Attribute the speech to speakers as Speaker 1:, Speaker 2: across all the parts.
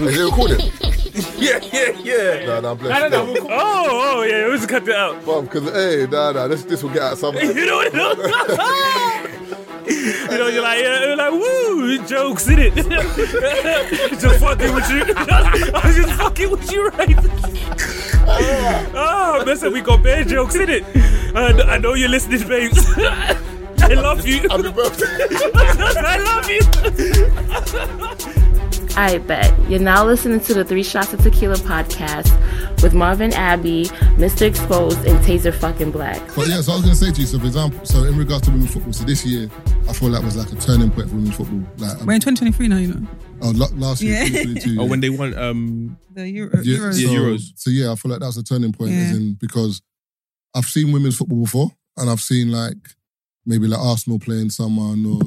Speaker 1: Is it recording?
Speaker 2: Yeah, yeah, yeah.
Speaker 1: nah, nah, I'm
Speaker 2: I don't
Speaker 1: blessed.
Speaker 2: know.
Speaker 1: Nah,
Speaker 2: we'll call- Oh, oh, yeah. We'll just cut that out.
Speaker 1: because hey, nah, nah, this this will get out something.
Speaker 2: You know what? You know, you're like, yeah, you're like, woo, jokes in it. just fucking with you. I was just fucking with you, right? oh, listen, we got bad jokes in it. And I know you're listening, babes. I love you.
Speaker 1: Happy birthday.
Speaker 2: I love you.
Speaker 3: I bet. You're now listening to the Three Shots of Tequila podcast with Marvin Abbey, Mr. Exposed, and Taser fucking Black.
Speaker 4: But yeah, so I was going to say to you, so for example, so in regards to women's football, so this year I feel like was like a turning point for women's football. Like um,
Speaker 5: We're in 2023 now, you know.
Speaker 4: oh, la- last year,
Speaker 5: Yeah.
Speaker 4: 2022,
Speaker 6: Oh,
Speaker 4: yeah.
Speaker 6: when they want um,
Speaker 5: The Euro,
Speaker 4: Yeah,
Speaker 5: Euros.
Speaker 4: So,
Speaker 6: Yeah, Euros.
Speaker 4: So yeah, I feel like that was a turning point,
Speaker 5: Yeah.
Speaker 4: as in because I've seen women's football before, and I've seen like maybe like Arsenal playing someone or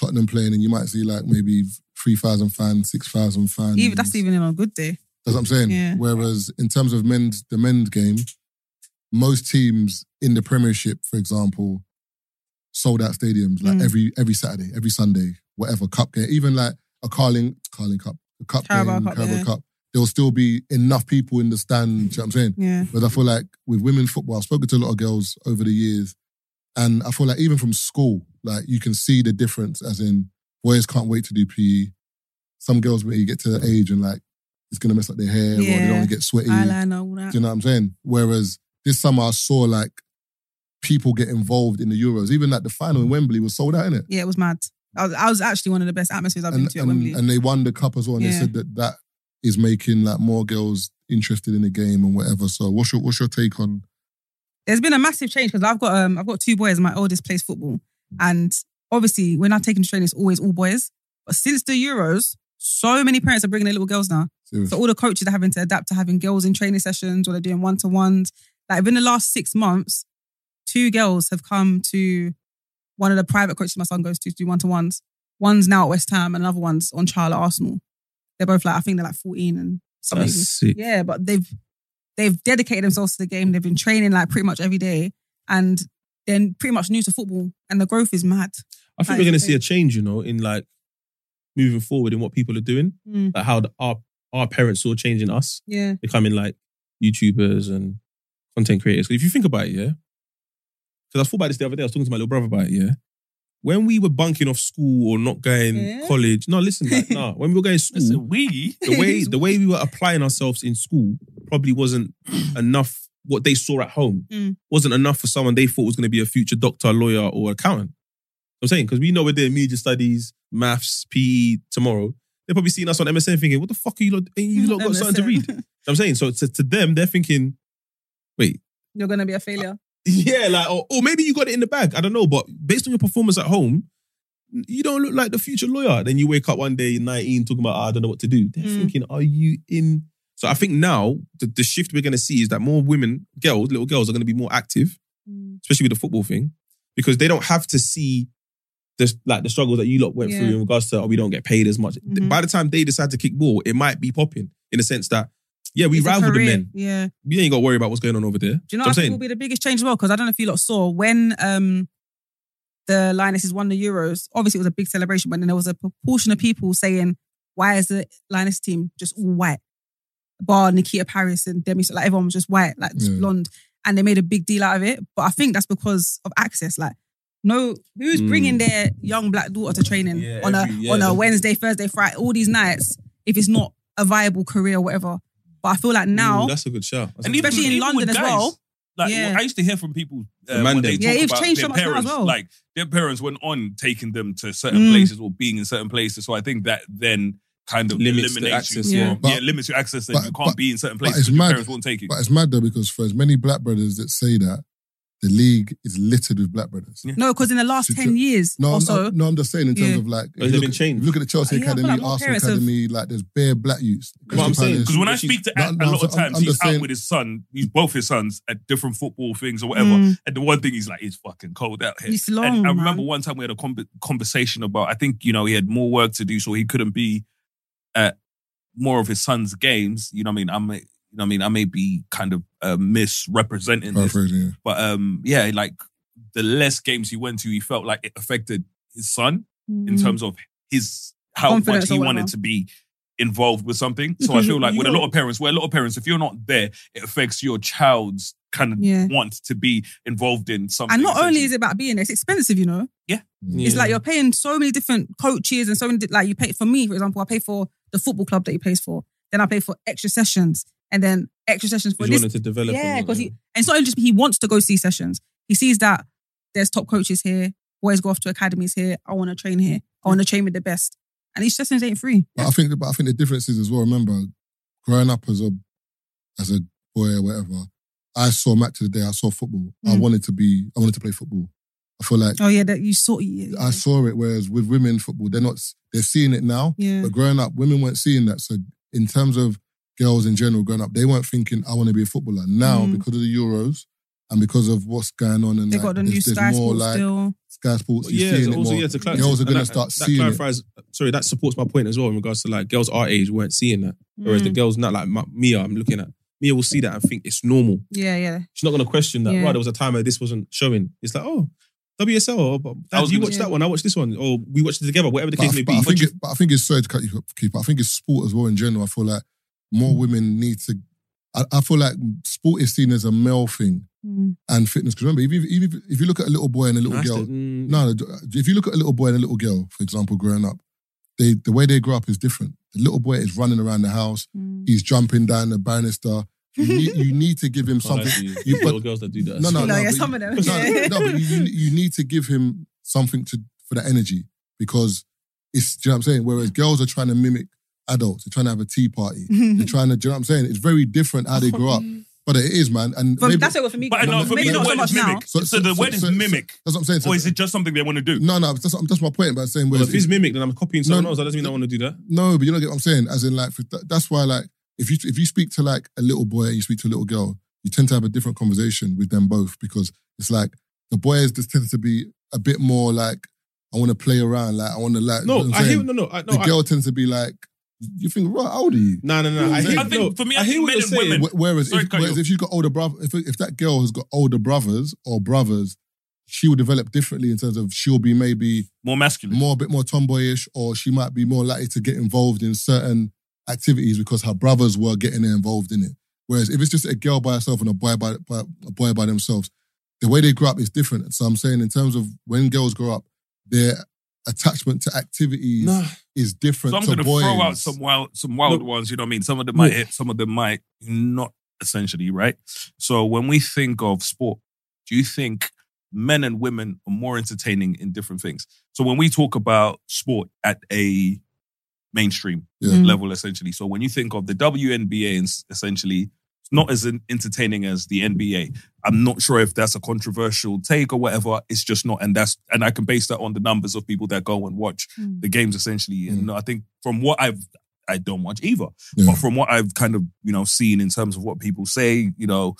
Speaker 4: Tottenham playing, and you might see like maybe three thousand fans, six thousand fans.
Speaker 5: Even, that's even on a good day.
Speaker 4: That's what I'm saying.
Speaker 5: Yeah.
Speaker 4: Whereas in terms of men's the men's game, most teams in the Premiership, for example, sold out stadiums like
Speaker 5: Mm.
Speaker 4: every every Saturday, every Sunday, whatever cup game, even like a Carling Carling Cup, a cup
Speaker 5: Carabao
Speaker 4: game,
Speaker 5: Cup,
Speaker 4: Carabao
Speaker 5: yeah.
Speaker 4: Cup. There will still be enough people in the stand. Do you know what I'm saying?
Speaker 5: Yeah.
Speaker 4: But I feel like with women's football, I've spoken to a lot of girls over the years, and I feel like even from school, like you can see the difference. As in, boys can't wait to do PE. Some girls, when you get to that age, and like it's gonna mess up their hair, or they don't
Speaker 5: Yeah.
Speaker 4: want to get sweaty.
Speaker 5: Eyeliner, all
Speaker 4: Do
Speaker 5: that.
Speaker 4: you know what I'm saying? Whereas this summer, I saw like people get involved in the Euros. Even like the final in Wembley was sold out, innit?
Speaker 5: Yeah, it was mad. I was, I was actually one of the best atmospheres I've been
Speaker 4: and,
Speaker 5: to at Wembley.
Speaker 4: and, and they won the cup as well. And they
Speaker 5: Yeah.
Speaker 4: said that that is making like more girls interested in the game and whatever. So, what's your what's your take on?
Speaker 5: there's been a massive change because I've got um I've got two boys. My oldest plays football, and obviously when I've taken training, it's always all boys. But since the Euros, so many parents are bringing their little girls now. So all the coaches are having to adapt to having girls in training sessions or they're doing one to ones. Like within the last six months, two girls have come to one of the private coaches my son goes to to do one to ones. One's now at West Ham and another one's on trial at Arsenal. They're both like I think they're like 14 and something.
Speaker 6: that's sick.
Speaker 5: Yeah, but they've they've dedicated themselves to the game. They've been training like pretty much every day, and they're pretty much new to football. And the growth is mad.
Speaker 6: I think
Speaker 5: Like,
Speaker 6: we're going to
Speaker 5: they-
Speaker 6: see a change, you know, in like moving forward in what people are doing,
Speaker 5: Mm.
Speaker 6: like how the, our our parents saw change in us
Speaker 5: Yeah,
Speaker 6: becoming like YouTubers and content creators. 'Cause if you think about it, yeah, because I thought about this the other day. I was talking to my little brother about it. Yeah, when we were bunking off school or not going
Speaker 5: Yeah.
Speaker 6: college, no, listen, like, nah, when we were going to school,
Speaker 2: Listen, we.
Speaker 6: the way the way we were applying ourselves in school probably wasn't enough. What they saw at home
Speaker 5: Mm.
Speaker 6: wasn't enough for someone they thought was going to be a future doctor, lawyer, or accountant. I'm saying because we know we're doing media studies, maths, PE tomorrow. They're probably seeing us on MSN thinking, "What the fuck are you? Lot, ain't you lot got something to read." I'm saying so to, to them, they're thinking,
Speaker 5: You're gonna be a failure.
Speaker 6: "Yeah, like, or, or maybe you got it in the bag. I don't know, but based on your performance at home." You don't look like the future lawyer. Then you wake up one day, 19, talking about, "Ah, I don't know what to do. They're
Speaker 5: Mm.
Speaker 6: thinking, are you in so I think now the, the shift we're going to see is that more women, girls, little girls are going to be more active, especially with the football thing, because they don't have to see the like the struggles that you lot went through
Speaker 5: Yeah.
Speaker 6: in regards to oh we don't get paid as much.
Speaker 5: Mhm.
Speaker 6: By the time they decide to kick ball, it might be popping in the sense that yeah we
Speaker 5: It's a
Speaker 6: rival the
Speaker 5: career.
Speaker 6: men.
Speaker 5: Yeah. Do
Speaker 6: We ain't got to worry about what's going on over there. Do
Speaker 5: you know
Speaker 6: what
Speaker 5: I
Speaker 6: I'm
Speaker 5: think
Speaker 6: saying?
Speaker 5: will be the biggest change as well? Because I don't know if you lot saw when um the Lionesses won the Euros. Obviously, it was a big celebration, but then there was a proportion of people saying, "Why is the Lioness team just all white?" Bar Nikita Paris and Demi, like everyone was just white, like just
Speaker 4: Yeah.
Speaker 5: blonde, and they made a big deal out of it. But I think that's because of access. Like, no, who's
Speaker 6: Mm.
Speaker 5: bringing their young black daughter to training
Speaker 6: Yeah,
Speaker 5: on a
Speaker 6: every- yeah,
Speaker 5: on a
Speaker 6: that's-
Speaker 5: Wednesday, Thursday, Friday, all these nights if it's not a viable career or whatever? But I feel like now,
Speaker 6: Ooh, that's a good shout. That's
Speaker 2: And
Speaker 6: a
Speaker 2: even,
Speaker 6: good
Speaker 5: Especially in
Speaker 6: shout.
Speaker 2: even
Speaker 5: London
Speaker 2: with
Speaker 5: as
Speaker 2: guys,
Speaker 5: well.
Speaker 2: Like
Speaker 5: Yeah.
Speaker 2: I used to hear from people uh,
Speaker 6: The man
Speaker 2: when they
Speaker 6: them.
Speaker 2: talk
Speaker 5: Yeah, it's
Speaker 2: about
Speaker 5: changed
Speaker 2: their
Speaker 5: so much now as
Speaker 2: parents.
Speaker 5: well.
Speaker 2: Like their parents went on taking them to certain
Speaker 5: Mm.
Speaker 2: places or being in certain places. So I think that then kind of
Speaker 6: Limits the
Speaker 2: eliminates you
Speaker 6: access,
Speaker 2: from-
Speaker 5: yeah.
Speaker 2: yeah,
Speaker 4: But-
Speaker 2: limits your access and
Speaker 4: but-
Speaker 2: you can't
Speaker 4: but-
Speaker 2: be in certain
Speaker 4: but
Speaker 2: places
Speaker 4: it's
Speaker 2: because your
Speaker 4: mad.
Speaker 2: parents won't take you.
Speaker 4: But it's mad though because for as many black brothers that say that, the league is littered with black brothers.
Speaker 2: Yeah.
Speaker 5: no, because in the last
Speaker 4: Because-
Speaker 5: ten years
Speaker 4: No, I'm,
Speaker 5: or so,
Speaker 4: I'm- no, I'm just saying in terms
Speaker 5: Yeah.
Speaker 4: of like,
Speaker 6: Oh,
Speaker 4: you
Speaker 6: Has it
Speaker 4: look,
Speaker 6: been
Speaker 4: at-
Speaker 6: changed?
Speaker 4: you look at the Chelsea
Speaker 5: Yeah, I feel
Speaker 4: Academy,
Speaker 5: like more
Speaker 4: Arsenal
Speaker 5: parents have-
Speaker 4: Academy, like there's bare black youths.
Speaker 6: But what I'm
Speaker 4: Crystal
Speaker 6: saying,
Speaker 4: Palace.
Speaker 2: Because when I
Speaker 6: She's-
Speaker 2: speak to
Speaker 4: No,
Speaker 2: Ant,
Speaker 4: no,
Speaker 2: a lot
Speaker 4: I'm-
Speaker 2: of times
Speaker 4: I'm
Speaker 2: he's
Speaker 4: just
Speaker 2: out
Speaker 4: saying-
Speaker 2: with his son, he's both his sons at different football things or whatever.
Speaker 5: Mm.
Speaker 2: And the one thing he's like, it's fucking cold out here.
Speaker 5: It's long,
Speaker 2: and I
Speaker 5: man.
Speaker 2: remember one time we had a com- conversation about, I think, you know, he had more work to do, so he couldn't be at more of his son's games. You know what I mean? I may, you know what I mean? I may be kind of uh, misrepresenting this.
Speaker 4: Paraphrasing, yeah.
Speaker 2: But um, yeah, like the less games he went to, he felt like it affected his son in
Speaker 5: Mm.
Speaker 2: terms of his how
Speaker 5: Confidence
Speaker 2: much he
Speaker 5: or whatever.
Speaker 2: wanted to be involved with something. So I
Speaker 6: Because you-
Speaker 2: feel like
Speaker 6: you
Speaker 2: with a
Speaker 6: know-
Speaker 2: lot of parents, where a lot of parents, if you're not there, it affects your child's kind of
Speaker 5: Yeah.
Speaker 2: want to be involved in something.
Speaker 5: And not only is it about being there, it's expensive, you know. It's like you're paying so many different coaches and so many, di- like you pay for me, for example, I pay for the football club that he pays for. Then I pay for extra sessions and then extra sessions for
Speaker 6: you
Speaker 5: this.
Speaker 6: wanted to develop.
Speaker 5: Yeah,
Speaker 6: and-
Speaker 5: because he, and it's not only just he wants to go see sessions. He sees that there's top coaches here, boys go off to academies here. I want to train here. I want to train with the best. And these sessions ain't free.
Speaker 4: But I think, but I think the difference is as well. Remember, growing up as a as a boy or whatever, I saw match of the day. I saw football. I
Speaker 5: Mm.
Speaker 4: wanted to be. I wanted to play football. I feel like
Speaker 5: Oh yeah, that you saw. Yeah,
Speaker 4: I saw it. Whereas with women football, they're not. They're seeing it now.
Speaker 5: yeah.
Speaker 4: But growing up, women weren't seeing that. So in terms of girls in general growing up, they weren't thinking, I want to be a footballer. Now,
Speaker 5: Mm.
Speaker 4: because of the Euros and because of what's going on and
Speaker 5: they
Speaker 4: like,
Speaker 5: got the
Speaker 4: there's-
Speaker 5: new
Speaker 4: there's
Speaker 5: Sky
Speaker 4: more
Speaker 5: Sports
Speaker 4: like
Speaker 5: still.
Speaker 4: Sky Sports,
Speaker 6: Well,
Speaker 4: you're
Speaker 6: yeah,
Speaker 4: seeing
Speaker 6: so
Speaker 4: it
Speaker 6: also
Speaker 4: more.
Speaker 6: yeah, to clarify.
Speaker 4: Girls are
Speaker 6: and
Speaker 4: going to
Speaker 6: that-
Speaker 4: start
Speaker 6: that
Speaker 4: seeing it.
Speaker 6: clarifies. Sorry, that supports my point as well in regards to like girls our age weren't seeing that, whereas the
Speaker 5: Mm.
Speaker 6: girls not like my, Mia. I'm looking at Mia will see that and think it's normal.
Speaker 5: yeah, yeah.
Speaker 6: She's not going to question that.
Speaker 5: Yeah.
Speaker 6: Right, there was a time where this wasn't showing. It's like oh, WSL. Oh, but
Speaker 2: I
Speaker 6: Dad,
Speaker 2: was
Speaker 6: you
Speaker 2: gonna-
Speaker 6: watched that one. I watched this one. Oh, we watched it together. Whatever the
Speaker 4: But,
Speaker 6: case
Speaker 4: I,
Speaker 6: may
Speaker 4: but
Speaker 6: be.
Speaker 4: I
Speaker 6: But
Speaker 4: think
Speaker 6: you-
Speaker 4: it, but I think it's sorry to cut you off, keeper. I think it's sport as well in general. I feel like more women need to. I, I feel like sport is seen as a male thing
Speaker 5: Mm.
Speaker 4: and fitness. Because remember, if you, if, you- if you look at a little boy and a little
Speaker 6: Nice
Speaker 4: girl,
Speaker 6: to- mm,
Speaker 4: No, no, if you look at a little boy and a little girl, for example, growing up, they the way they grow up is different. The little boy is running around the house,
Speaker 5: Mm.
Speaker 4: he's jumping down the banister. You need, you need to give him
Speaker 6: can't lie
Speaker 4: something.
Speaker 6: to you.
Speaker 4: you-
Speaker 6: Little girls that do that.
Speaker 4: No, no,
Speaker 5: No,
Speaker 4: no.
Speaker 5: yeah,
Speaker 4: but
Speaker 5: some
Speaker 4: you-
Speaker 5: of them.
Speaker 4: No,
Speaker 5: Yeah.
Speaker 4: no, but you, you need to give him something to for the energy because it's, do you know what I'm saying? Whereas girls are trying to mimic adults, they're trying to have a tea party.
Speaker 5: Mm.
Speaker 4: They're trying to, do you know what I'm saying? It's very different how they grow up. But it is, man. And
Speaker 5: But
Speaker 4: maybe-
Speaker 5: that's what for me.
Speaker 2: But no, for
Speaker 5: maybe
Speaker 2: me, the
Speaker 5: not so
Speaker 2: word
Speaker 5: much
Speaker 2: is
Speaker 5: now.
Speaker 2: mimic. So, the word is
Speaker 4: so-
Speaker 2: mimic,
Speaker 4: that's what I'm saying. So-
Speaker 2: or is it just something they want to do?
Speaker 4: no, no, that's, that's my point about saying
Speaker 6: Well,
Speaker 4: whereas
Speaker 6: if he's mimicked, then I'm copying someone
Speaker 4: No,
Speaker 6: else. That doesn't mean I want to do that.
Speaker 4: No, but you don't get what I'm saying. As in, like, for th- that's why, like, if you if you speak to like a little boy and you speak to a little girl, you tend to have a different conversation with them both because it's like the boys just tend to be a bit more like I want to play around, like I want to like. you
Speaker 6: No,
Speaker 4: know what I'm
Speaker 6: I hear.
Speaker 4: saying?
Speaker 6: No, no, I, no.
Speaker 4: the
Speaker 6: I-
Speaker 4: girl tends to be like, you think, right? How old are you?
Speaker 6: No, no, no. I,
Speaker 4: I
Speaker 6: hear,
Speaker 4: think
Speaker 6: no,
Speaker 2: for me, I
Speaker 6: hear
Speaker 2: think
Speaker 6: what you're
Speaker 2: men and
Speaker 6: saying.
Speaker 2: women-
Speaker 4: Wh- Whereas,
Speaker 2: Sorry,
Speaker 4: if,
Speaker 2: cut you
Speaker 4: whereas
Speaker 2: off.
Speaker 4: if you got older brother, if if that girl has got older brothers or brothers, she will develop differently in terms of she'll be maybe
Speaker 2: More masculine.
Speaker 4: more a bit more tomboyish, or she might be more likely to get involved in certain activities because her brothers were getting her involved in it. Whereas if it's just a girl by herself and a boy by, by a boy by themselves, the way they grow up is different. So I'm saying in terms of when girls grow up, their attachment to activities
Speaker 6: Nah.
Speaker 4: is different
Speaker 2: So I'm
Speaker 4: to
Speaker 2: going to
Speaker 4: boys.
Speaker 2: throw out some wild, some wild
Speaker 6: Look.
Speaker 2: ones. You know what I mean? Some of them might hit, some of them might not. Essentially, right? So when we think of sport, do you think men and women are more entertaining in different things? So when we talk about sport at a mainstream
Speaker 4: Yeah.
Speaker 5: Mm.
Speaker 2: level, essentially, so when you think of the WNBA, ins- essentially, it's not as en- entertaining as the NBA. I'm not sure if that's a controversial take or whatever. It's just not, and that's and I can base that on the numbers of people that go and watch
Speaker 5: Mm.
Speaker 2: the games essentially. And I think from what I've I don't watch either,
Speaker 4: Yeah.
Speaker 2: but from what I've kind of you know seen in terms of what people say, you know,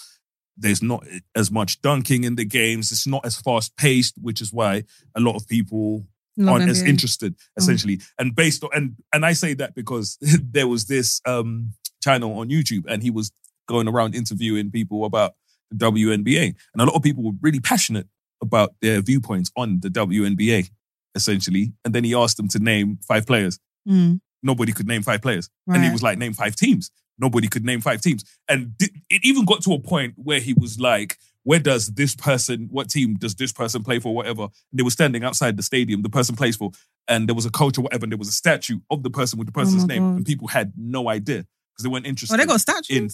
Speaker 2: there's not as much dunking in the games. It's not as fast paced, which is why a lot of people
Speaker 5: Love
Speaker 2: aren't as
Speaker 5: NBA.
Speaker 2: interested essentially. And based on and and I say that because there was this um channel on YouTube and he was going around interviewing people about the WNBA, and a lot of people were really passionate about their viewpoints on the WNBA essentially. And then he asked them to name five players.
Speaker 5: Mm,
Speaker 2: Nobody could name five players. And he
Speaker 5: right.
Speaker 2: was like, name five teams. Nobody could name five teams. And di- it even got to a point where he was like, where does this person, what team does this person play for, whatever? And they were standing outside the stadium, the person plays for, and there was a coach or whatever, and there was a statue of the person with the person's
Speaker 5: Oh my
Speaker 2: name,
Speaker 5: God.
Speaker 2: and people had no idea because they weren't interested.
Speaker 5: Oh, they got statues.
Speaker 2: in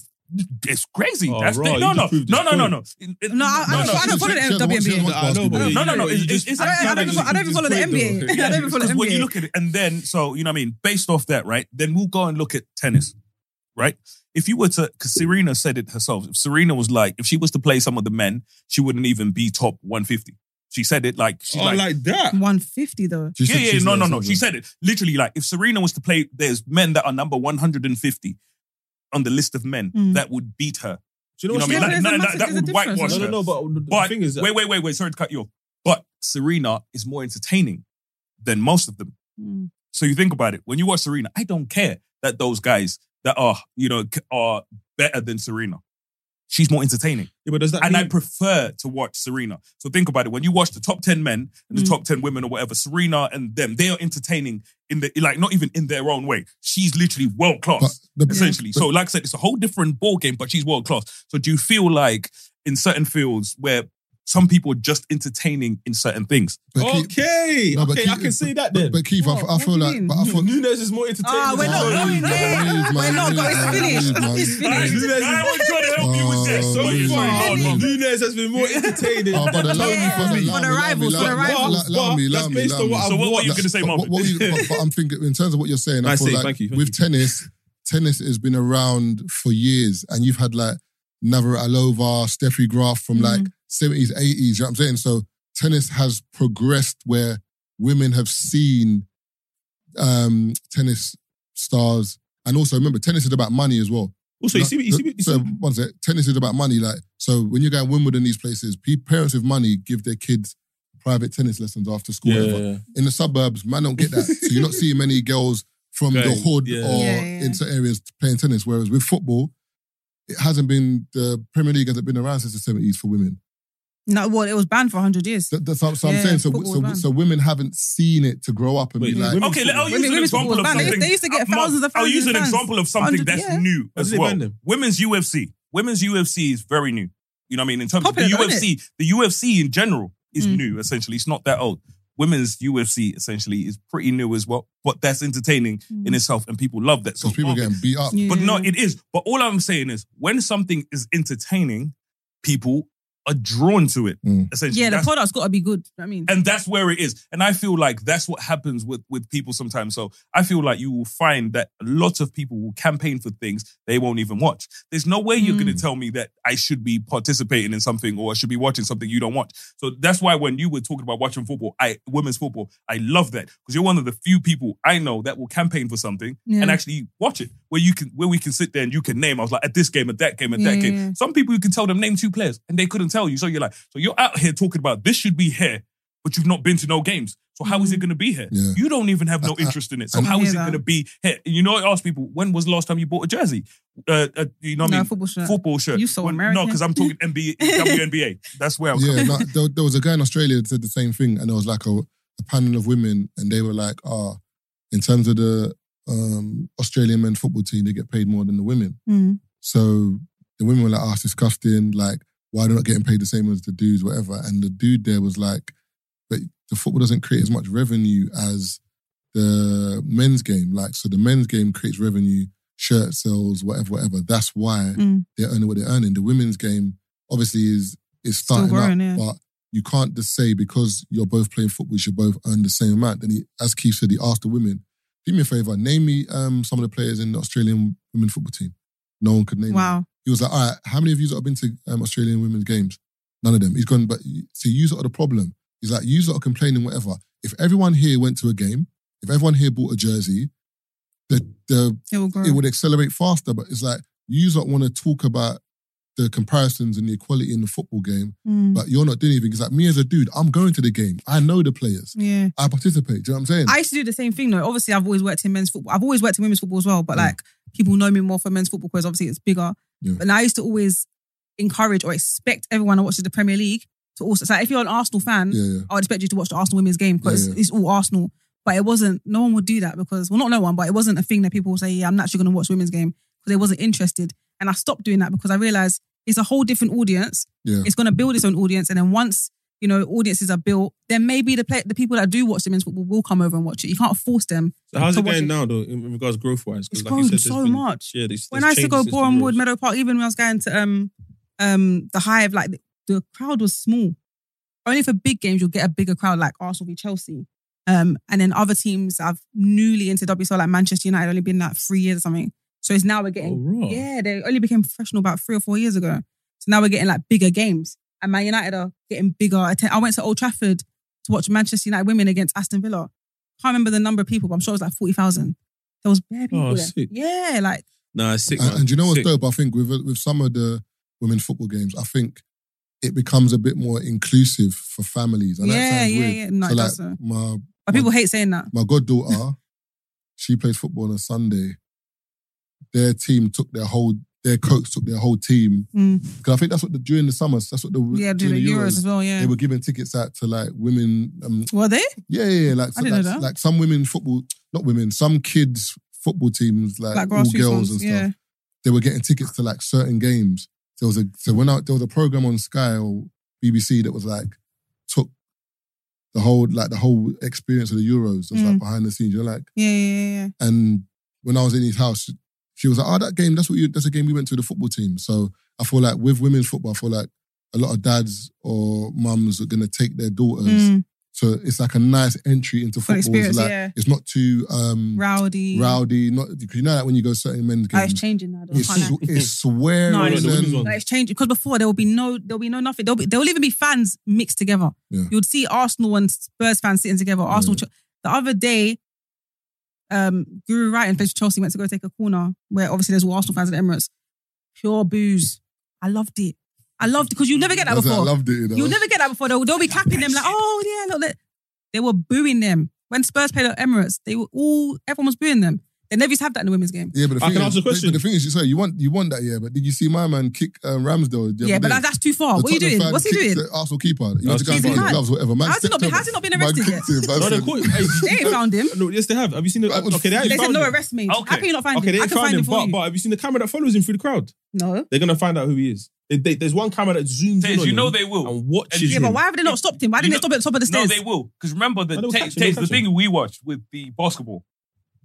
Speaker 2: it's crazy.
Speaker 6: Oh,
Speaker 2: That's the-
Speaker 6: right, you
Speaker 2: no,
Speaker 6: just
Speaker 2: no,
Speaker 6: proved
Speaker 2: no,
Speaker 6: his
Speaker 2: no, no,
Speaker 6: point.
Speaker 2: no, In- in-
Speaker 5: No, I- I
Speaker 2: no,
Speaker 5: don't-
Speaker 2: no.
Speaker 5: I don't follow
Speaker 4: She- she
Speaker 5: the
Speaker 4: hasn't watched- she hasn't
Speaker 5: WNBA.
Speaker 4: watched basketball.
Speaker 6: I know,
Speaker 2: No, no,
Speaker 6: You
Speaker 2: no.
Speaker 6: know, you
Speaker 2: It's,
Speaker 6: just-
Speaker 2: it's,
Speaker 5: I don't, I don't,
Speaker 6: Exactly.
Speaker 5: even, I don't even follow the
Speaker 6: Just
Speaker 5: NBA.
Speaker 6: wait,
Speaker 5: I don't even follow
Speaker 2: because
Speaker 5: the
Speaker 2: when you
Speaker 5: NBA.
Speaker 2: look at it, and then so you know what I mean. Based off that, right? Then we'll go and look at tennis, right? If you were to, because Serena said it herself. If Serena was like, if she was to play some of the men, she wouldn't even be top 150. She said it like she
Speaker 6: Oh,
Speaker 2: like,
Speaker 6: like that.
Speaker 5: 150 though.
Speaker 4: She
Speaker 2: yeah,
Speaker 4: said
Speaker 2: yeah,
Speaker 4: she's
Speaker 2: no,
Speaker 4: not
Speaker 2: no,
Speaker 4: as
Speaker 2: no.
Speaker 4: old
Speaker 2: She
Speaker 4: as-
Speaker 2: said it literally like if Serena was to play, there's men that are number 150 on the list of men
Speaker 5: Mm.
Speaker 2: that would beat her.
Speaker 6: Do you
Speaker 2: You
Speaker 6: know
Speaker 2: know
Speaker 6: what
Speaker 2: what I mean?
Speaker 6: she-
Speaker 2: That-
Speaker 5: there's a
Speaker 2: that- that- that
Speaker 5: massive- there's a
Speaker 2: would
Speaker 5: difference,
Speaker 2: whitewash
Speaker 5: though.
Speaker 2: that-
Speaker 6: No, no, no. But the
Speaker 2: But
Speaker 6: thing is, that
Speaker 2: wait, wait, wait, wait. Sorry to cut you off. But Serena is more entertaining than most of them.
Speaker 5: Mm.
Speaker 2: So you think about it. When you watch Serena, I don't care that those guys that are, you know, c- are better than Serena. she's more entertaining.
Speaker 6: Yeah, but does that
Speaker 2: And
Speaker 6: mean,
Speaker 2: I prefer to watch Serena. So think about it. When you watch the top 10 men and the
Speaker 5: Mm.
Speaker 2: top 10 women or whatever, Serena and them, they are entertaining in the, like, not even in their own way. She's literally world
Speaker 4: But
Speaker 2: class,
Speaker 4: the,
Speaker 2: essentially. So, like I said, it's a whole different ball game, but she's world class. So, do you feel like in certain fields where some people are just entertaining in certain things?
Speaker 4: but Keith-
Speaker 6: okay,
Speaker 4: no, but
Speaker 6: okay, I
Speaker 4: Keith-
Speaker 6: can see that
Speaker 4: but-
Speaker 6: then.
Speaker 4: But Keith, I,
Speaker 5: What?
Speaker 4: f- I
Speaker 5: What
Speaker 4: feel
Speaker 5: do you
Speaker 4: like,
Speaker 5: mean?
Speaker 4: but I feel.
Speaker 6: Nunez is more entertaining.
Speaker 5: Ah, we're not
Speaker 4: Sorry,
Speaker 5: going there.
Speaker 4: man,
Speaker 5: We're
Speaker 4: man,
Speaker 5: not going.
Speaker 4: man,
Speaker 5: It's finished.
Speaker 4: man.
Speaker 5: It's
Speaker 2: Guys,
Speaker 5: finished.
Speaker 2: I was trying to help you with that.
Speaker 4: Oh,
Speaker 6: So
Speaker 2: but it's
Speaker 5: far,
Speaker 2: like, no,
Speaker 5: man.
Speaker 2: no.
Speaker 6: Nunez has been more entertaining.
Speaker 4: Oh, but allow
Speaker 5: Yeah.
Speaker 4: me, brother,
Speaker 5: For the
Speaker 4: allow me,
Speaker 5: rivals,
Speaker 4: allow
Speaker 5: for the
Speaker 4: me, allow-
Speaker 5: rivals.
Speaker 4: Allow me,
Speaker 6: But
Speaker 4: allow
Speaker 6: that's
Speaker 4: me,
Speaker 6: based
Speaker 4: allow
Speaker 6: on
Speaker 4: me.
Speaker 6: what I've
Speaker 2: So what were you
Speaker 6: watched.
Speaker 2: going to say,
Speaker 4: But,
Speaker 2: Marvin?
Speaker 4: what, what were you, but, but I'm thinking in terms of what you're saying. I
Speaker 6: Nice
Speaker 4: feel
Speaker 6: save,
Speaker 4: like
Speaker 6: thank you, thank
Speaker 4: with
Speaker 6: you.
Speaker 4: tennis, tennis has been around for years, and you've had like Navratilova, Steffi Graf from
Speaker 5: Mm-hmm.
Speaker 4: like 70s, 80s. You know what I'm saying? So tennis has progressed where women have seen um, tennis stars, and also remember, tennis is about money as well.
Speaker 6: Also, you see, what- you see, what- you see
Speaker 4: So one sec, tennis is about money. Like so, when you're going Wimbledon, these places, pe- parents with money give their kids private tennis lessons after school. whatever in the suburbs, man don't get that. so you're not seeing many girls from the
Speaker 6: Going,
Speaker 4: hood
Speaker 6: yeah.
Speaker 4: or
Speaker 5: Yeah, yeah.
Speaker 4: in certain areas playing tennis. Whereas with football, it hasn't been the Premier League hasn't been around since the seventies for women.
Speaker 5: No, well, it was banned for hundred years. Mm.
Speaker 4: That, that's what I'm
Speaker 5: Yeah,
Speaker 4: saying. So,
Speaker 5: football
Speaker 4: so,
Speaker 5: banned.
Speaker 4: so women haven't seen it to grow up and
Speaker 6: Wait,
Speaker 4: be like,
Speaker 6: women-
Speaker 2: Okay, let, I'll
Speaker 6: Women-
Speaker 2: use an
Speaker 5: women's
Speaker 2: example
Speaker 5: football
Speaker 2: of
Speaker 5: was banned. They-
Speaker 2: something.
Speaker 5: they used to get
Speaker 2: Uh, Mark,
Speaker 5: thousands of
Speaker 2: I'll use an
Speaker 5: fans.
Speaker 2: example of something
Speaker 5: Hundred-
Speaker 2: that's
Speaker 5: yeah.
Speaker 2: new
Speaker 6: Why did
Speaker 2: as
Speaker 6: they
Speaker 2: well.
Speaker 6: ban them?
Speaker 2: Women's UFC. Women's UFC is very new. You know what I mean? In terms
Speaker 5: Popular,
Speaker 2: of the
Speaker 5: though, isn't
Speaker 2: UFC, the UFC in general is
Speaker 5: Mm.
Speaker 2: new, essentially. It's not that old. Women's UFC essentially is pretty new as well, but that's entertaining in itself and people love that. So
Speaker 4: because people are
Speaker 2: Marvin,
Speaker 4: getting beat up.
Speaker 5: Mm. Yeah.
Speaker 2: But no, it is. But all I'm saying is when something is entertaining, people are drawn to it,
Speaker 4: Mm.
Speaker 2: essentially.
Speaker 5: yeah, the
Speaker 2: That's
Speaker 5: product's got to be good. I mean,
Speaker 2: and that's where it is and i feel like that's what happens with with people sometimes so i feel like you will find that a lot of people will campaign for things they won't even watch there's no way you're
Speaker 5: Mm.
Speaker 2: going to tell me that i should be participating in something or i should be watching something you don't watch so that's why when you were talking about watching football i women's football i love that because you're one of the few people i know that will campaign for something
Speaker 5: Yeah.
Speaker 2: and actually watch it where you can where we can sit there and you can name i was like at this game at that game at that
Speaker 5: Yeah,
Speaker 2: game
Speaker 5: yeah.
Speaker 2: some people you can tell them name two players and they couldn't tell you so you're like so you're out here talking about this should be here but you've not been to no games. So how
Speaker 5: Mm.
Speaker 2: is it going to be here?
Speaker 4: Yeah.
Speaker 2: You don't even have no
Speaker 4: I- I-
Speaker 2: interest in it. So
Speaker 4: I-
Speaker 2: how is it
Speaker 5: Yeah.
Speaker 2: going to be here? And you know, I ask people, when was the last time you bought a jersey? Uh, uh, you know what
Speaker 5: no
Speaker 2: I mean?
Speaker 5: football shirt.
Speaker 2: Football shirt.
Speaker 5: You so
Speaker 2: When- No,
Speaker 5: American.
Speaker 2: because I'm talking NBA, WNBA. That's where I'm
Speaker 4: Yeah, no, there, there was a guy in Australia that said the same thing, and there was like a, a panel of women, and they were like, "Ah, in terms of the um, Australian men football team, they get paid more than the women."
Speaker 5: Mm.
Speaker 4: So the women were like, "Ah, it's disgusting. Like, why they're not getting paid the same as the dudes, whatever." And the dude there was like, "But the football doesn't create as much revenue as the men's game. Like, so the men's game creates revenue, shirt sales, whatever, whatever. That's why
Speaker 5: Mm.
Speaker 4: they're earning what they're earning. The women's game obviously is is
Speaker 5: Still
Speaker 4: starting
Speaker 5: growing,
Speaker 4: up,
Speaker 5: yeah.
Speaker 4: but." You can't just say because you're both playing football, you should both earn the same amount. And he, as Keith said, he asked the women, "Do me a favor, name me um, some of the players in the Australian women football team." No one could name. them
Speaker 5: Wow.
Speaker 4: he was like, all right, how many of you have been to um, Australian women's games? None of them. He's gone, but see, you lot are the problem. He's like, you lot are complaining, whatever. If everyone here went to a game, if everyone here bought a jersey, the, the
Speaker 5: It will grow.
Speaker 4: it would accelerate faster. But it's like, you lot want to talk about the comparisons and the equality in the football game,
Speaker 5: Mm.
Speaker 4: but you're not doing anything. It's like, me as a dude, I'm going to the game. I know the players.
Speaker 5: Yeah.
Speaker 4: I participate. Do you know what I'm saying?
Speaker 5: I used to do the same thing though. Obviously, I've always worked in men's football. I've always worked in women's football as well, but
Speaker 4: Yeah.
Speaker 5: like people know me more for men's football because obviously it's bigger.
Speaker 4: Yeah.
Speaker 5: And I used to always encourage or expect everyone that watches the Premier League to also. So if you're an Arsenal fan,
Speaker 4: yeah, yeah.
Speaker 5: I would expect you to watch the Arsenal women's game because
Speaker 4: Yeah, yeah.
Speaker 5: it's all Arsenal. But it wasn't. No one would do that because well, not no one, but it wasn't a thing that people would say. Yeah, I'm naturally going to watch women's game because they wasn't interested. And I stopped doing that because I realized it's a whole different audience
Speaker 4: Yeah.
Speaker 5: it's going to build its own audience. And then once you know audiences are built, then maybe the play, the people that do watch the men's football will come over and watch it. You can't force them.
Speaker 6: So how's
Speaker 5: to
Speaker 6: it
Speaker 5: watch
Speaker 6: going now, though, in in regards growth wise?
Speaker 5: It's grown so much.
Speaker 6: Yeah, there's,
Speaker 5: When
Speaker 6: there's
Speaker 5: I used to go
Speaker 6: changes since the
Speaker 5: Boreham Wood,
Speaker 6: Euros.
Speaker 5: Meadow Park, even when I was going to um um the Hive, like the, the crowd was small. Only for big games you'll get a bigger crowd, like Arsenal v Chelsea. Um, and then other teams I've newly into WSL, like Manchester United, only been like three years or something. So it's now we're getting
Speaker 6: Oh, raw.
Speaker 5: yeah, they only became professional about three or four years ago. So now we're getting like bigger games. And Man United are getting bigger. atten- I went to Old Trafford to watch Manchester United women against Aston Villa. Can't remember the number of people, but I'm sure it was like 40,000. There was bare people.
Speaker 6: Oh,
Speaker 5: there.
Speaker 6: sick.
Speaker 5: Yeah, like,
Speaker 6: Nah, it's sick.
Speaker 4: And,
Speaker 6: man.
Speaker 4: and you know what's
Speaker 6: Sick.
Speaker 4: dope? I think with with some of the women football games, I think it becomes a bit more inclusive for families. And that
Speaker 5: yeah,
Speaker 4: sounds
Speaker 5: yeah,
Speaker 4: weird.
Speaker 5: yeah. No,
Speaker 4: so
Speaker 5: it
Speaker 4: like
Speaker 5: doesn't.
Speaker 4: my
Speaker 5: But people hate saying that.
Speaker 4: my goddaughter, she plays football on a Sunday. Their team took their whole their coach took their whole team
Speaker 5: Mm.
Speaker 4: because I think that's what the during the summers that's what the
Speaker 5: Yeah, do the Euros as well. Yeah.
Speaker 4: they were giving tickets out to like women. Um,
Speaker 5: Were they?
Speaker 4: yeah, yeah, yeah, like
Speaker 5: I didn't
Speaker 4: like,
Speaker 5: know that.
Speaker 4: like some women football, not women, some kids football teams like,
Speaker 5: Like
Speaker 4: all
Speaker 5: grassroots
Speaker 4: girls
Speaker 5: ones.
Speaker 4: and stuff.
Speaker 5: yeah.
Speaker 4: They were getting tickets to like certain games. There was a so when I, there was a program on Sky or BBC that was like took the whole like the whole experience of the Euros. It was like
Speaker 5: Mm.
Speaker 4: behind the scenes. You're like.
Speaker 5: Yeah, yeah, yeah.
Speaker 4: And when I was in his house, she was like, "Oh, that game. That's what you. That's a game we went to the football team." So I feel like with women's football, I feel like a lot of dads or mums are gonna take their daughters.
Speaker 5: Mm.
Speaker 4: So it's like a nice entry into
Speaker 5: For
Speaker 4: football.
Speaker 5: experience,
Speaker 4: it's like
Speaker 5: yeah.
Speaker 4: it's not too um,
Speaker 5: Rowdy.
Speaker 4: rowdy. Not because you know that when you go to certain men's
Speaker 5: Oh, it's
Speaker 4: games,
Speaker 5: changing now. Though.
Speaker 4: it's,
Speaker 5: I can't lie.
Speaker 4: sw- it's swearing.
Speaker 5: No, it's-
Speaker 6: the women's one.
Speaker 4: and,
Speaker 5: Like, it's changing because before there will be no, there will be no nothing. There'll, be, there'll even be fans mixed together.
Speaker 4: Yeah.
Speaker 5: You'd see Arsenal and Spurs fans sitting together. Arsenal. Ch- The other day, um, Guru Wright and plays for Chelsea went to go take a corner where obviously there's all Arsenal fans at Emirates. Pure booze. I loved it. I loved it because you never get that
Speaker 4: that's it, I
Speaker 5: before.
Speaker 4: loved it. You know?
Speaker 5: You'll never get that before. They'll, they'll be clapping them like, oh yeah, look, look. They were booing them when Spurs played at Emirates. They were all everyone was booing them. They never used to have that in the women's game.
Speaker 4: yeah, but the
Speaker 6: I
Speaker 4: thing
Speaker 6: can
Speaker 4: is,
Speaker 6: ask a question.
Speaker 4: But the thing is, sorry, you want you want that, yeah. But did you see my man kick um, Ramsdale? the
Speaker 5: Yeah,
Speaker 4: other day?
Speaker 5: but that, that's too far.
Speaker 4: The
Speaker 5: what are you
Speaker 4: Tottenham
Speaker 5: doing?
Speaker 4: fan
Speaker 5: What's he
Speaker 4: kicked
Speaker 5: doing?
Speaker 4: The Arsenal keeper. He went
Speaker 6: That's
Speaker 4: to go and
Speaker 6: too
Speaker 4: get his
Speaker 5: bad.
Speaker 4: gloves, whatever. Man
Speaker 5: How's he
Speaker 4: stepped
Speaker 5: not been-
Speaker 4: over.
Speaker 5: how's he not been
Speaker 4: Man
Speaker 5: arrested
Speaker 4: kicked him. Man
Speaker 6: No, they
Speaker 4: said-
Speaker 6: caught him. Hey,
Speaker 5: They ain't found him.
Speaker 6: No, yes, they have. Have you seen the?
Speaker 4: That was-
Speaker 6: Okay, they,
Speaker 5: They
Speaker 6: ain't
Speaker 5: said
Speaker 6: found
Speaker 5: no
Speaker 6: him.
Speaker 5: arrest me.
Speaker 2: Okay.
Speaker 5: How can you not find
Speaker 6: Okay, they
Speaker 5: him? I
Speaker 6: ain't
Speaker 5: can
Speaker 6: found
Speaker 5: find
Speaker 6: him.
Speaker 5: him for
Speaker 6: But,
Speaker 5: you.
Speaker 6: but have you seen the camera that follows him through the crowd?
Speaker 5: no.
Speaker 6: They're gonna find out who he is. They, they, there's one camera that zooms in
Speaker 2: Taze,
Speaker 6: on
Speaker 2: you know
Speaker 6: him
Speaker 2: they will.
Speaker 6: and watches
Speaker 2: And-
Speaker 5: Yeah,
Speaker 6: him.
Speaker 5: but why have they not stopped him? Why didn't
Speaker 2: You
Speaker 5: they stop at the top of the
Speaker 2: No,
Speaker 5: stairs?
Speaker 2: they will. Because remember the
Speaker 6: No, they'll
Speaker 2: ta-
Speaker 6: catch him, they'll
Speaker 2: Taze, the
Speaker 6: catch him.
Speaker 2: thing we watched with the basketball.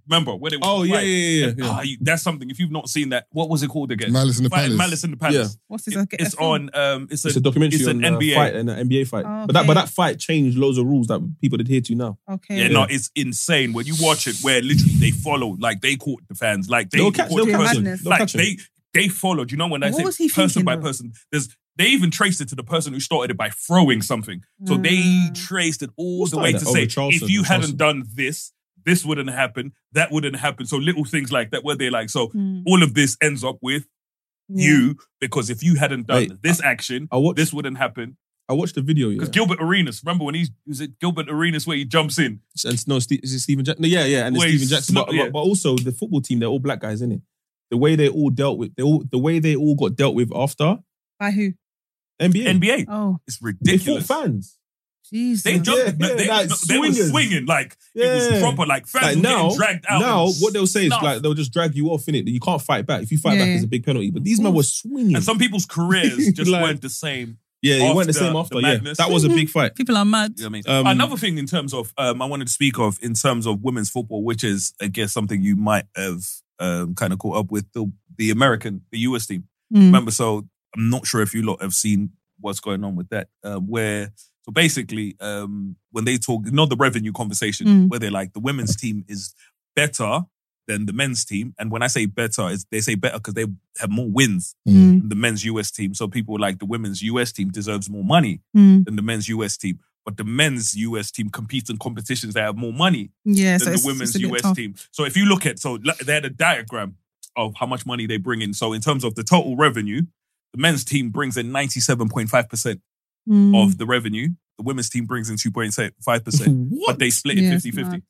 Speaker 2: Remember when it was
Speaker 6: Oh yeah,
Speaker 2: like-
Speaker 6: yeah, yeah. yeah.
Speaker 2: Ah, you- that's something. If you've not seen that, what was it called again?
Speaker 4: Malice in the
Speaker 2: Fight-
Speaker 4: Palace.
Speaker 2: Malice in the Palace.
Speaker 5: What's this?
Speaker 2: It-
Speaker 5: okay,
Speaker 2: it's
Speaker 5: a film?
Speaker 2: on. Um, it's a,
Speaker 6: It's a documentary
Speaker 2: It's
Speaker 6: it's
Speaker 2: an
Speaker 6: an on
Speaker 2: NBA.
Speaker 6: NBA. fight and uh, an NBA fight. But that
Speaker 5: Okay.
Speaker 6: but that fight changed loads of rules that people did hear to now.
Speaker 5: Okay.
Speaker 2: yeah, no, it's insane when you watch it. Where literally they followed, like they caught the fans, like they
Speaker 6: They'll
Speaker 2: caught
Speaker 6: catch,
Speaker 2: the
Speaker 6: they'll
Speaker 5: Yeah,
Speaker 6: catch
Speaker 2: person,
Speaker 6: him.
Speaker 5: madness.
Speaker 6: They'll
Speaker 2: like
Speaker 6: catch him.
Speaker 2: they they followed. You know when I
Speaker 5: What
Speaker 2: say
Speaker 5: was he
Speaker 2: person
Speaker 5: thinking,
Speaker 2: by
Speaker 5: though?
Speaker 2: person, there's they even traced it to the person who started it by throwing something. So they
Speaker 5: Mm.
Speaker 2: traced it all
Speaker 6: Who
Speaker 2: the way
Speaker 6: started
Speaker 2: to
Speaker 6: that? Oh,
Speaker 2: say,
Speaker 6: Richarlison,
Speaker 2: if you hadn't
Speaker 6: Richarlison.
Speaker 2: done this, this wouldn't happen, that wouldn't happen. So little things like that, where they like, so
Speaker 5: Mm.
Speaker 2: all of this ends up with
Speaker 5: Yeah.
Speaker 2: you because if you hadn't done
Speaker 6: Wait,
Speaker 2: this action,
Speaker 6: I watched.
Speaker 2: this wouldn't happen.
Speaker 6: I watched the video. Yeah.
Speaker 2: Because Gilbert Arenas, remember when he's was it Gilbert Arenas where he jumps in?
Speaker 6: and no, Steve, is it Stephen Jackson? No, yeah, yeah, and it's
Speaker 2: Wait,
Speaker 6: Stephen Jackson.
Speaker 2: sno-
Speaker 6: But,
Speaker 2: yeah.
Speaker 6: but, but also the football team, they're all black guys, isn't it? The way they all dealt with, they all the way they all got dealt with after
Speaker 5: By who?
Speaker 6: NBA.
Speaker 2: NBA,
Speaker 5: Oh,
Speaker 6: They
Speaker 2: it's
Speaker 6: fought
Speaker 2: ridiculous.
Speaker 6: fans.
Speaker 5: Jesus.
Speaker 2: They jumped,
Speaker 6: Yeah, yeah,
Speaker 2: they,
Speaker 6: like
Speaker 2: they were
Speaker 6: swingers.
Speaker 2: swinging like it
Speaker 6: Yeah.
Speaker 2: was proper, like fans
Speaker 6: Like
Speaker 2: were
Speaker 6: now,
Speaker 2: getting dragged out.
Speaker 6: now
Speaker 2: and
Speaker 6: what they'll say
Speaker 2: snuff.
Speaker 6: is like they'll just drag you off in it. You can't fight back. If you fight
Speaker 5: Yeah,
Speaker 6: back,
Speaker 5: yeah.
Speaker 6: it's a big penalty. But these men were swinging.
Speaker 2: and some people's careers just
Speaker 6: Like-
Speaker 2: weren't the same.
Speaker 6: yeah, they weren't the
Speaker 2: after
Speaker 6: same
Speaker 2: the
Speaker 6: after. yeah,
Speaker 2: madness.
Speaker 6: that was a big fight.
Speaker 5: People are mad.
Speaker 2: You know what I
Speaker 6: Um,
Speaker 2: mean? Another thing in terms of um, I wanted to speak of in terms of women's football, which is I guess something you might have um, kind of caught up with the the American, the US team.
Speaker 5: Mm.
Speaker 2: Remember, so I'm not sure if you lot have seen what's going on with that. Um, where so basically, um, when they talk, you know, the revenue conversation,
Speaker 5: Mm.
Speaker 2: where they're like the women's team is better than the men's team, and when I say better, it's, they say better because they have more wins
Speaker 5: Mm.
Speaker 2: than the men's US team. So people like the women's US team deserves more money
Speaker 5: Mm.
Speaker 2: than the men's US team. But the men's US team competes in competitions that have more money
Speaker 5: Yeah, so
Speaker 2: than
Speaker 5: it's,
Speaker 2: the women's
Speaker 5: it's a bit
Speaker 2: US
Speaker 5: tough.
Speaker 2: team. So if you look at, so l- they had a diagram of how much money they bring in. So in terms of the total revenue, the men's team brings in 97.5%
Speaker 5: Mm.
Speaker 2: of the revenue. The women's team brings in 2.5%.
Speaker 6: what?
Speaker 2: but they split it
Speaker 5: Yeah,
Speaker 2: 50
Speaker 5: it's
Speaker 2: 50.
Speaker 5: mad.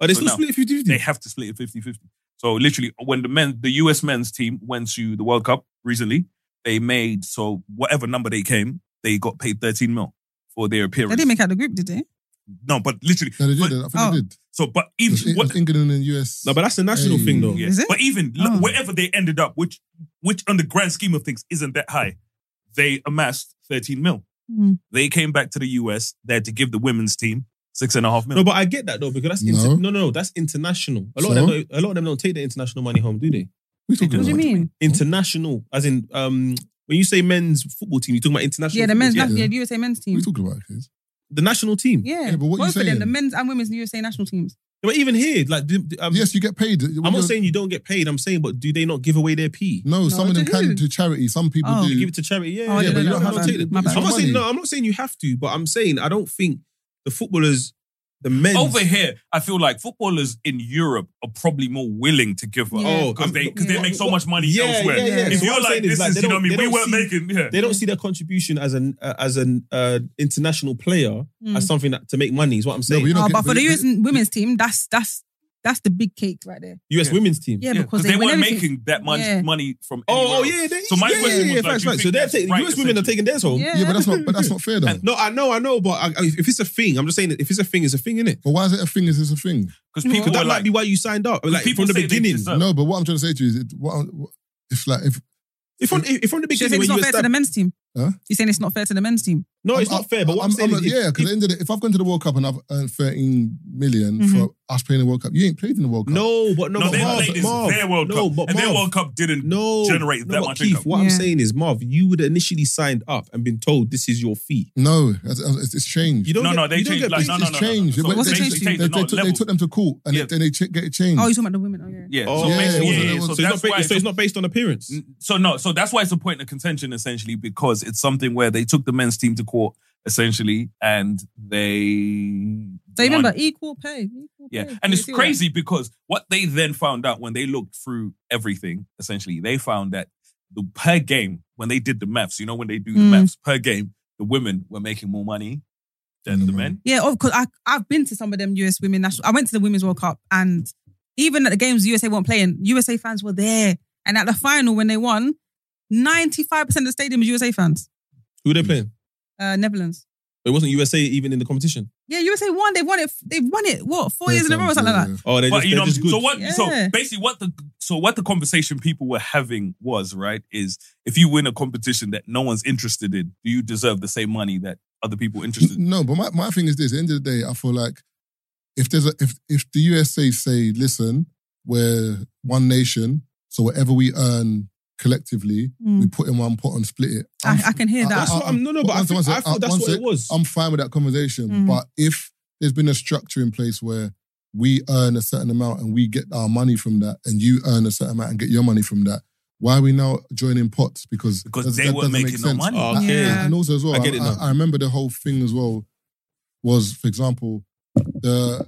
Speaker 6: Are they still
Speaker 2: So now-
Speaker 6: split 50
Speaker 2: They have to split it 50 50. So literally, when the men, the US men's team went to the World Cup recently, they made, so whatever number they came, they got paid 13 mil for their appearance.
Speaker 5: They didn't make out the group, did they?
Speaker 2: No, but literally,
Speaker 4: No, they did.
Speaker 2: But-
Speaker 4: I think
Speaker 5: Oh.
Speaker 4: they did.
Speaker 2: so but
Speaker 4: It was,
Speaker 2: even
Speaker 4: it was
Speaker 2: what,
Speaker 4: England and US.
Speaker 6: No, but that's a national
Speaker 4: Hey.
Speaker 6: thing though.
Speaker 5: Yeah.
Speaker 2: yeah,
Speaker 5: Is it?
Speaker 2: but even
Speaker 5: Oh.
Speaker 2: l- wherever they ended up, which which on the grand scheme of things isn't that high, they amassed thirteen mil.
Speaker 5: Mm.
Speaker 2: They came back to the US. They had to give the women's team six and a half mil.
Speaker 6: No, but I get that though because that's
Speaker 4: No.
Speaker 6: inter- no, no, no, that's international. A lot
Speaker 4: So?
Speaker 6: of them, don't, a lot of them don't take the international money home, do they?
Speaker 4: we talking
Speaker 5: What
Speaker 4: about
Speaker 5: do you mean?
Speaker 6: International, as in um, when you say men's football team, you talking about international.
Speaker 5: Yeah, the
Speaker 6: football
Speaker 5: men's,
Speaker 6: team?
Speaker 5: yeah.
Speaker 4: Yeah.
Speaker 5: the USA men's
Speaker 4: What
Speaker 5: team.
Speaker 4: we talking about kids.
Speaker 6: the national team. Yeah.
Speaker 5: Yeah,
Speaker 4: Yeah, but what you
Speaker 5: both of them,
Speaker 4: saying?
Speaker 5: the men's and women's USA national teams.
Speaker 6: but even here, like, do- do- um,
Speaker 4: Yes, you get paid.
Speaker 6: I'm not saying you don't get paid. I'm saying, but do they not give away their pee?
Speaker 4: No, some
Speaker 5: No,
Speaker 4: of them
Speaker 5: to
Speaker 4: can
Speaker 5: who?
Speaker 4: do charity. Some people
Speaker 5: Oh.
Speaker 4: do.
Speaker 6: Give it to charity. Yeah,
Speaker 5: Oh, I
Speaker 6: yeah,
Speaker 5: didn't
Speaker 6: but
Speaker 5: know
Speaker 6: you
Speaker 5: that.
Speaker 6: don't have
Speaker 5: My
Speaker 6: to take
Speaker 5: bad.
Speaker 6: the.
Speaker 5: My
Speaker 6: I'm
Speaker 5: bad.
Speaker 6: not
Speaker 4: Money.
Speaker 6: saying no. I'm not saying you have to, but I'm saying I don't think the footballers, the men
Speaker 2: Over here, I feel like footballers in Europe are probably more willing to give up.
Speaker 5: Yeah.
Speaker 6: Oh,
Speaker 2: Because
Speaker 6: I'm-
Speaker 2: they, cause
Speaker 5: yeah.
Speaker 2: they make so much money
Speaker 6: Yeah,
Speaker 2: elsewhere.
Speaker 6: yeah,
Speaker 5: yeah.
Speaker 2: If
Speaker 6: So what
Speaker 2: you're
Speaker 6: I'm
Speaker 2: like,
Speaker 6: saying is,
Speaker 2: this
Speaker 6: like,
Speaker 2: is,
Speaker 6: they
Speaker 2: you know what
Speaker 6: don't-
Speaker 2: I mean?
Speaker 6: they
Speaker 2: We
Speaker 6: don't
Speaker 2: weren't
Speaker 6: see-
Speaker 2: making, yeah.
Speaker 6: They don't see their contribution as an uh, as an uh, international player
Speaker 5: Mm.
Speaker 6: as something that, to make money. Is what I'm
Speaker 4: No,
Speaker 6: saying.
Speaker 4: but you don't
Speaker 5: Oh,
Speaker 4: get-
Speaker 5: but for the
Speaker 4: you-
Speaker 5: US women's team, that's that's That's the big cake right there.
Speaker 6: US
Speaker 2: Yeah.
Speaker 6: women's team.
Speaker 5: Yeah,
Speaker 2: because
Speaker 5: because
Speaker 2: they, weren't
Speaker 5: everything-
Speaker 2: making that much
Speaker 5: Yeah.
Speaker 2: money from. anywhere
Speaker 6: Oh, oh
Speaker 2: else.
Speaker 6: yeah, they,
Speaker 2: So my
Speaker 6: yeah,
Speaker 2: question
Speaker 6: yeah,
Speaker 2: was
Speaker 6: yeah,
Speaker 2: like,
Speaker 6: facts,
Speaker 2: do you
Speaker 6: facts. so
Speaker 2: think
Speaker 6: they're
Speaker 2: that's
Speaker 6: taking
Speaker 2: right,
Speaker 6: US women are taking theirs home.
Speaker 5: Yeah.
Speaker 4: Yeah, but that's not. But that's not fair though.
Speaker 2: And-
Speaker 6: No, I know, I know, but I, I- if if it's a thing, I'm just saying that if it's a thing, it's a thing, isn't it?
Speaker 4: But why is it a thing? Is this a thing?
Speaker 2: because people
Speaker 6: that
Speaker 2: were
Speaker 6: might
Speaker 2: like,
Speaker 6: be why you signed up, like
Speaker 2: people
Speaker 6: from the
Speaker 2: say they
Speaker 6: beginning.
Speaker 2: deserve-
Speaker 4: No, but what I'm trying to say to you is, it, what, what- if like if
Speaker 6: If from, if from the
Speaker 5: She's
Speaker 6: beginning,
Speaker 5: saying
Speaker 6: when
Speaker 5: it's
Speaker 6: you
Speaker 5: not fair to the
Speaker 6: estab-
Speaker 5: men's team.
Speaker 4: Huh?
Speaker 5: You're saying it's not fair to the men's team.
Speaker 6: no, it's
Speaker 4: I'm-
Speaker 6: not fair. But what I'm, saying
Speaker 4: I'm-
Speaker 6: is,
Speaker 4: yeah,
Speaker 6: if-
Speaker 4: because at the end of the, if I've gone to the World Cup and I've earned 13 million
Speaker 5: Mm-hmm.
Speaker 4: for us playing the World Cup, you ain't played in the World Cup.
Speaker 6: No, but no,
Speaker 2: no,
Speaker 6: but
Speaker 2: they
Speaker 6: Marv,
Speaker 2: played this
Speaker 6: Marv,
Speaker 2: their World
Speaker 6: no,
Speaker 2: Cup,
Speaker 6: but
Speaker 2: and their
Speaker 6: Marv,
Speaker 2: World Cup didn't
Speaker 6: no,
Speaker 2: generate
Speaker 6: no,
Speaker 2: that
Speaker 6: but
Speaker 2: much
Speaker 6: Keith,
Speaker 2: income.
Speaker 6: what I'm
Speaker 5: Yeah.
Speaker 6: saying is, Marv, you would have initially signed up and been told this is your fee.
Speaker 4: no, that's- that's- it's, it's changed.
Speaker 6: You don't.
Speaker 2: No,
Speaker 6: get,
Speaker 2: no, they
Speaker 6: you don't
Speaker 2: changed.
Speaker 6: get
Speaker 2: Like,
Speaker 4: it's
Speaker 2: no,
Speaker 6: business-
Speaker 2: no, no, no, no.
Speaker 4: changed.
Speaker 2: So
Speaker 4: It went-
Speaker 5: What's it
Speaker 2: basically
Speaker 5: changed to?
Speaker 2: changed
Speaker 4: They,
Speaker 2: the
Speaker 4: they
Speaker 2: knowledge
Speaker 4: took, they
Speaker 2: level.
Speaker 4: took them to court and
Speaker 2: Yeah.
Speaker 4: it, then they ch- get it changed.
Speaker 5: Oh, you're talking about the women. Oh, yeah.
Speaker 2: Yeah.
Speaker 6: Oh,
Speaker 2: so
Speaker 4: yeah, it
Speaker 2: basically,
Speaker 4: wasn't-
Speaker 2: yeah,
Speaker 4: it
Speaker 2: yeah,
Speaker 4: wasn't-
Speaker 2: so
Speaker 6: so, it's
Speaker 2: that's
Speaker 6: not ba-
Speaker 2: why.
Speaker 6: so it's not based on appearance.
Speaker 2: So no, so that's why it's a point of contention essentially because it's something where they took the men's team to court essentially, and they.
Speaker 5: So you
Speaker 2: won.
Speaker 5: remember equal pay. equal
Speaker 2: Yeah,
Speaker 5: pay.
Speaker 2: and
Speaker 5: You
Speaker 2: it's
Speaker 5: see that?
Speaker 2: crazy because what they then found out when they looked through everything, essentially, they found that the per game when they did the maths, you know, when they do the
Speaker 5: Mm.
Speaker 2: maths per game, the women were making more money than
Speaker 4: Than
Speaker 6: Mm-hmm.
Speaker 2: the
Speaker 4: the
Speaker 2: men.
Speaker 5: Yeah, of course. I I've been to some of them US women national. I went to the Women's World Cup, and even at the games USA weren't playing, USA fans were there. And at the final, when they won, ninety five percent of the stadium was USA fans.
Speaker 6: Who they playing?
Speaker 5: Uh, Netherlands.
Speaker 6: It wasn't USA even in the competition.
Speaker 5: Yeah, USA won. They've won it. They've won it. What four
Speaker 4: Fair
Speaker 5: years in a row or
Speaker 4: times,
Speaker 5: something
Speaker 4: yeah,
Speaker 5: like that.
Speaker 6: Oh, they
Speaker 2: But
Speaker 6: just,
Speaker 2: you
Speaker 6: they're
Speaker 2: know,
Speaker 6: just good.
Speaker 2: so what? So
Speaker 5: Yeah.
Speaker 2: basically, what the so what the conversation people were having was right is if you win a competition that no one's interested in, do you deserve the same money that other people
Speaker 4: yeah.
Speaker 2: interested? in?
Speaker 4: No, but my, my thing is this: at the end of the day, I feel like if there's a, if if the USA say, listen, we're one nation, so whatever we earn collectively,
Speaker 5: Mm.
Speaker 4: we put in one pot and split it. I'm
Speaker 5: I, I can hear
Speaker 4: I-
Speaker 5: that.
Speaker 6: That's what I'm. No, no, but I,
Speaker 4: One
Speaker 6: think,
Speaker 4: sec,
Speaker 6: I thought
Speaker 4: uh,
Speaker 6: that's
Speaker 4: one
Speaker 6: what it
Speaker 4: sec.
Speaker 6: was.
Speaker 4: I'm fine with that conversation.
Speaker 5: Mm.
Speaker 4: But if there's been a structure in place where we earn a certain amount and we get our money from that, and you earn a certain amount and get your money from that, why are we now joining pots? Because
Speaker 2: Because
Speaker 4: that's-
Speaker 2: they
Speaker 4: that
Speaker 2: were
Speaker 4: doesn't make
Speaker 2: making no
Speaker 4: sense.
Speaker 2: money.
Speaker 6: Oh, okay.
Speaker 5: Yeah.
Speaker 4: And also as well,
Speaker 6: I
Speaker 4: I,
Speaker 6: get it now.
Speaker 4: I, I remember the whole thing as well was, for example, the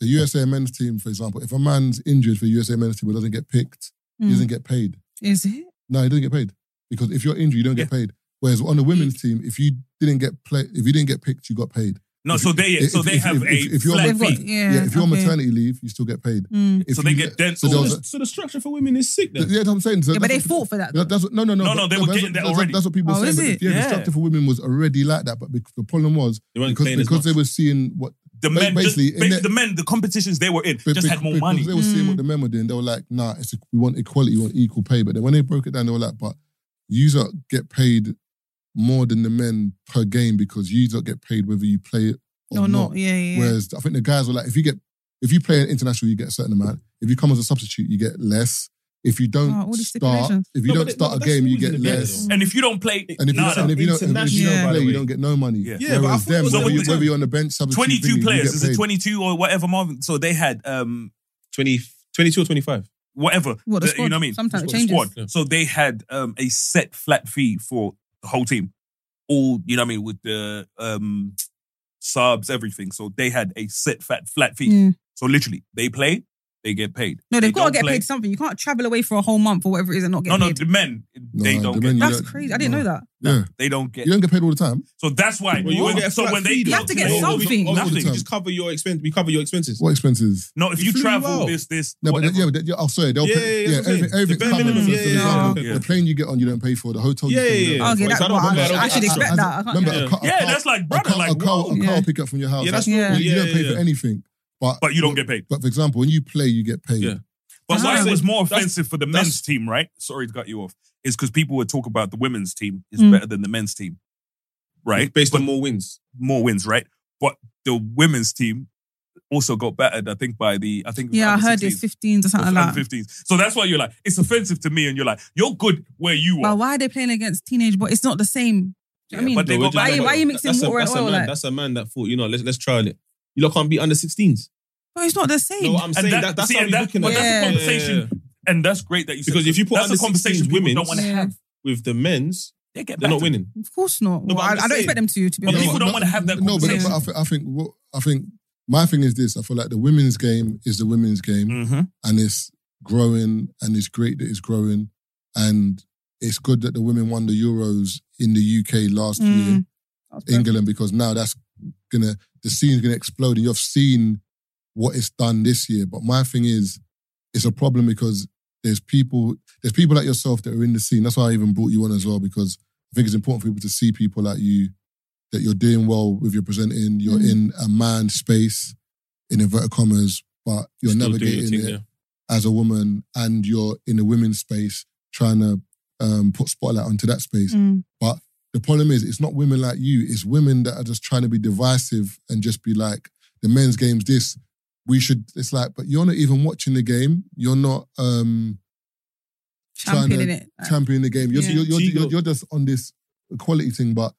Speaker 4: the USA men's team, for example, if a man's injured for USA men's team but doesn't get picked, he doesn't
Speaker 5: Mm.
Speaker 4: get paid.
Speaker 5: Is it?
Speaker 4: No, you don't get paid because if you're injured, you don't get paid. Whereas on the
Speaker 5: Mm.
Speaker 4: women's team, if you didn't get play, if you didn't get picked, you got paid.
Speaker 2: No, so they
Speaker 4: if-
Speaker 2: so
Speaker 4: if-
Speaker 2: they
Speaker 4: if-
Speaker 2: have
Speaker 4: if-
Speaker 2: a
Speaker 4: if- if you're
Speaker 2: flat
Speaker 5: They've
Speaker 4: on
Speaker 2: fee.
Speaker 5: got, yeah.
Speaker 4: yeah, if you're on
Speaker 5: okay.
Speaker 4: maternity leave, you still get paid.
Speaker 5: Mm.
Speaker 4: If
Speaker 2: so they
Speaker 4: you-
Speaker 2: get
Speaker 4: so
Speaker 2: dental.
Speaker 4: there
Speaker 6: so,
Speaker 4: was
Speaker 6: the, so the structure for women is sick.
Speaker 4: Yeah,
Speaker 6: Then.
Speaker 4: that's what I'm saying. So
Speaker 5: Yeah, but they
Speaker 4: that's what-
Speaker 5: fought for that.
Speaker 4: that- that's what- no, no, no.
Speaker 2: No,
Speaker 4: but-
Speaker 2: no, they were
Speaker 4: but
Speaker 2: getting there
Speaker 4: that's what-
Speaker 2: already.
Speaker 4: That's what people
Speaker 5: Oh,
Speaker 4: were saying.
Speaker 5: is
Speaker 4: but
Speaker 5: it?
Speaker 4: Yeah, the
Speaker 2: Yeah.
Speaker 4: structure for women was already like that, but bec- the problem was
Speaker 6: They weren't
Speaker 4: because
Speaker 6: playing as
Speaker 4: because
Speaker 6: much.
Speaker 4: they were seeing what
Speaker 2: the men just,
Speaker 4: basically, in
Speaker 2: bas-
Speaker 4: that-
Speaker 2: the men the competitions they were in
Speaker 4: be-
Speaker 2: just
Speaker 4: bec-
Speaker 2: had more
Speaker 4: because
Speaker 2: money.
Speaker 4: They were seeing
Speaker 5: Mm.
Speaker 4: what the men were doing. They were like, nah, it's we want equality, we want equal pay. But then when they broke it down, they were like, but you lot get paid more than the men per game because you lot get paid whether you play it or
Speaker 5: No,
Speaker 4: not.
Speaker 5: not yeah, yeah. yeah.
Speaker 4: Whereas I think the guys were like, if you get if you play an international, you get a certain amount. If you come as a substitute, you get less. If you don't
Speaker 5: Oh, all these
Speaker 4: start,
Speaker 5: stipulations.
Speaker 4: if you
Speaker 6: No, but
Speaker 4: don't
Speaker 6: it-
Speaker 4: start
Speaker 6: no,
Speaker 4: a
Speaker 6: but
Speaker 4: game,
Speaker 6: that's
Speaker 4: you
Speaker 6: always
Speaker 4: get
Speaker 6: in the game,
Speaker 4: less.
Speaker 6: though.
Speaker 2: and if you don't play,
Speaker 4: And if you
Speaker 2: Nah,
Speaker 4: don't, and if you don't, and if you don't
Speaker 5: Yeah.
Speaker 4: play,
Speaker 6: by the
Speaker 4: you
Speaker 6: way.
Speaker 4: don't get no money.
Speaker 2: Yeah.
Speaker 6: Yeah, but I
Speaker 4: Whereas
Speaker 6: thought it
Speaker 4: them,
Speaker 6: was
Speaker 4: whether,
Speaker 2: all
Speaker 4: you,
Speaker 2: the-
Speaker 4: whether you're on the bench, substitute,
Speaker 2: 22
Speaker 4: thingy, you
Speaker 2: players.
Speaker 4: get
Speaker 2: Is it
Speaker 4: paid.
Speaker 2: 22 or whatever, Marvin? So they had um
Speaker 6: 20, 22 or 25.
Speaker 2: whatever.
Speaker 5: What,
Speaker 2: the-
Speaker 5: the
Speaker 2: you
Speaker 5: squad?
Speaker 2: know what I mean?
Speaker 5: Sometimes
Speaker 2: The
Speaker 5: it changes.
Speaker 2: squad.
Speaker 6: Yeah.
Speaker 2: So they had um a set flat fee for the whole team. All, you know what I mean, with the um subs, everything. So they had a set fat flat fee.
Speaker 5: Yeah.
Speaker 2: So literally, they play, they get paid.
Speaker 5: No,
Speaker 2: They
Speaker 5: they've got to
Speaker 2: don't
Speaker 5: Mm. get
Speaker 2: play.
Speaker 5: paid something. You can't travel away for a whole month or whatever it is and not get
Speaker 2: No, no,
Speaker 5: paid.
Speaker 2: the men, they
Speaker 4: No,
Speaker 2: don't
Speaker 4: the men,
Speaker 2: get
Speaker 4: you
Speaker 5: That's
Speaker 4: don't-
Speaker 5: crazy. I didn't know that.
Speaker 4: Yeah,
Speaker 2: they don't get
Speaker 4: you don't get paid all the time.
Speaker 2: so that's why
Speaker 6: Well, you won't
Speaker 2: when-
Speaker 6: get a
Speaker 2: so
Speaker 6: flat
Speaker 2: when they
Speaker 6: fee, though.
Speaker 5: You have to get
Speaker 6: No,
Speaker 5: something.
Speaker 6: we- we-
Speaker 4: Nothing.
Speaker 6: we Just cover your expense. We cover your expenses.
Speaker 4: What expenses?
Speaker 2: no, if
Speaker 6: You
Speaker 2: you
Speaker 6: flew
Speaker 2: travel
Speaker 6: out.
Speaker 2: this, this,
Speaker 4: No, but
Speaker 2: whatever.
Speaker 4: yeah, but yeah, oh, sorry, they'll
Speaker 6: Yeah,
Speaker 4: pay.
Speaker 6: yeah, yeah, that's what I'm
Speaker 4: everything,
Speaker 6: saying.
Speaker 4: everything's
Speaker 6: The bare
Speaker 4: covered.
Speaker 6: minimum,
Speaker 4: So,
Speaker 6: yeah,
Speaker 4: for
Speaker 6: yeah,
Speaker 4: example,
Speaker 2: yeah.
Speaker 4: The plane you get on, you don't pay for. The hotel, you
Speaker 6: Yeah,
Speaker 4: stay in,
Speaker 6: yeah,
Speaker 4: you
Speaker 6: yeah.
Speaker 4: don't
Speaker 5: Okay,
Speaker 4: pay for.
Speaker 5: that's
Speaker 6: I don't
Speaker 5: what
Speaker 6: remember,
Speaker 5: I,
Speaker 6: I don't
Speaker 5: I should
Speaker 6: think
Speaker 5: expect
Speaker 4: so.
Speaker 5: that. I can't,
Speaker 4: Remember,
Speaker 5: yeah.
Speaker 4: a car,
Speaker 2: Yeah,
Speaker 4: a car,
Speaker 2: that's like
Speaker 4: a
Speaker 2: brother,
Speaker 4: car,
Speaker 2: like
Speaker 4: a car,
Speaker 2: whoa.
Speaker 4: a car
Speaker 5: Yeah.
Speaker 4: pick up from your house.
Speaker 6: Yeah, that's
Speaker 4: like,
Speaker 5: Yeah.
Speaker 6: normal.
Speaker 4: you
Speaker 6: Yeah,
Speaker 4: don't
Speaker 6: yeah,
Speaker 4: pay
Speaker 6: yeah.
Speaker 4: for anything, but
Speaker 2: But you don't get paid.
Speaker 4: But for example, when you play, you get paid.
Speaker 6: Yeah.
Speaker 2: But why
Speaker 5: Ah.
Speaker 2: it was more
Speaker 6: That's-
Speaker 2: offensive for the
Speaker 6: that's-
Speaker 2: men's team, right? Sorry to cut you off. Is because people would talk about the women's team is
Speaker 5: Mm.
Speaker 2: better than the men's team, right?
Speaker 6: Based
Speaker 2: But
Speaker 6: on more wins.
Speaker 2: more wins, right? But the women's team also got battered, I think, by the I think it was
Speaker 5: Yeah, I
Speaker 2: under
Speaker 5: heard
Speaker 2: 16s,
Speaker 5: it's 15s or
Speaker 2: or
Speaker 5: something
Speaker 2: under
Speaker 5: like that.
Speaker 2: 15s. So that's why you're like, it's offensive to me, and you're like, you're good where you are.
Speaker 5: But why are they playing against teenage boys? It's not the same. Do you know
Speaker 2: Yeah,
Speaker 5: what
Speaker 2: but
Speaker 5: I
Speaker 2: they
Speaker 5: mean?
Speaker 2: got
Speaker 5: why,
Speaker 2: back-
Speaker 5: why are you mixing
Speaker 6: that's a-
Speaker 5: water and
Speaker 6: that's a
Speaker 5: oil?
Speaker 6: man-
Speaker 5: Like?
Speaker 6: That's a man that thought, you know, let's let's trial it. You lot can't be under 16s.
Speaker 5: No, it's not the same.
Speaker 6: No, I'm
Speaker 2: and
Speaker 6: saying
Speaker 2: that-
Speaker 6: that, that's
Speaker 2: see,
Speaker 6: how
Speaker 2: and
Speaker 6: you're
Speaker 2: that-
Speaker 6: looking
Speaker 5: but
Speaker 6: at
Speaker 5: that's a
Speaker 6: it.
Speaker 2: conversation
Speaker 6: Yeah, yeah, yeah.
Speaker 2: and that's great that you said
Speaker 6: Because if you put
Speaker 2: that's
Speaker 6: under
Speaker 2: a conversation
Speaker 6: 16s
Speaker 2: people
Speaker 6: women,
Speaker 2: don't want to
Speaker 5: Yeah.
Speaker 2: have.
Speaker 6: with the men's,
Speaker 2: They get
Speaker 6: they're not
Speaker 2: battered.
Speaker 6: winning.
Speaker 5: of course not.
Speaker 6: No, but
Speaker 5: Well,
Speaker 6: I'm
Speaker 5: I,
Speaker 6: just
Speaker 5: I don't
Speaker 6: saying-
Speaker 5: expect them to, to be
Speaker 2: But
Speaker 5: honest.
Speaker 2: people don't
Speaker 4: but-
Speaker 2: wanna have that
Speaker 4: No, but,
Speaker 5: conversation.
Speaker 4: but I, thi- I think what I think my thing is this. I feel like the women's game is the women's game,
Speaker 2: Mhm.
Speaker 4: and it's growing, and it's great that it's growing, and it's good that the women won the Euros in the UK last
Speaker 5: Mm.
Speaker 4: year,
Speaker 6: Mm-hmm.
Speaker 5: That's perfect.
Speaker 4: England, because now that's gonna the scene's gonna explode, and you've seen what it's done this year. But my thing is, it's a problem because there's people, there's people like yourself that are in the scene. That's why I even brought you on as well because I think it's important for people to see people like you that you're doing well with your presenting. You're
Speaker 6: Mm-hmm.
Speaker 4: in
Speaker 5: Mm.
Speaker 4: a manned space, in inverted commas, but you're
Speaker 6: Still doing your
Speaker 4: navigating
Speaker 6: thing,
Speaker 4: it
Speaker 6: yeah.
Speaker 4: as a woman, and you're in the women's space trying to um, put spotlight onto that space.
Speaker 5: Mm.
Speaker 4: The problem is, it's not women like you. It's women that are just trying to be divisive and just be like, the men's game's this. We should. It's like, but you're not even watching the game. You're not um, Trying to-
Speaker 5: Championing it.
Speaker 4: championing the game. You're,
Speaker 5: Yeah.
Speaker 4: you're, you're,
Speaker 6: Ego.
Speaker 4: you're, you're just on this equality thing. But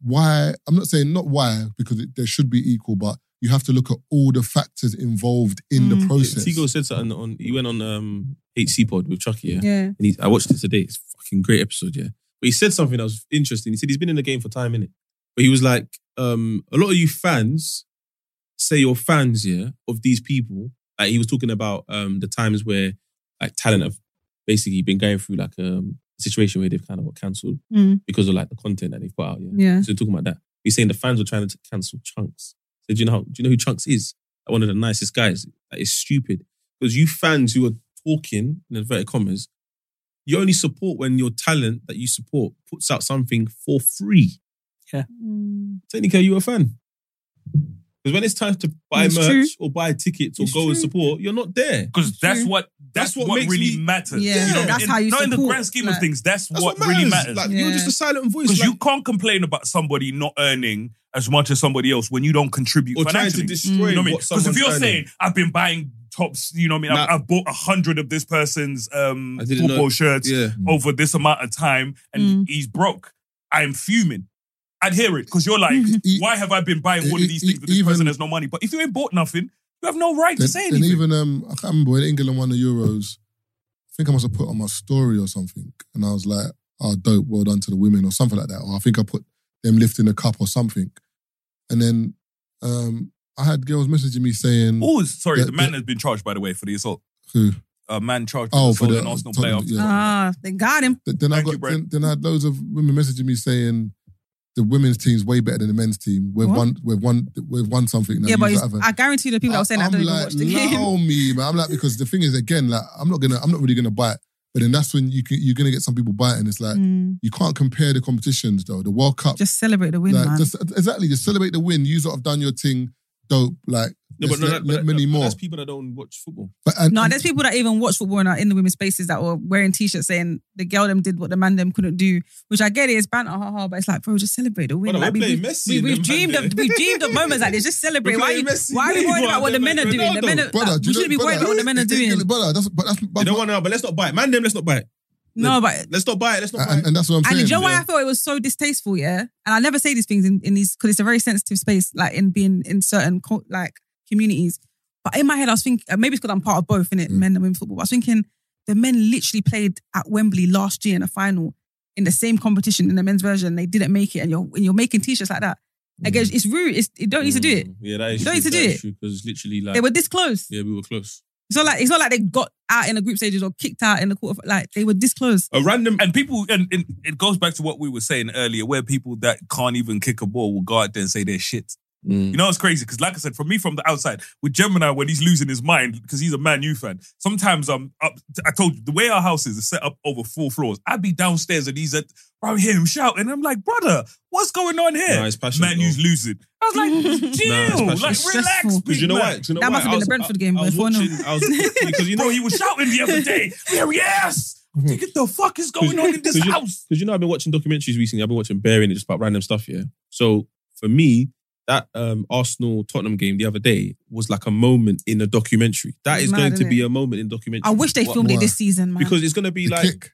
Speaker 4: why? I'm not saying not why because it, there should be equal, but you have to look at all the factors involved in the
Speaker 5: Mm.
Speaker 4: process.
Speaker 6: Tigo said something on he went on um HC Pod with Chucky, yeah.
Speaker 5: yeah.
Speaker 6: And he, I watched it today. It's a fucking great episode, yeah. But he said something that was interesting. He said he's been in the game for time, innit? But he was like, um, a lot of you fans say you're fans, yeah, of these people. Like he was talking about um the times where like talent have basically been going through like um a situation where they've kind of got cancelled
Speaker 5: Mm.
Speaker 6: because of like the content that they've put out, yeah.
Speaker 5: Yeah.
Speaker 6: So they're talking about that. He's saying the fans were trying to cancel Chunks. So do you know how, do you know who Chunks is? Like one of the nicest guys. That is stupid because you fans who are talking in inverted commas, you only support when your talent that you support puts out something for free.
Speaker 5: Mm.
Speaker 6: Technically, you're a fan. Because when it's time to buy
Speaker 5: It's
Speaker 6: merch
Speaker 5: true.
Speaker 6: or buy a ticket or
Speaker 5: It's
Speaker 6: go and
Speaker 5: true.
Speaker 6: support, you're not there.
Speaker 2: Because that's
Speaker 5: True.
Speaker 2: what that's,
Speaker 6: That's what
Speaker 2: what,
Speaker 6: makes
Speaker 2: really
Speaker 6: me-
Speaker 2: matters.
Speaker 5: Yeah, that's
Speaker 2: in,
Speaker 5: how you
Speaker 2: not in the
Speaker 5: support,
Speaker 2: grand scheme
Speaker 5: like-
Speaker 2: of things. That's,
Speaker 6: That's
Speaker 2: what, really matters.
Speaker 6: Like
Speaker 5: Yeah.
Speaker 6: you're just a silent voice,
Speaker 2: Because
Speaker 6: like,
Speaker 2: you can't complain about somebody not earning as much as somebody else when you don't contribute
Speaker 6: or trying
Speaker 2: financially. Mm.
Speaker 6: to destroy
Speaker 2: you know what I mean?
Speaker 6: what
Speaker 2: Because
Speaker 6: someone's
Speaker 2: if you're
Speaker 6: earning.
Speaker 2: saying I've been buying tops, you know what I mean.
Speaker 6: Nah.
Speaker 2: I've, I've bought a hundred of this person's um,
Speaker 6: I didn't
Speaker 2: football
Speaker 6: know-
Speaker 2: shirts
Speaker 6: yeah,
Speaker 2: over this amount of time, and he's broke, I'm fuming. I'd hear it because you're like,
Speaker 4: E-
Speaker 2: why have I been buying all of these
Speaker 4: E- e-
Speaker 2: things? But this
Speaker 4: even-
Speaker 2: person has no money. But if you ain't bought nothing, you have no right to
Speaker 4: Then-
Speaker 2: say
Speaker 4: then
Speaker 2: anything.
Speaker 4: even um, I can't remember when England won the Euros. I think I must have put on my story or something, and I was like, "Oh, dope! Well done to the women," or something like that. Or I think I put them lifting a cup or something, and then um, I had girls messaging me saying,
Speaker 2: Oh, sorry,
Speaker 4: The-
Speaker 2: the man
Speaker 4: the-
Speaker 2: has been charged, by the way, for the assault.
Speaker 4: Who?
Speaker 2: A man charged
Speaker 4: "Oh,
Speaker 2: for
Speaker 4: for
Speaker 2: the
Speaker 4: the
Speaker 2: assault in Arsenal
Speaker 4: Tottenham-
Speaker 2: playoff.
Speaker 4: yeah.
Speaker 5: Ah, they got him.
Speaker 4: Th- Then I
Speaker 2: Thank
Speaker 4: got
Speaker 2: you, Brett.
Speaker 4: then, then I had loads of women messaging me saying the women's team's way better than the men's team. We've
Speaker 5: What?
Speaker 4: won, we've won, we've won something. Now
Speaker 5: yeah,
Speaker 4: you
Speaker 5: but it's,
Speaker 4: haven't."
Speaker 5: I guarantee the people that were saying that
Speaker 4: I'm
Speaker 5: don't even
Speaker 4: like,
Speaker 5: watch the game.
Speaker 4: Allow me, man. I'm like, because the thing is, again, like, I'm not gonna, I'm not really gonna bite. But then that's when you can, you're gonna get some people biting. It's like
Speaker 5: Mm.
Speaker 4: you can't compare the competitions though. The World Cup,
Speaker 5: Just celebrate the win,
Speaker 4: like,
Speaker 5: man.
Speaker 4: just exactly, just celebrate the win. You sort of done your thing, dope. Like,
Speaker 6: no, but
Speaker 4: let's
Speaker 6: no,
Speaker 4: let,
Speaker 6: that,
Speaker 4: let
Speaker 6: but
Speaker 4: many
Speaker 6: that-
Speaker 4: more.
Speaker 6: That's people that don't watch football.
Speaker 4: But and,
Speaker 5: No,
Speaker 4: and-
Speaker 5: there's people that even watch football and are in the women's spaces that were wearing t-shirts saying the girl them did what the man them couldn't do, which I get it is banter, haha, but it's like, bro, just celebrate the win.
Speaker 6: Brother,
Speaker 5: Like,
Speaker 6: we're
Speaker 5: we,
Speaker 6: playing Messi
Speaker 5: we,
Speaker 6: and
Speaker 5: we've
Speaker 6: them
Speaker 5: dreamed
Speaker 6: man
Speaker 5: of
Speaker 6: there.
Speaker 5: we dreamed of moments like this. Just celebrate.
Speaker 6: We're
Speaker 5: Why,
Speaker 6: playing Messi,
Speaker 5: why are we worried
Speaker 6: Neymar,
Speaker 5: about what the
Speaker 6: them
Speaker 5: men are
Speaker 6: like
Speaker 5: doing? The men
Speaker 6: Ronaldo.
Speaker 4: Brother,
Speaker 5: are,
Speaker 4: do
Speaker 5: we
Speaker 4: you
Speaker 5: shouldn't
Speaker 4: know-
Speaker 5: be worried about what the men are
Speaker 4: it's- it's-
Speaker 5: doing.
Speaker 4: Brother, that's but that's
Speaker 6: You
Speaker 4: but,
Speaker 6: don't want to know, but let's not buy it. Man, them, let's not buy it.
Speaker 5: No, but
Speaker 6: Let's not buy it. Let's not buy
Speaker 4: and,
Speaker 6: it.
Speaker 4: and that's what I'm
Speaker 5: And
Speaker 4: saying.
Speaker 5: do you know why
Speaker 6: yeah.
Speaker 5: I felt it was so distasteful, yeah? And I never say these things in, in these because it's a very sensitive space, like in being in certain co- like communities. But in my head, I was thinking uh, maybe it's because I'm part of both, innit?
Speaker 4: Mm.
Speaker 5: Men and women football. But I was thinking the men literally played at Wembley last year in a final in the same competition in the men's version. They didn't make it, and you're and you're making t-shirts like that. Again, it's rude. It's, you don't need to do it.
Speaker 6: Mm, Yeah, that is
Speaker 5: You don't
Speaker 6: true,
Speaker 5: need
Speaker 6: that
Speaker 5: to do
Speaker 6: is
Speaker 5: it.
Speaker 6: true, Because literally, like,
Speaker 5: They were this close.
Speaker 6: yeah, we were close.
Speaker 5: It's not like it's not like they got out in the group stages or kicked out in the quarter. Like they were this close.
Speaker 6: A random
Speaker 2: and people and, and it goes back to what we were saying earlier where people that can't even kick a ball will go out there and say they're shit
Speaker 5: Mm.
Speaker 2: you know it's crazy because like i said for me from the outside with gemini when he's losing his mind because he's a man u fan sometimes i'm up i told you the way our house is is set up over four floors i'd be downstairs and he's at i hear him shout and i'm like brother what's going on here
Speaker 6: Nah, it's passionate,
Speaker 2: man u's
Speaker 6: though.
Speaker 2: losing i was like
Speaker 6: passionate.
Speaker 2: chill like
Speaker 6: It's
Speaker 2: relax
Speaker 5: stressful.
Speaker 6: Because you know
Speaker 2: big
Speaker 6: what?
Speaker 2: man."
Speaker 6: Do you know what?
Speaker 5: That must have been
Speaker 6: I was-
Speaker 5: the Brentford
Speaker 6: I-
Speaker 5: game,
Speaker 6: I was
Speaker 5: if we're not-
Speaker 6: watching. I was because you know
Speaker 2: bro he was shouting the other day yeah yes I'm thinking, the fuck is going on in this
Speaker 6: Cause you-
Speaker 2: house
Speaker 6: because you know I've been watching documentaries recently. I've been watching Barry and it's about random stuff. Yeah. So for me, that um, Arsenal Tottenham game the other day was like a moment in a documentary. That
Speaker 5: It's
Speaker 6: is
Speaker 5: mad,
Speaker 6: going to
Speaker 5: isn't
Speaker 6: be
Speaker 5: it?
Speaker 6: a moment in documentary.
Speaker 5: I wish they
Speaker 4: What
Speaker 5: filmed it
Speaker 4: more?
Speaker 5: this season, man.
Speaker 6: because it's going to be
Speaker 4: The
Speaker 6: like
Speaker 4: kick.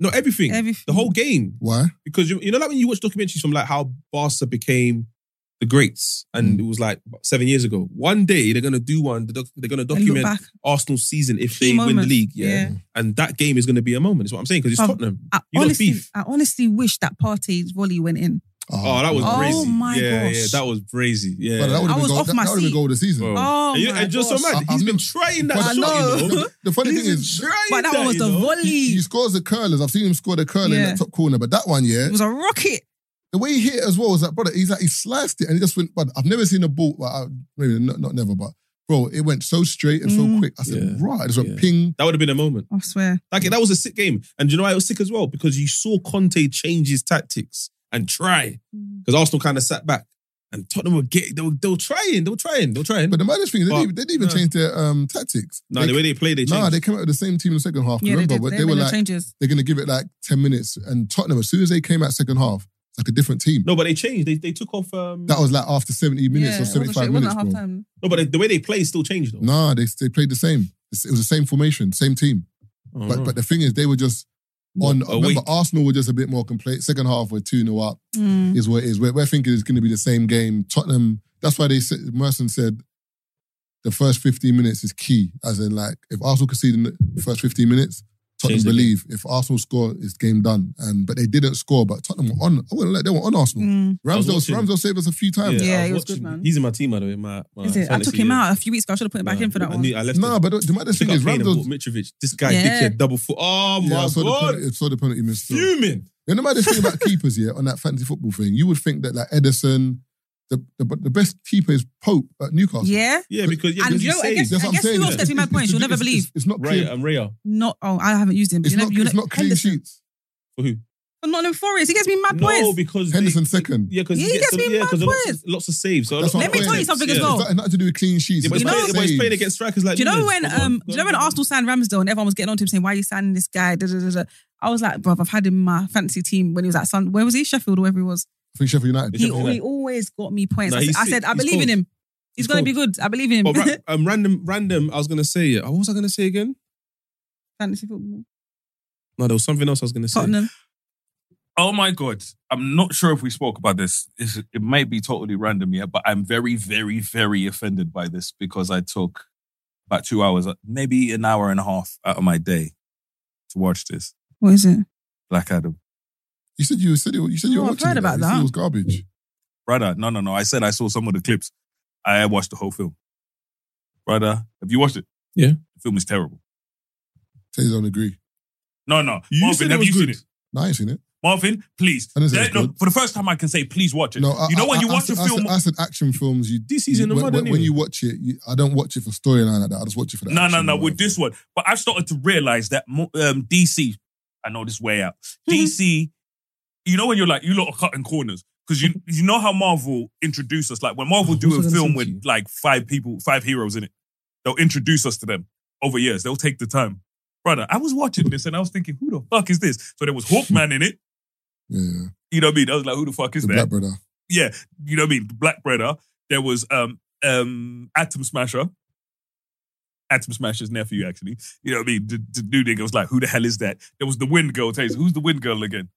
Speaker 6: no everything,
Speaker 5: Everything.
Speaker 6: the whole game.
Speaker 4: Why?
Speaker 6: Because you, you know like when you watch documentaries from like how Barca became the greats,
Speaker 4: Mm.
Speaker 6: and it was like about seven years ago. One day they're going to do one. the doc- They're going to
Speaker 5: And look
Speaker 6: document
Speaker 5: back.
Speaker 6: Arsenal season if
Speaker 5: Key
Speaker 6: they win the
Speaker 5: moments.
Speaker 6: league. Yeah.
Speaker 5: Yeah.
Speaker 6: And that game is going to be a moment. Is what I'm saying because it's
Speaker 5: Um,
Speaker 6: Tottenham.
Speaker 5: I
Speaker 6: You got
Speaker 5: honestly,
Speaker 6: beef.
Speaker 5: I honestly wish that Partey's volley went in.
Speaker 6: Oh, that was
Speaker 5: Oh
Speaker 6: crazy.
Speaker 5: my
Speaker 6: yeah,
Speaker 5: gosh.
Speaker 6: yeah, that was crazy. Yeah,
Speaker 4: Brother, that would
Speaker 5: I
Speaker 4: have been
Speaker 5: was
Speaker 4: goal.
Speaker 5: off
Speaker 4: That,
Speaker 5: my
Speaker 4: that would have been
Speaker 5: seat.
Speaker 4: goal of the season.
Speaker 6: Bro.
Speaker 5: Oh
Speaker 6: and you,
Speaker 5: my
Speaker 6: and just so
Speaker 5: gosh.
Speaker 6: mad.
Speaker 4: I-
Speaker 6: he's
Speaker 4: I'm
Speaker 6: been
Speaker 4: not-
Speaker 6: trying that
Speaker 4: But
Speaker 6: shot.
Speaker 5: I know.
Speaker 6: You know?
Speaker 4: The, the funny
Speaker 6: He's
Speaker 4: thing
Speaker 6: been
Speaker 4: is,
Speaker 6: trying
Speaker 5: But that one was
Speaker 6: you
Speaker 5: the
Speaker 6: know?
Speaker 5: volley.
Speaker 4: he, he scores the curlers. I've seen him score the curler in
Speaker 5: Yeah.
Speaker 4: that
Speaker 5: Mm.
Speaker 4: top corner, but that one, yeah,
Speaker 5: It was a rocket.
Speaker 4: the way he hit it as well was like, brother, he's like he sliced it and he just went. But I've never seen a ball. Well, I, maybe not, not never, but bro, it went so straight and so
Speaker 5: Mm.
Speaker 4: quick. I said,
Speaker 6: Yeah.
Speaker 4: right, it's a
Speaker 6: Yeah.
Speaker 4: ping.
Speaker 6: That would have been a moment.
Speaker 5: I swear.
Speaker 6: Like that was a sick game, and do you know why it was sick as well because you saw Conte change his tactics and try
Speaker 5: Mm.
Speaker 6: because Arsenal kind of sat back and Tottenham were getting they were, they were trying, they were trying, they were trying.
Speaker 4: But the maddest thing is they
Speaker 6: But-
Speaker 4: didn't, even- they didn't even
Speaker 6: no.
Speaker 4: change their um, tactics.
Speaker 6: no, the way they play, they changed.
Speaker 4: nah, they came out with the same team in the second half.
Speaker 5: Yeah,
Speaker 4: remember,
Speaker 5: they
Speaker 4: but
Speaker 5: did.
Speaker 4: they were
Speaker 5: made
Speaker 4: like,
Speaker 5: the changes.
Speaker 4: they're going to give it like 10 minutes. And Tottenham, as soon as they came out second half, it's like a different team.
Speaker 6: no, but they changed. They they took off. Um,
Speaker 4: That was like after 70 minutes
Speaker 5: yeah,
Speaker 4: or
Speaker 5: it
Speaker 4: 75
Speaker 5: wasn't straight-
Speaker 4: minutes,
Speaker 5: It
Speaker 4: bro.
Speaker 5: wasn't half time.
Speaker 6: no, but the, the way they play still changed though.
Speaker 4: Nah, they, they played the same. It's- It was the same formation, same team.
Speaker 6: Oh,
Speaker 4: But
Speaker 6: right.
Speaker 4: but the thing is, they were just on.
Speaker 6: Oh,
Speaker 4: remember,
Speaker 6: wait.
Speaker 4: Arsenal were just a bit more complete. Second half, we're 2 0 up,
Speaker 5: Mm.
Speaker 4: is what it is. We're, we're thinking it's going to be the same game. Tottenham, that's why they said, Merson said the first 15 minutes is key. As in, like, if Arsenal concede in the first 15 minutes, Tottenham
Speaker 6: Change the
Speaker 4: believe. If Arsenal score, it's game done. And But they didn't score, but Tottenham were on. I wouldn't let, they were on Arsenal.
Speaker 5: Mm.
Speaker 6: I was
Speaker 4: Ramsdale,
Speaker 6: watching.
Speaker 4: Ramsdale saved us a few times.
Speaker 5: Yeah,
Speaker 6: I
Speaker 5: he was
Speaker 6: watching-
Speaker 5: good, man.
Speaker 6: He's in my team, by the way. My, my
Speaker 5: Is it? I took
Speaker 6: fantasy,
Speaker 5: him
Speaker 6: yeah.
Speaker 5: out a few weeks ago. I should have put him back
Speaker 6: Nah,
Speaker 5: in for that
Speaker 6: I
Speaker 5: one.
Speaker 6: knew- I left
Speaker 4: No,
Speaker 6: him.
Speaker 4: but the maddest
Speaker 6: Took
Speaker 4: thing
Speaker 6: out
Speaker 4: is
Speaker 6: Kane and
Speaker 4: Ramsdale.
Speaker 6: bought Mitrovic. This guy
Speaker 5: Yeah.
Speaker 6: dickhead double foot. Oh
Speaker 4: Yeah,
Speaker 6: my
Speaker 4: I saw the
Speaker 6: god,
Speaker 4: penalty- I saw the penalty miss. still.
Speaker 6: fuming.
Speaker 4: You know, the thing about keepers, yeah, on that fantasy football thing, you would think that like Edison, the the, but the best keeper is Pope at Newcastle.
Speaker 5: Yeah.
Speaker 6: Yeah, because yeah,
Speaker 5: And
Speaker 6: because
Speaker 5: you
Speaker 6: you
Speaker 5: know, I
Speaker 6: say
Speaker 5: guess-
Speaker 4: that's what I'm
Speaker 5: who
Speaker 4: saying.
Speaker 5: else gets me mad points? You'll never
Speaker 4: it's-
Speaker 5: believe.
Speaker 4: It's, it's not
Speaker 6: Ray
Speaker 2: um,
Speaker 4: clean.
Speaker 6: and Raya
Speaker 5: Not. Oh, I haven't used him. But
Speaker 4: It's
Speaker 5: you know,
Speaker 4: not,
Speaker 5: you know,
Speaker 4: it's not clean
Speaker 5: Henderson.
Speaker 4: sheets.
Speaker 6: for who?
Speaker 5: For Nottingham Forest, he gets me mad
Speaker 6: No,
Speaker 5: points.
Speaker 6: because they-
Speaker 4: Henderson second.
Speaker 6: Yeah, because
Speaker 5: Yeah, he gets me
Speaker 6: yeah,
Speaker 5: mad
Speaker 6: 'cause lots,
Speaker 5: points.
Speaker 6: of, lots of saves. So
Speaker 4: That's
Speaker 6: lots
Speaker 4: what
Speaker 6: of
Speaker 4: I'm
Speaker 5: Let me tell you
Speaker 6: points.
Speaker 5: something
Speaker 6: yeah.
Speaker 5: as well.
Speaker 4: It's not- nothing to do with clean sheets.
Speaker 6: Yeah, but,
Speaker 4: It's
Speaker 6: he's
Speaker 5: You know-
Speaker 6: playing,
Speaker 4: about
Speaker 6: but he's playing
Speaker 4: saves.
Speaker 6: against strikers like
Speaker 5: Do you know
Speaker 6: Nunes.
Speaker 5: when
Speaker 6: Come on,
Speaker 5: um, do
Speaker 6: go
Speaker 5: you know when
Speaker 6: on.
Speaker 5: Arsenal signed Ramsdale and everyone was getting on to him saying why are you signing this guy? Da, da, da, da. I was like, bro, I've had him in my fantasy team when he was at Sun. Where was he? Sheffield, or wherever he was.
Speaker 4: I think Sheffield United.
Speaker 6: It's
Speaker 5: He,
Speaker 6: Sheffield
Speaker 5: he
Speaker 6: United.
Speaker 5: always got me points.
Speaker 6: Nah,
Speaker 5: I, said,
Speaker 6: he's
Speaker 5: I
Speaker 6: sick.
Speaker 5: said, I
Speaker 6: He's
Speaker 5: believe in him. He's,
Speaker 6: He's
Speaker 5: gonna
Speaker 6: cold.
Speaker 5: be good. I believe in him.
Speaker 6: But ra- um, random, random. I was gonna say. uh, What was I gonna say again?
Speaker 5: fantasy football.
Speaker 6: No, there was something else I was gonna say.
Speaker 5: Tottenham.
Speaker 2: Oh my god! I'm not sure if we spoke about this. It's, it might be totally random, yeah, but I'm very, very, very offended by this because I took about two hours, maybe an hour and a half out of my day to watch this
Speaker 5: What is it?
Speaker 2: Black Adam.
Speaker 4: You said you said you, you said you
Speaker 5: No,
Speaker 4: were
Speaker 5: Oh, I've
Speaker 4: watching
Speaker 5: heard
Speaker 4: it,
Speaker 5: about
Speaker 4: you said
Speaker 5: that.
Speaker 4: It was garbage.
Speaker 2: Brother, no, no, no. I said I saw some of the clips. I watched the whole film. Brother, have you watched it?
Speaker 6: Yeah.
Speaker 2: The film is terrible.
Speaker 4: Taylor don't agree.
Speaker 2: No, no.
Speaker 6: You
Speaker 2: Marvin,
Speaker 6: said it
Speaker 2: have
Speaker 6: was
Speaker 2: you
Speaker 6: good.
Speaker 2: seen it?
Speaker 4: No, I ain't seen it.
Speaker 2: Marvin, please.
Speaker 4: I didn't say it's
Speaker 2: No,
Speaker 4: good.
Speaker 2: for the first time, I can say, please watch it.
Speaker 4: No, I,
Speaker 2: you know
Speaker 4: I-
Speaker 2: when you
Speaker 4: I- I
Speaker 2: watch
Speaker 4: said-
Speaker 2: a
Speaker 4: I said-
Speaker 2: film,
Speaker 4: I said action films. You
Speaker 6: This
Speaker 4: you-
Speaker 6: season, the
Speaker 4: when,
Speaker 6: mother
Speaker 4: when, when you watch it, you, I don't watch it for storyline like that. I just watch it for the
Speaker 2: No, no,
Speaker 4: action
Speaker 2: no.
Speaker 4: or
Speaker 2: With
Speaker 4: whatever.
Speaker 2: this one, but I've started to realize that mo- um, DC. I know this way out. DC. You know when you're like you lot are cutting corners because you you know how Marvel introduce us. Like when Marvel
Speaker 6: Oh,
Speaker 2: do a
Speaker 6: what's I gonna
Speaker 2: film
Speaker 6: say to you?
Speaker 2: with like five people, five heroes in it, they'll introduce us to them over years. They'll take the time. Brother, I was watching this and I was thinking, who the fuck is this? So there was Hawkman in it.
Speaker 4: yeah,
Speaker 2: You know what I mean? I was like, who the fuck is
Speaker 4: the
Speaker 2: that?
Speaker 4: Black Brother.
Speaker 2: yeah, you know what I mean? Black Brother. There was um um Atom Smasher. Atom Smasher's nephew, actually. You know what I mean? The, the new nigga was like, who the hell is that? There was the wind girl. Taser. Who's the wind girl again?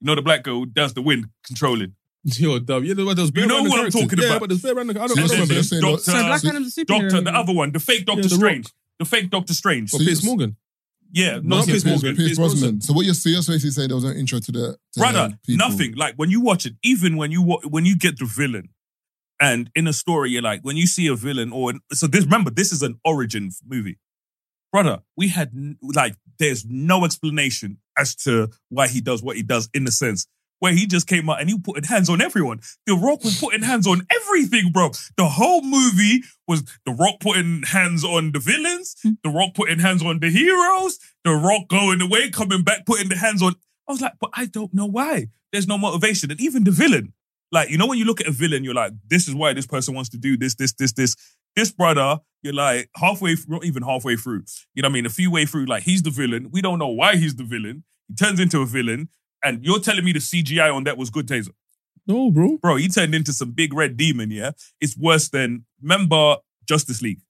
Speaker 2: You know the black girl who does the wind controlling.
Speaker 6: Yo, dub. You know what? Those
Speaker 2: You know what I'm talking
Speaker 6: yeah,
Speaker 2: about.
Speaker 6: but there's bare random. I don't, I
Speaker 2: And
Speaker 6: don't
Speaker 2: then
Speaker 6: remember.
Speaker 2: there's
Speaker 4: them saying
Speaker 2: Doctor,
Speaker 5: So Black
Speaker 4: so-
Speaker 5: Adam's a superhero.
Speaker 2: Doctor, the other one, the fake Doctor
Speaker 6: Yeah, The
Speaker 2: Strange. The fake Doctor Strange.
Speaker 6: But
Speaker 4: So you-
Speaker 6: Pierce Oh, Morgan.
Speaker 2: yeah,
Speaker 6: No, Piers
Speaker 2: not Piers
Speaker 6: Morgan.
Speaker 2: Morgan.
Speaker 4: Pierce
Speaker 6: Piers
Speaker 4: Brosnan.
Speaker 6: Brosnan.
Speaker 4: So what you're, so you're basically saying there was no intro to the to
Speaker 2: Brother,
Speaker 4: the people.
Speaker 2: nothing. Like when you watch it, even when you wa- when you get the villain, and in a story, you're like, when you see a villain, or an, so this. Remember, this is an origin f- movie, brother. We had n- like, there's no explanation as to why he does what he does. In the sense where he just came out and he was putting hands on everyone. The Rock was putting hands on everything, bro. The whole movie was The Rock putting hands on the villains,
Speaker 4: Hmm.
Speaker 2: The Rock putting hands on the heroes, The Rock going away, coming back, putting the hands on. I was like, but I don't know why. There's no motivation. And even the villain, like, you know, when you look at a villain, you're like, this is why this person wants to do this, this, this, this. This brother, you're like halfway, through, not even halfway through. You know what I mean? A few way through, like, he's the villain. We don't know why he's the villain. He turns into a villain. And you're telling me the CGI on that was good, Taser?
Speaker 6: No, bro.
Speaker 2: Bro, he turned into some big red demon, yeah? It's worse than, remember Justice League?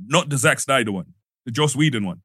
Speaker 2: Not the Zack Snyder one, the Joss Whedon one.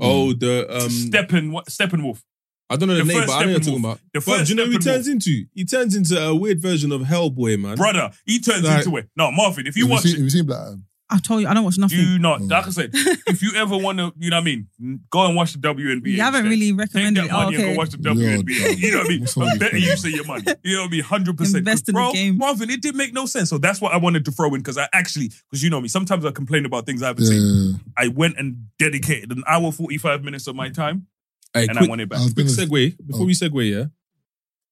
Speaker 6: Oh, the um.
Speaker 2: Steppen, Steppenwolf.
Speaker 6: I don't know the,
Speaker 2: the
Speaker 6: name,
Speaker 2: first
Speaker 6: but I know what you're talking
Speaker 2: Steppenwolf.
Speaker 6: about.
Speaker 2: The
Speaker 6: But
Speaker 2: first
Speaker 6: do you know who he
Speaker 2: Steppenwolf.
Speaker 6: turns into? He turns into a weird version of Hellboy, man.
Speaker 2: Brother, he turns
Speaker 6: Like-
Speaker 2: into it. No, Marvin, if you
Speaker 4: Have
Speaker 2: watch
Speaker 4: seen,
Speaker 2: it,
Speaker 4: have you seen Black Adam?
Speaker 5: I told you, I don't watch nothing.
Speaker 2: do not.
Speaker 4: Oh.
Speaker 2: Like I said, if you ever want to, you know what I mean, go and watch the WNBA.
Speaker 5: you haven't
Speaker 2: instead.
Speaker 5: really
Speaker 2: Take
Speaker 5: recommended
Speaker 2: that
Speaker 5: it. Oh,
Speaker 2: money and
Speaker 5: okay.
Speaker 2: go watch the
Speaker 4: Lord,
Speaker 2: WNBA.
Speaker 4: God.
Speaker 2: you know what I mean?
Speaker 4: What's wrong
Speaker 2: A
Speaker 4: with
Speaker 2: better
Speaker 4: you?
Speaker 2: use of your money. You know what I mean? Hundred percent.
Speaker 5: Invest in the
Speaker 2: Bro,
Speaker 5: game.
Speaker 2: Marvin, it did make no sense. So that's what I wanted to throw in because I actually, because you know me, sometimes I complain about things I haven't
Speaker 4: Yeah,
Speaker 2: seen.
Speaker 4: yeah,
Speaker 2: I went and dedicated an hour forty five minutes of my time,
Speaker 6: Hey,
Speaker 2: and
Speaker 6: quick-
Speaker 2: I want it back.
Speaker 4: yeah. I was
Speaker 6: quick
Speaker 4: gonna.
Speaker 6: segue
Speaker 4: Mm.
Speaker 6: before
Speaker 4: Oh.
Speaker 6: we segue,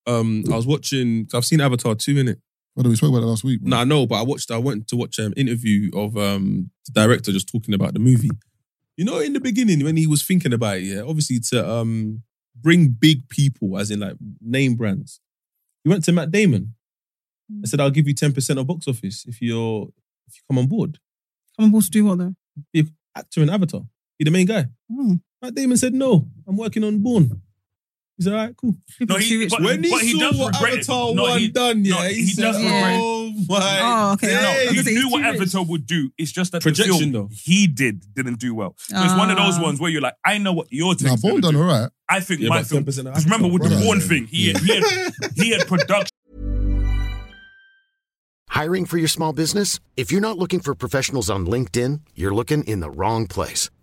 Speaker 6: yeah. Um, I was watching. 'cause I've seen Avatar two in it.
Speaker 4: By the way, we spoke about that last week. bro.
Speaker 6: No, I know, but I watched. I went to watch an interview of um, the director just talking about the movie. You know, in the beginning when he was thinking about it, yeah, obviously to um, bring big people, as in like name brands. He went to Matt Damon. I said, "I'll give you ten percent of box office if you're if you come on board,
Speaker 5: I'm about to do what though?
Speaker 6: actor in Avatar, be the main guy."
Speaker 5: Oh,
Speaker 6: Matt Damon said, "No, I'm working on Born." He said, "All right, cool."
Speaker 5: people
Speaker 2: No, he-
Speaker 5: too rich.
Speaker 2: but-
Speaker 6: When he
Speaker 2: he
Speaker 6: saw
Speaker 2: does
Speaker 6: what
Speaker 2: regret it.
Speaker 6: Avatar
Speaker 2: No,
Speaker 6: one
Speaker 2: he-
Speaker 6: done,
Speaker 2: no,
Speaker 6: yeah,
Speaker 2: he does
Speaker 5: regret it.
Speaker 6: "Oh my
Speaker 5: Oh, okay.
Speaker 6: days."
Speaker 5: I was
Speaker 2: No,
Speaker 5: gonna
Speaker 2: he
Speaker 5: say, he's
Speaker 2: knew what
Speaker 5: too rich.
Speaker 2: Avatar would do. It's just that
Speaker 6: Projection,
Speaker 2: the film
Speaker 6: though.
Speaker 2: he did didn't do well. So it's one of those
Speaker 5: Ah.
Speaker 2: ones where you're like, I know what your
Speaker 4: Nah,
Speaker 2: thing's
Speaker 4: Bond
Speaker 2: gonna
Speaker 4: done
Speaker 2: do.
Speaker 4: all right.
Speaker 2: I think
Speaker 6: Yeah,
Speaker 2: my
Speaker 6: but
Speaker 2: film.
Speaker 6: 10% of
Speaker 2: Because remember with the
Speaker 4: Avatar,
Speaker 2: Bourne
Speaker 4: yeah.
Speaker 2: thing, he had, he had he had production.
Speaker 7: Hiring for your small business? If you're not looking for professionals on LinkedIn, you're looking in the wrong place.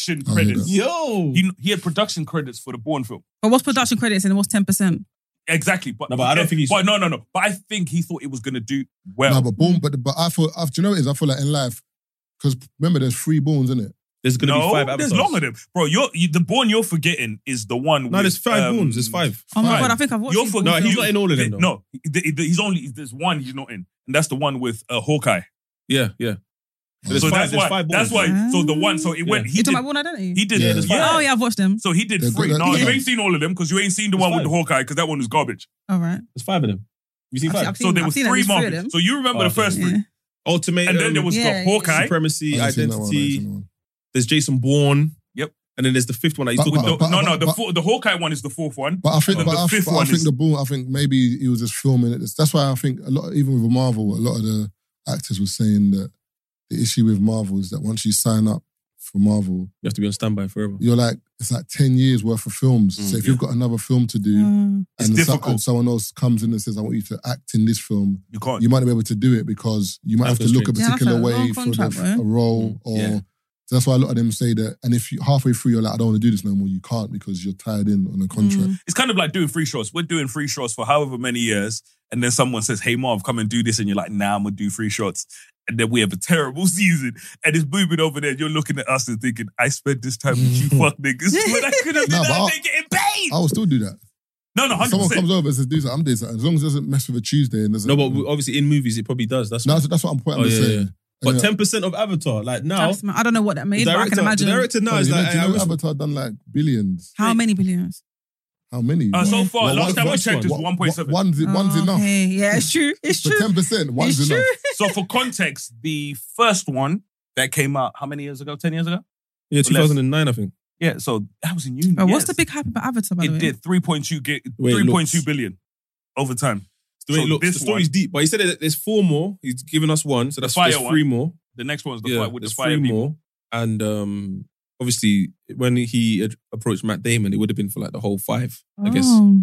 Speaker 6: Oh,
Speaker 4: I hear
Speaker 2: credits.
Speaker 6: Yo,
Speaker 2: He, he had production credits for the Bourne film.
Speaker 5: But what's production credits and what's ten percent?
Speaker 2: Exactly. But,
Speaker 6: No, but I don't think he's-
Speaker 2: But no, no, no. But I think he thought it was going to do well.
Speaker 4: Nah, but Bond, but but I feel. I, do you know what it is? I feel like in life, because remember, there's three Bonds in it.
Speaker 6: there's gonna
Speaker 2: no,
Speaker 6: be five
Speaker 2: there's
Speaker 6: avatars.
Speaker 2: longer than bro. You're you, the Bourne you're forgetting is the one.
Speaker 6: No,
Speaker 2: with,
Speaker 6: there's five
Speaker 2: um,
Speaker 6: Bournes. There's five.
Speaker 5: Oh my
Speaker 6: Five.
Speaker 5: god, I think I've watched.
Speaker 2: You're
Speaker 5: these
Speaker 2: for,
Speaker 6: No,
Speaker 5: films.
Speaker 6: he's not in all of them, though.
Speaker 2: No, he- he- he's only there's one he's not in, and that's the one with uh, Hawkeye.
Speaker 6: Yeah, yeah. There's
Speaker 2: so
Speaker 6: five-
Speaker 2: that's
Speaker 6: there's
Speaker 2: why.
Speaker 6: five
Speaker 2: that's
Speaker 6: Bournes.
Speaker 2: why. So the one. So it
Speaker 6: Yeah.
Speaker 2: went. He
Speaker 5: You're
Speaker 2: did.
Speaker 5: talking about Born Identity.
Speaker 2: He did.
Speaker 4: Yeah, there's
Speaker 2: yeah.
Speaker 5: Oh yeah, I've watched them.
Speaker 2: So he did
Speaker 4: There's-
Speaker 2: three.
Speaker 4: there-
Speaker 2: No, you
Speaker 4: yeah.
Speaker 2: ain't seen all of them because you ain't seen the
Speaker 6: There's
Speaker 2: one with
Speaker 6: five.
Speaker 2: Hawkeye because that one was garbage.
Speaker 5: All right.
Speaker 6: There's five of them. You seen
Speaker 5: I've
Speaker 6: five?
Speaker 5: seen- I've
Speaker 2: so there
Speaker 5: I've
Speaker 2: was
Speaker 5: seen at
Speaker 2: three
Speaker 5: least three of
Speaker 2: Marvel.
Speaker 5: them.
Speaker 2: So you remember
Speaker 6: Oh, okay.
Speaker 2: the first three,
Speaker 5: Yeah.
Speaker 6: Ultimate,
Speaker 2: and then there was
Speaker 5: Yeah,
Speaker 2: the
Speaker 5: yeah,
Speaker 2: Hawkeye.
Speaker 4: I
Speaker 6: supremacy,
Speaker 4: haven't seen that one, I haven't
Speaker 6: identity.
Speaker 4: seen that one.
Speaker 6: There's Jason Bourne.
Speaker 2: Yep.
Speaker 6: And then there's the fifth one that he's
Speaker 4: But-
Speaker 6: talking
Speaker 4: but-
Speaker 6: about.
Speaker 2: no, no,
Speaker 4: but-
Speaker 2: the
Speaker 4: but-
Speaker 2: four, the Hawkeye one is the fourth one.
Speaker 4: But I think,
Speaker 2: And
Speaker 4: but
Speaker 2: the
Speaker 4: I,
Speaker 2: fifth
Speaker 4: but I
Speaker 2: one
Speaker 4: think
Speaker 2: is-
Speaker 4: the ball. I think maybe he was just filming it. That's why I think a lot, even with Marvel, a lot of the actors were saying that the issue with Marvel is that once you sign up for Marvel,
Speaker 6: you have to be on standby forever.
Speaker 4: you're like it's like ten years worth of films.
Speaker 2: Mm,
Speaker 4: so if
Speaker 2: yeah.
Speaker 4: you've got another film to do,
Speaker 5: Uh,
Speaker 2: It's
Speaker 4: and, so-
Speaker 2: difficult.
Speaker 4: and someone else comes in and says, "I want you to act in this film,"
Speaker 2: You can't.
Speaker 4: you might not be able to do it because you might
Speaker 6: Time
Speaker 4: have to look a
Speaker 6: constraints.
Speaker 5: Yeah,
Speaker 4: particular
Speaker 5: that's a long
Speaker 4: way for
Speaker 5: contract,
Speaker 4: the,
Speaker 5: right?
Speaker 4: a role
Speaker 6: Mm,
Speaker 4: or.
Speaker 6: yeah.
Speaker 4: So that's why a lot of them say that. And if you halfway through you're like, "I don't want to do this no more," you can't because you're tied in on a contract.
Speaker 5: Mm.
Speaker 2: It's kind of like doing free shots. We're doing free shots for however many years, and then someone says, "Hey, Marv, come and do this," and you're like, "Nah, I'm gonna do free shots." And then we have a terrible season, and it's booming over there. You're looking at us and thinking, "I spent this time with you, fuck niggas, when I could have been
Speaker 4: Nah, but
Speaker 2: out
Speaker 4: I'll-
Speaker 2: there getting paid."
Speaker 4: I will still do that.
Speaker 2: No, no,
Speaker 4: If
Speaker 2: hundred
Speaker 4: someone
Speaker 2: percent.
Speaker 4: comes over and says, "Do something," I'm doing something. As long as it doesn't mess with a Tuesday and doesn't.
Speaker 6: No, but we- obviously in movies it probably does. That's
Speaker 4: no,
Speaker 6: why.
Speaker 4: that's, that's what I'm pointing.
Speaker 6: Oh,
Speaker 4: I'm just
Speaker 6: yeah,
Speaker 4: saying.
Speaker 6: But
Speaker 4: Yeah.
Speaker 6: ten percent of Avatar, like now,
Speaker 5: Tax Man. I don't know what that
Speaker 6: the
Speaker 5: made, but I
Speaker 6: director,
Speaker 5: can
Speaker 6: the
Speaker 5: imagine
Speaker 6: director now
Speaker 4: Bro,
Speaker 6: is
Speaker 4: you know,
Speaker 6: like,
Speaker 4: do you
Speaker 6: I- I
Speaker 4: know
Speaker 6: was-
Speaker 4: Avatar done like billions?
Speaker 5: how many billions.
Speaker 4: How many?
Speaker 2: Uh, so
Speaker 4: One-
Speaker 2: far,
Speaker 6: Well,
Speaker 2: last
Speaker 6: one-
Speaker 2: time we
Speaker 6: first
Speaker 2: checked, it was
Speaker 4: one-
Speaker 2: one point seven.
Speaker 4: One's, one's
Speaker 5: Oh,
Speaker 4: enough.
Speaker 5: okay. Yeah, it's true. It's
Speaker 4: For
Speaker 5: true.
Speaker 4: ten percent, one's
Speaker 5: it's
Speaker 4: enough.
Speaker 2: So, for context, the first one that came out how many years ago? Ten years ago?
Speaker 6: yeah,
Speaker 2: Less.
Speaker 6: 2009, I think.
Speaker 2: Yeah. So that was in uni.
Speaker 5: But Oh, what's
Speaker 2: yes.
Speaker 5: the big hype about Avatar? By the
Speaker 2: It
Speaker 5: way,
Speaker 2: did three point two get
Speaker 6: Wait,
Speaker 2: three point two
Speaker 6: looks.
Speaker 2: billion over time.
Speaker 6: The way
Speaker 2: So
Speaker 6: it looks,
Speaker 2: this
Speaker 6: the story's
Speaker 2: one-
Speaker 6: deep. But he said that there's four more. He's given us one, so that's
Speaker 2: fire
Speaker 6: there's three more.
Speaker 2: The next one's the
Speaker 6: yeah,
Speaker 2: fight with the
Speaker 6: there's
Speaker 2: fire
Speaker 6: three
Speaker 2: people.
Speaker 6: more. And um, obviously, when he ad- approached Matt Damon, it would have been for like the whole five. I guess
Speaker 5: Oh.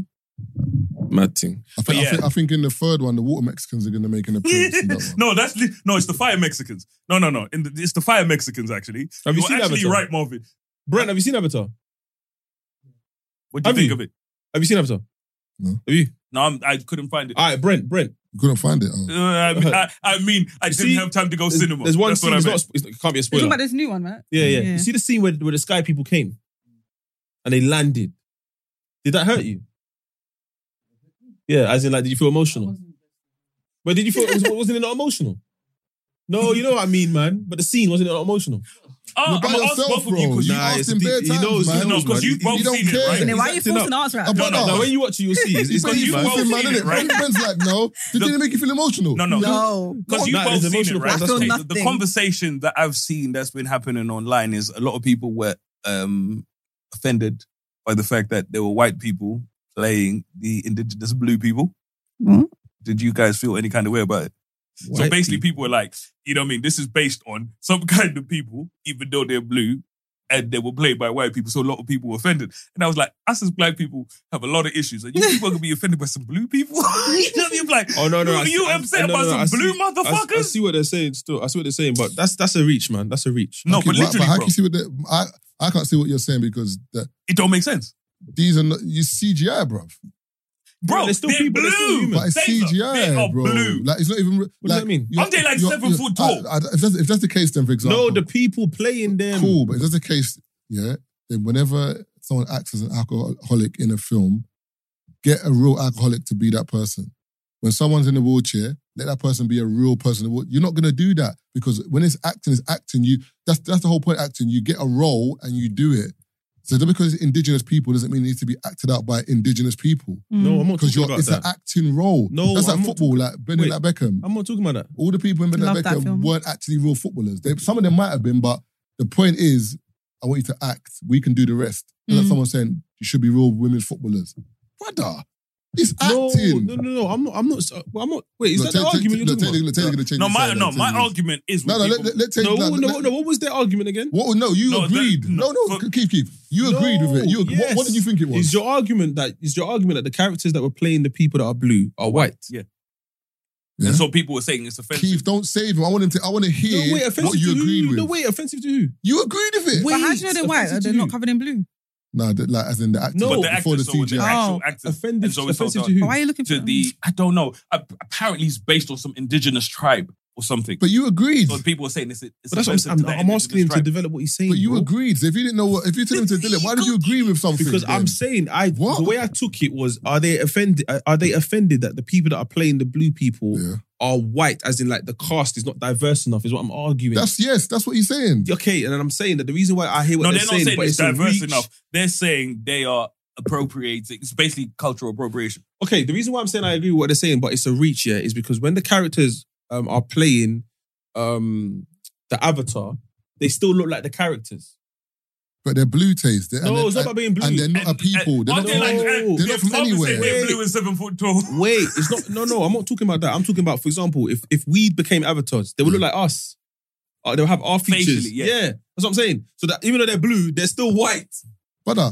Speaker 6: mad thing.
Speaker 4: I think,
Speaker 2: yeah.
Speaker 4: I, think, I think in the third one, the water Mexicans are going to make an appearance. in that one.
Speaker 2: no, that's li- no. It's the fire Mexicans. No, no, no. In the, it's the fire Mexicans. Actually,
Speaker 6: Have you
Speaker 2: You're
Speaker 6: seen
Speaker 2: actually
Speaker 6: Avatar?
Speaker 2: right, Marvin.
Speaker 6: Brent, have you seen Avatar?
Speaker 2: What do you
Speaker 6: Have
Speaker 2: think
Speaker 6: you?
Speaker 2: of it?
Speaker 6: Have you seen Avatar?
Speaker 4: No.
Speaker 6: Have you?
Speaker 2: No, I'm, I couldn't find it.
Speaker 6: All right, Brent, Brent.
Speaker 4: You couldn't find it.
Speaker 2: Uh,
Speaker 4: Oh.
Speaker 2: I, mean, I, I mean, I
Speaker 6: You
Speaker 2: didn't
Speaker 6: see,
Speaker 2: have time to go
Speaker 6: There's,
Speaker 2: cinema.
Speaker 6: there's one
Speaker 2: That's
Speaker 6: scene.
Speaker 2: what I
Speaker 6: It's not, a
Speaker 2: meant.
Speaker 6: sp- it's not- it can't be a
Speaker 5: You're talking
Speaker 6: spoiler.
Speaker 5: about this new one, right?
Speaker 6: Yeah, yeah,
Speaker 5: Yeah.
Speaker 6: You see the scene where, where the sky people came and they landed. Did that hurt you? Yeah, as in like, did you feel emotional? But did you feel was, wasn't it not emotional? No, you know what I mean, man. But the scene wasn't it not emotional?
Speaker 2: Oh,
Speaker 4: You're
Speaker 2: I'm
Speaker 4: by
Speaker 2: gonna ask
Speaker 4: yourself,
Speaker 2: both of
Speaker 4: bro.
Speaker 2: you because
Speaker 4: you
Speaker 6: Nah,
Speaker 4: asked
Speaker 6: it's
Speaker 4: him
Speaker 6: deep.
Speaker 4: bare
Speaker 6: He
Speaker 4: times,
Speaker 6: knows, he
Speaker 4: man.
Speaker 6: knows,
Speaker 2: man.
Speaker 4: You-
Speaker 2: You've both
Speaker 4: you don't
Speaker 2: seen it,
Speaker 4: care.
Speaker 2: right?
Speaker 5: And then why
Speaker 6: He's
Speaker 5: are you
Speaker 6: acting
Speaker 5: forcing the answer? out?
Speaker 4: About
Speaker 2: No, no,
Speaker 4: that.
Speaker 6: Now, when you watch it, you'll see. It's,
Speaker 4: He's
Speaker 6: it's
Speaker 4: got
Speaker 6: deep,
Speaker 4: you
Speaker 2: you've
Speaker 6: man.
Speaker 2: both
Speaker 4: forcing, man,
Speaker 2: seen it,
Speaker 4: innit?
Speaker 2: right?
Speaker 4: Brent's like, no. Did
Speaker 2: The-
Speaker 4: it make you feel emotional?
Speaker 2: No, no.
Speaker 5: No.
Speaker 2: because you've
Speaker 6: Nah,
Speaker 2: both
Speaker 6: it's
Speaker 2: seen it,
Speaker 6: emotional
Speaker 2: right?
Speaker 6: process.
Speaker 5: I feel
Speaker 2: The, the
Speaker 5: nothing.
Speaker 2: conversation that I've seen that's been happening online is a lot of people were um, offended by the fact that there were white people playing the indigenous blue people.
Speaker 5: Hmm?
Speaker 2: Did you guys feel any kind of way about it? so
Speaker 6: White
Speaker 2: basically,
Speaker 6: people.
Speaker 2: people are like, you know what I mean? This is based on some kind of people, even though they're blue, and they were played by white people, so a lot of people were offended. And I was like, us as black people have a lot of issues, and you people are gonna be offended by some blue people. you know what I mean? Like,
Speaker 6: Oh no, no!
Speaker 2: you,
Speaker 6: I see-
Speaker 2: you
Speaker 6: I-
Speaker 2: upset
Speaker 6: no, no,
Speaker 2: about
Speaker 6: no, I
Speaker 2: some
Speaker 6: see-
Speaker 2: blue
Speaker 6: I s- I,
Speaker 2: motherfuckers?
Speaker 6: see what they're saying. Still, I see what they're saying, but that's that's a reach, man. That's a reach.
Speaker 2: no, but
Speaker 4: Okay, why-
Speaker 2: literally,
Speaker 4: how
Speaker 2: bro,
Speaker 4: can you see what the, I I can't see what you're saying because the,
Speaker 2: it don't make sense,
Speaker 4: these are not, you CGI, bruv.
Speaker 2: bro.
Speaker 6: they're
Speaker 2: they're
Speaker 6: still people,
Speaker 2: blue.
Speaker 6: they're still human.
Speaker 4: But it's
Speaker 2: They are-
Speaker 4: CGI,
Speaker 2: they are
Speaker 4: bro.
Speaker 2: blue.
Speaker 4: Like it's not even. What
Speaker 6: does that mean?
Speaker 4: you're-
Speaker 2: Aren't they, like,
Speaker 4: you're-
Speaker 2: seven
Speaker 4: you're-
Speaker 2: foot tall?
Speaker 4: I- I- if, that's, if that's the case, then for example,
Speaker 6: No, the people playing them.
Speaker 4: cool. But if that's the case, yeah, then whenever someone acts as an alcoholic in a film, get a real alcoholic to be that person. When someone's in a wheelchair, let that person be a real person. You're not gonna do that because when it's acting, it's acting. You that's that's the whole point. Of acting, you get a role and you do it. So just because it's indigenous people doesn't mean it needs to be acted out by indigenous people
Speaker 5: Mm.
Speaker 6: No, I'm not
Speaker 4: because
Speaker 6: talking
Speaker 4: you're
Speaker 6: about
Speaker 4: it's
Speaker 6: that.
Speaker 4: an acting role.
Speaker 6: No,
Speaker 4: that's
Speaker 6: I'm
Speaker 4: like
Speaker 6: not
Speaker 4: football, like Benedict
Speaker 6: Wait.
Speaker 4: Beckham.
Speaker 6: I'm not talking about that.
Speaker 4: All the people in
Speaker 5: Love
Speaker 4: Benedict
Speaker 5: that film.
Speaker 4: Beckham weren't actually real footballers. They, some of them might have been, but the point is, I want you to act. We can do the rest. And
Speaker 5: Mm.
Speaker 4: That's someone saying you should be real women footballers, brother. It's acting.
Speaker 6: No, no, no, no. I'm not. I'm not. uh, well, I'm not. Wait, is
Speaker 4: No,
Speaker 6: that the
Speaker 4: Tay- Tay-
Speaker 6: argument you're
Speaker 4: no,
Speaker 6: talking
Speaker 4: Tay-
Speaker 6: about?
Speaker 4: no, Tay- gonna change
Speaker 2: No,
Speaker 4: his
Speaker 2: my
Speaker 4: side,
Speaker 2: no,
Speaker 4: Tay-
Speaker 2: my
Speaker 4: Tay-
Speaker 2: argument is with
Speaker 4: No, no, let,
Speaker 2: people.
Speaker 4: let, let Tay- no,
Speaker 6: No, no, no,
Speaker 4: let-
Speaker 6: no. What was their argument again?
Speaker 4: What? No, you
Speaker 2: No, that-
Speaker 4: agreed.
Speaker 2: no,
Speaker 4: no, no,
Speaker 2: for-
Speaker 4: Keith, Keith, you agreed with it. You,
Speaker 6: No,
Speaker 4: what, what did you think it was?
Speaker 6: Is your argument that is your argument that the characters that were playing the people that are blue are white?
Speaker 2: Yeah.
Speaker 4: Yeah.
Speaker 2: And so people were saying it's offensive.
Speaker 4: Keith, don't save him. I want him to. I want to hear
Speaker 6: No way,
Speaker 4: what
Speaker 6: offensive
Speaker 4: you
Speaker 6: to
Speaker 4: agreed
Speaker 6: who?
Speaker 4: with.
Speaker 6: No way, offensive to who?
Speaker 4: You agreed with it.
Speaker 5: But how do you know
Speaker 6: Wait,
Speaker 5: they're white?
Speaker 6: offensive
Speaker 5: They're
Speaker 6: to
Speaker 5: not
Speaker 6: you.
Speaker 5: covered in blue.
Speaker 4: No, that- like as in the acting
Speaker 6: No,
Speaker 2: but the
Speaker 4: before the
Speaker 2: actors, so were the
Speaker 4: CGI.
Speaker 2: actual
Speaker 5: Oh.
Speaker 2: actors.
Speaker 6: Offended,
Speaker 2: And so it's
Speaker 6: offensive
Speaker 2: all
Speaker 6: to who?
Speaker 5: But Why are you looking
Speaker 2: to
Speaker 5: for
Speaker 2: the I don't know. A- apparently, it's based on some indigenous tribe or something.
Speaker 4: But you agreed.
Speaker 2: so people are saying it's, it's
Speaker 6: But that's what
Speaker 2: offensive
Speaker 6: I'm,
Speaker 2: to
Speaker 6: saying.
Speaker 2: that
Speaker 6: I'm asking him to
Speaker 2: indigenous tribe.
Speaker 6: develop what he's saying.
Speaker 4: But you
Speaker 6: bro.
Speaker 4: agreed. So if you didn't know what, if you told him to delete, why did you agree with something?
Speaker 6: Because
Speaker 4: then?
Speaker 6: I'm saying I
Speaker 4: What?
Speaker 6: the way I took it was are they offended are they offended that the people that are playing the blue people
Speaker 4: Yeah.
Speaker 6: are white as in like the cast is not diverse enough is what I'm arguing.
Speaker 4: That's yes. That's what he's saying.
Speaker 6: okay, and then I'm saying that the reason why I hear what
Speaker 2: No,
Speaker 6: they're,
Speaker 2: they're not saying
Speaker 6: but
Speaker 2: it's
Speaker 6: a
Speaker 2: diverse
Speaker 6: reach.
Speaker 2: enough. They're saying they are appropriating. It's basically cultural appropriation.
Speaker 6: Okay, the reason why I'm saying I agree with what they're saying, but it's a reach here, is because when the characters um, are playing um, the avatar, they still look like the characters.
Speaker 4: But they're blue taste. They're,
Speaker 6: no,
Speaker 4: and
Speaker 6: it's
Speaker 4: they're,
Speaker 6: not about being blue.
Speaker 4: and they're not a people. They're
Speaker 2: aren't
Speaker 4: not,
Speaker 2: they like,
Speaker 6: No.
Speaker 2: eh,
Speaker 6: They're
Speaker 2: they're
Speaker 4: not from
Speaker 2: farmers say
Speaker 4: anywhere.
Speaker 2: They're blue and seven foot tall.
Speaker 6: Wait, it's not. No, no, I'm not talking about that. I'm talking about, for example, if if we became avatars, they would look like
Speaker 4: Mm.
Speaker 6: us. Uh, they'll have our features.
Speaker 2: Facially, yeah.
Speaker 6: that's what I'm saying. So that even though they're blue, they're still white.
Speaker 4: brother.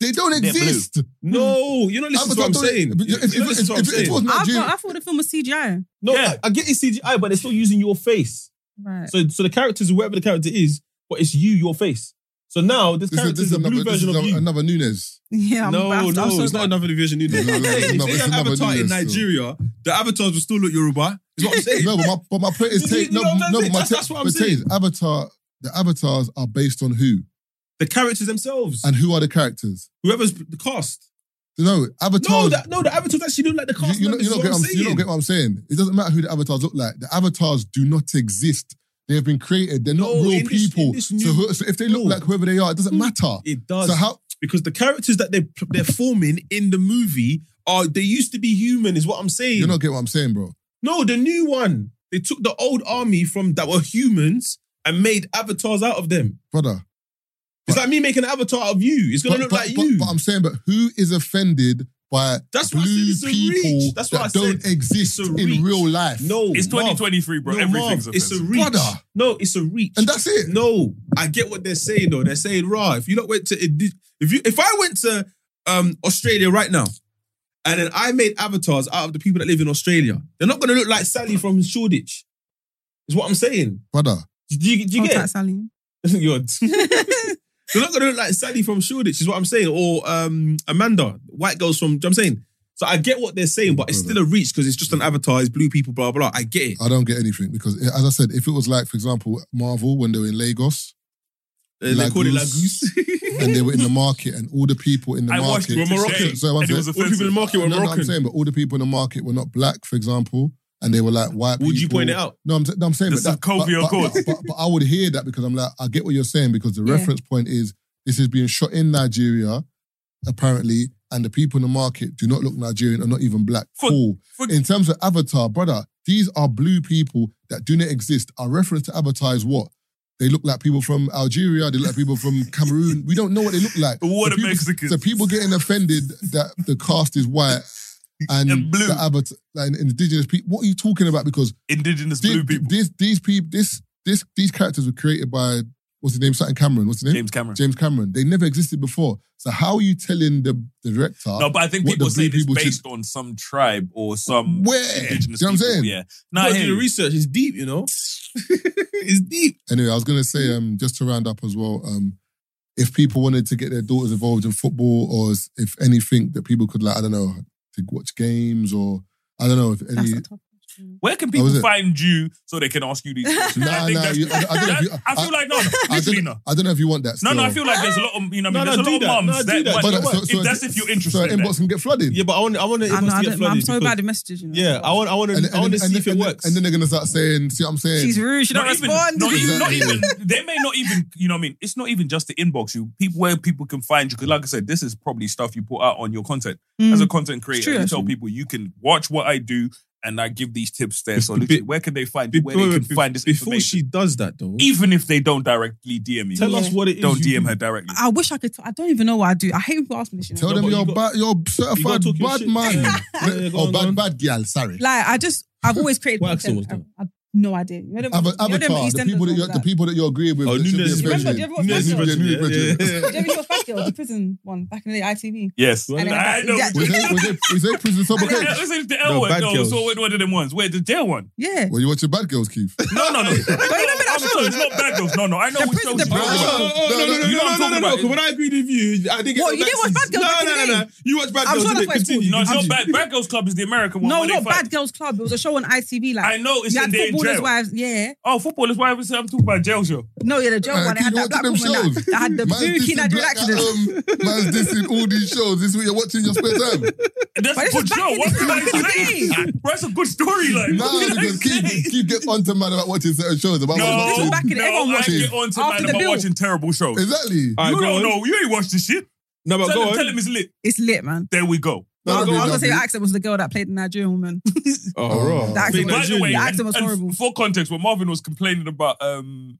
Speaker 4: They don't
Speaker 2: They're blue.
Speaker 4: exist.
Speaker 6: No, you're not listening to what I'm
Speaker 4: Hmm. Avatar don't-
Speaker 6: saying.
Speaker 4: but
Speaker 6: You're
Speaker 4: If, if,
Speaker 6: not listening
Speaker 4: if,
Speaker 6: to what I'm
Speaker 4: if, if it was
Speaker 6: saying.
Speaker 5: I
Speaker 4: Nigeria,
Speaker 5: thought, I thought the film was CGI.
Speaker 6: No,
Speaker 2: Yeah.
Speaker 6: I, I get it's CGI, but they're still using your face.
Speaker 5: Right.
Speaker 6: So so the characters, whoever the character is, but it's you, your face. So now this,
Speaker 4: this is,
Speaker 6: character
Speaker 4: this
Speaker 6: is
Speaker 4: is
Speaker 6: the blue
Speaker 4: another, this
Speaker 6: version
Speaker 4: is
Speaker 6: of
Speaker 4: another,
Speaker 6: you.
Speaker 4: another Nunes.
Speaker 5: Yeah, I'm
Speaker 6: no,
Speaker 5: I'm,
Speaker 6: no,
Speaker 5: I'm so
Speaker 6: it's not another version. You know.
Speaker 4: No, no, no,
Speaker 6: Hey,
Speaker 4: it's
Speaker 6: if
Speaker 4: another-
Speaker 6: they
Speaker 4: it's
Speaker 6: had
Speaker 4: another
Speaker 6: avatar in
Speaker 4: universe, so-
Speaker 6: Nigeria, the avatars will still look Yoruba. Is what I'm saying.
Speaker 4: No, but my but my point
Speaker 6: You
Speaker 4: is
Speaker 6: see-
Speaker 4: take, no,
Speaker 6: you know what I'm
Speaker 4: no, but
Speaker 6: saying?
Speaker 4: my
Speaker 6: That's-
Speaker 4: ta-
Speaker 6: that's what I'm
Speaker 4: but
Speaker 6: saying.
Speaker 4: Taze, Avatar. The avatars are based on who
Speaker 6: The characters themselves,
Speaker 4: and who are the characters?
Speaker 6: whoever's the cast.
Speaker 4: No,
Speaker 6: No,
Speaker 4: avatars.
Speaker 6: that, no, the avatars actually look like the
Speaker 4: you,
Speaker 6: cast
Speaker 4: you, know,
Speaker 6: members.
Speaker 4: you,
Speaker 6: is
Speaker 4: don't
Speaker 6: what
Speaker 4: get
Speaker 6: I'm
Speaker 4: what I'm- you
Speaker 6: saying.
Speaker 4: don't get what I'm saying. It doesn't matter who the avatars look like. The avatars do not exist. They have been created. They're not
Speaker 6: No,
Speaker 4: real
Speaker 6: in this- in
Speaker 4: people.
Speaker 6: this
Speaker 4: so,
Speaker 6: new-
Speaker 4: who, so if they look
Speaker 6: No.
Speaker 4: like whoever they are, it doesn't matter.
Speaker 6: It does
Speaker 4: So how?
Speaker 6: because the characters that they they're forming in the movie are they used to be human. Is what I'm saying.
Speaker 4: You don't get what I'm saying, bro.
Speaker 6: no, the new one they took the old army from that were humans and made avatars out of them.
Speaker 4: Brother.
Speaker 6: It's like me making an avatar out of you. It's gonna
Speaker 4: But,
Speaker 6: look
Speaker 4: but-
Speaker 6: like
Speaker 4: but-
Speaker 6: you.
Speaker 4: but I'm saying, but who is offended by
Speaker 6: That's what I said,
Speaker 4: blue
Speaker 6: it's a
Speaker 4: people
Speaker 6: reach. That's what
Speaker 4: that
Speaker 6: I said.
Speaker 4: don't exist
Speaker 6: It's a reach.
Speaker 4: in real life?
Speaker 6: no,
Speaker 2: It's
Speaker 6: Marv.
Speaker 2: 2023, bro.
Speaker 6: No,
Speaker 2: Everything's
Speaker 6: Marv, it's a
Speaker 2: offensive.
Speaker 6: reach.
Speaker 4: Brother.
Speaker 6: No, it's a reach.
Speaker 4: And that's it.
Speaker 6: No, I get what they're saying though. They're saying, "Rah, if you not went to if you if I went to um Australia right now, and then I made avatars out of the people that live in Australia, they're not going to look like Sally from Shoreditch." Is what I'm saying.
Speaker 4: Brother.
Speaker 6: Do you, do you
Speaker 5: Hold tight,
Speaker 6: get?
Speaker 5: Sally.
Speaker 6: it? You're- they're not going to look like Sally from Shoreditch. Is what I'm saying, or um Amanda, white girls from. Do you know what I'm saying. So I get what they're saying, but it's still a reach because it's just an avatar. It's blue people, blah blah. I get it.
Speaker 4: I don't get anything because, eh, as I said, if it was like, for example, Marvel when they were in Lagos
Speaker 6: Uh, they call it
Speaker 4: Lagos.
Speaker 6: Lagos.
Speaker 4: and they were in the market and all the people in the
Speaker 2: I watched
Speaker 4: market
Speaker 2: it
Speaker 6: We're
Speaker 2: today,
Speaker 6: Moroccan,
Speaker 4: so I'm
Speaker 2: and it
Speaker 4: saying-
Speaker 2: was
Speaker 4: All
Speaker 6: All the people in the
Speaker 2: offensive.
Speaker 6: market
Speaker 4: No,
Speaker 6: were
Speaker 4: no, I'm
Speaker 6: Moroccan.
Speaker 4: saying, but all the people in the market were not black, for example, and they were like white.
Speaker 6: Would you
Speaker 4: people.
Speaker 6: point it out?
Speaker 4: No, I'm, t- no, I'm saying,
Speaker 2: This
Speaker 4: but
Speaker 2: is
Speaker 4: that,
Speaker 2: Kobe
Speaker 4: but,
Speaker 2: Accord.
Speaker 4: but, but, but, but I would hear that because I'm like, I get what you're saying because the
Speaker 5: Yeah.
Speaker 4: reference point is this is being shot in Nigeria, apparently, and the people in the market do not look Nigerian or not even black.
Speaker 2: For-
Speaker 4: cool.
Speaker 2: for-
Speaker 4: in terms of Avatar, brother, these are blue people that do not exist. Our reference to Avatar is what. They look like people from Algeria. They look like people from Cameroon. We don't know what they look like.
Speaker 2: What
Speaker 4: So
Speaker 2: a
Speaker 4: people-
Speaker 2: Mexican.
Speaker 4: So people getting offended that the cast is white and,
Speaker 2: And blue.
Speaker 4: the avatar, like, and indigenous people. What are you talking about? Because
Speaker 2: Indigenous
Speaker 4: thi-
Speaker 2: blue people.
Speaker 4: this, these people, this, this, these characters were created by what's his name? Sutton Cameron. What's his name?
Speaker 2: James Cameron.
Speaker 4: James Cameron. They never existed before. So how are you telling the the director?
Speaker 2: No, but I think
Speaker 4: what
Speaker 2: people
Speaker 4: the
Speaker 2: say
Speaker 4: blue
Speaker 2: it's
Speaker 4: people
Speaker 2: based on some tribe or some
Speaker 4: Where?
Speaker 2: um, indigenous
Speaker 4: You know what I'm
Speaker 2: people.
Speaker 4: saying?
Speaker 2: Yeah.
Speaker 6: You
Speaker 2: Nah,
Speaker 6: gotta do
Speaker 2: hey,
Speaker 6: the research. It's deep, you know. it's deep.
Speaker 4: Anyway, I was gonna say, um, just to round up as well, um, if people wanted to get their daughters involved in football, or s- if anything that people could like, I don't know, to watch games, or I don't know if
Speaker 5: That's
Speaker 4: any.
Speaker 5: a tough question.
Speaker 2: where can people
Speaker 4: was Oh, it?
Speaker 2: find you so they can ask you these questions?
Speaker 4: Nah,
Speaker 2: I think
Speaker 4: nah,
Speaker 2: that's-
Speaker 4: you- I- I don't know if you-
Speaker 2: that- I feel
Speaker 4: I-
Speaker 2: like no, no,
Speaker 4: I
Speaker 2: literally
Speaker 4: don't,
Speaker 2: no.
Speaker 4: I don't know if you want that.
Speaker 2: No, no, I
Speaker 4: still.
Speaker 2: feel like there's a lot of you know, what I mean,
Speaker 6: No, no,
Speaker 2: there's a
Speaker 6: do
Speaker 2: lot of
Speaker 6: that.
Speaker 2: mums
Speaker 6: No, do
Speaker 2: that,
Speaker 6: that.
Speaker 2: but-
Speaker 6: But-
Speaker 2: but
Speaker 6: so-
Speaker 2: if that's if you're
Speaker 4: So
Speaker 2: interested. in that.
Speaker 4: inbox can get flooded.
Speaker 6: Yeah, but I want. I want to.
Speaker 5: I'm, not, I
Speaker 6: to get
Speaker 5: don't- I'm
Speaker 6: flooded
Speaker 5: so
Speaker 6: because-
Speaker 5: bad with messages, you know.
Speaker 6: Yeah, I want. I want to. I want to see
Speaker 4: and
Speaker 6: if it
Speaker 4: and
Speaker 6: works.
Speaker 4: And then they're gonna start saying, "See what I'm saying?"
Speaker 5: She's rude. She don't
Speaker 2: not even, not
Speaker 5: respond.
Speaker 2: even, not
Speaker 4: Exactly.
Speaker 2: even, they may not even, you know what I mean? It's not even just the inbox you, people where people can find you. Because, like I said, this is probably stuff you put out on your content.
Speaker 5: Mm.
Speaker 2: As a content creator,
Speaker 5: true,
Speaker 2: you
Speaker 5: actually.
Speaker 2: tell people you can watch what I do and I give these tips there. So,
Speaker 6: Be-
Speaker 2: literally, where can they find you? Where
Speaker 6: Wait,
Speaker 2: they
Speaker 6: wait,
Speaker 2: can
Speaker 6: be-
Speaker 2: find this
Speaker 6: before
Speaker 2: information?
Speaker 6: she does that, though,
Speaker 2: even if they don't directly DM you,
Speaker 6: tell us what it is.
Speaker 2: don't
Speaker 6: you
Speaker 2: DM
Speaker 6: do.
Speaker 2: her directly.
Speaker 5: I wish I could. I I don't even know what I do. I hate when people ask me this. You know?
Speaker 4: Tell
Speaker 6: No,
Speaker 4: them
Speaker 6: but you
Speaker 4: you're
Speaker 6: got-
Speaker 4: bad, you're
Speaker 6: gotta
Speaker 4: certified
Speaker 6: talk your
Speaker 4: bad
Speaker 6: shit.
Speaker 4: man eh,
Speaker 6: Yeah, yeah, go
Speaker 4: or
Speaker 6: on, go
Speaker 4: bad
Speaker 6: on.
Speaker 4: bad girl. Sorry.
Speaker 5: Like I just, I've always created
Speaker 6: What accent
Speaker 5: content.
Speaker 6: was
Speaker 5: I, I, no idea. You know them,
Speaker 4: Ava-
Speaker 5: you know them
Speaker 4: Avatar, the
Speaker 5: EastEnders
Speaker 4: people that
Speaker 5: and
Speaker 4: you're,
Speaker 5: all
Speaker 4: the people that you're agreeing with.
Speaker 6: Oh,
Speaker 4: that should be
Speaker 6: Nunez is
Speaker 4: offended.
Speaker 5: Remember, do you ever watch
Speaker 6: Nunez is
Speaker 5: Battle?
Speaker 6: Brazilian,
Speaker 4: Nunez is
Speaker 6: yeah,
Speaker 4: Brazilian.
Speaker 6: yeah, yeah.
Speaker 5: Did you ever see Fat Girl, the prison one back in the day, ITV?
Speaker 2: Yes.
Speaker 6: Well,
Speaker 5: And then
Speaker 2: I
Speaker 5: it's
Speaker 2: know.
Speaker 5: like-
Speaker 4: Was it was it was it prison
Speaker 2: Yeah,
Speaker 4: suffocate?
Speaker 2: it was in the
Speaker 6: No,
Speaker 2: L one.
Speaker 6: bad
Speaker 2: No,
Speaker 6: girls.
Speaker 2: so what- what are them ones? Wait, the jail one.
Speaker 5: Yeah.
Speaker 4: Well, you watching bad girls, Keith.
Speaker 2: No, no, no. no, no, I'm sorry, it's not bad girls. No, no, I know
Speaker 5: The
Speaker 2: which
Speaker 5: prison-
Speaker 2: girls
Speaker 5: the
Speaker 2: you're talking
Speaker 5: prison-
Speaker 2: about.
Speaker 6: Oh, no, no, no, no, no,
Speaker 2: You know what I'm
Speaker 6: no, no,
Speaker 2: talking
Speaker 6: no,
Speaker 2: about.
Speaker 6: Because when I agreed with you, I didn't get
Speaker 5: What,
Speaker 6: no
Speaker 5: you didn't watch
Speaker 6: vaccines.
Speaker 5: Bad Girls back in
Speaker 6: No, no,
Speaker 5: the
Speaker 6: no,
Speaker 5: day?
Speaker 6: no. You watched Bad
Speaker 5: I'm
Speaker 6: Girls.
Speaker 5: sure
Speaker 6: didn't it?
Speaker 5: that's what it's called.
Speaker 6: Continue,
Speaker 2: No, it's not
Speaker 6: continue.
Speaker 2: bad. Bad Girls Club is the American one.
Speaker 5: No,
Speaker 2: where they
Speaker 5: not
Speaker 2: fight.
Speaker 5: Bad Girls Club. It was a show on ITV. Like
Speaker 2: I know it's in
Speaker 5: you had
Speaker 2: the
Speaker 5: footballers'
Speaker 2: jail.
Speaker 5: wives. Yeah.
Speaker 2: Oh, football is why I was I'm talking about jail show.
Speaker 5: No, yeah, the joke
Speaker 4: Man,
Speaker 5: one. They had
Speaker 4: Uh, Keith, watching
Speaker 5: that black
Speaker 4: them
Speaker 5: woman
Speaker 4: shows.
Speaker 5: that, that had the
Speaker 4: Man's
Speaker 5: dookie
Speaker 4: dissing
Speaker 5: Nigerian
Speaker 4: black-
Speaker 5: accident.
Speaker 4: um, Man's dissing all these shows. This is what you're watching in your spare time.
Speaker 2: That's a
Speaker 5: But this
Speaker 2: good
Speaker 5: is back
Speaker 2: show.
Speaker 5: in
Speaker 2: What's
Speaker 5: the
Speaker 2: the
Speaker 5: day.
Speaker 2: nice thing? Bro, That's a good story. Like,
Speaker 4: No,
Speaker 2: what can I
Speaker 4: because Keith,
Speaker 2: say?
Speaker 4: Keith gets onto mad about watching certain shows. About what
Speaker 2: no,
Speaker 5: This
Speaker 4: he's watching.
Speaker 5: is back in- everyone
Speaker 2: no, I
Speaker 5: watches
Speaker 2: get on to
Speaker 5: After
Speaker 2: man
Speaker 5: the
Speaker 2: about
Speaker 5: Bill.
Speaker 2: watching terrible shows.
Speaker 4: Exactly.
Speaker 6: All right,
Speaker 2: You
Speaker 6: go
Speaker 2: don't
Speaker 6: on.
Speaker 2: know. You ain't watched this shit.
Speaker 6: No, but
Speaker 2: Tell
Speaker 6: go
Speaker 2: him, tell
Speaker 6: on.
Speaker 2: him it's lit.
Speaker 5: It's lit, man.
Speaker 2: There we go.
Speaker 5: I was
Speaker 4: That'd be
Speaker 5: gonna say
Speaker 4: lovely.
Speaker 5: the accent was the girl that played the Nigerian woman.
Speaker 6: Oh,
Speaker 5: The
Speaker 6: right.
Speaker 5: accent
Speaker 6: Big
Speaker 5: was-
Speaker 2: By the way,
Speaker 5: the
Speaker 6: Nigerian.
Speaker 5: accent was
Speaker 2: and
Speaker 5: horrible.
Speaker 2: For context, when Marvin was complaining about um,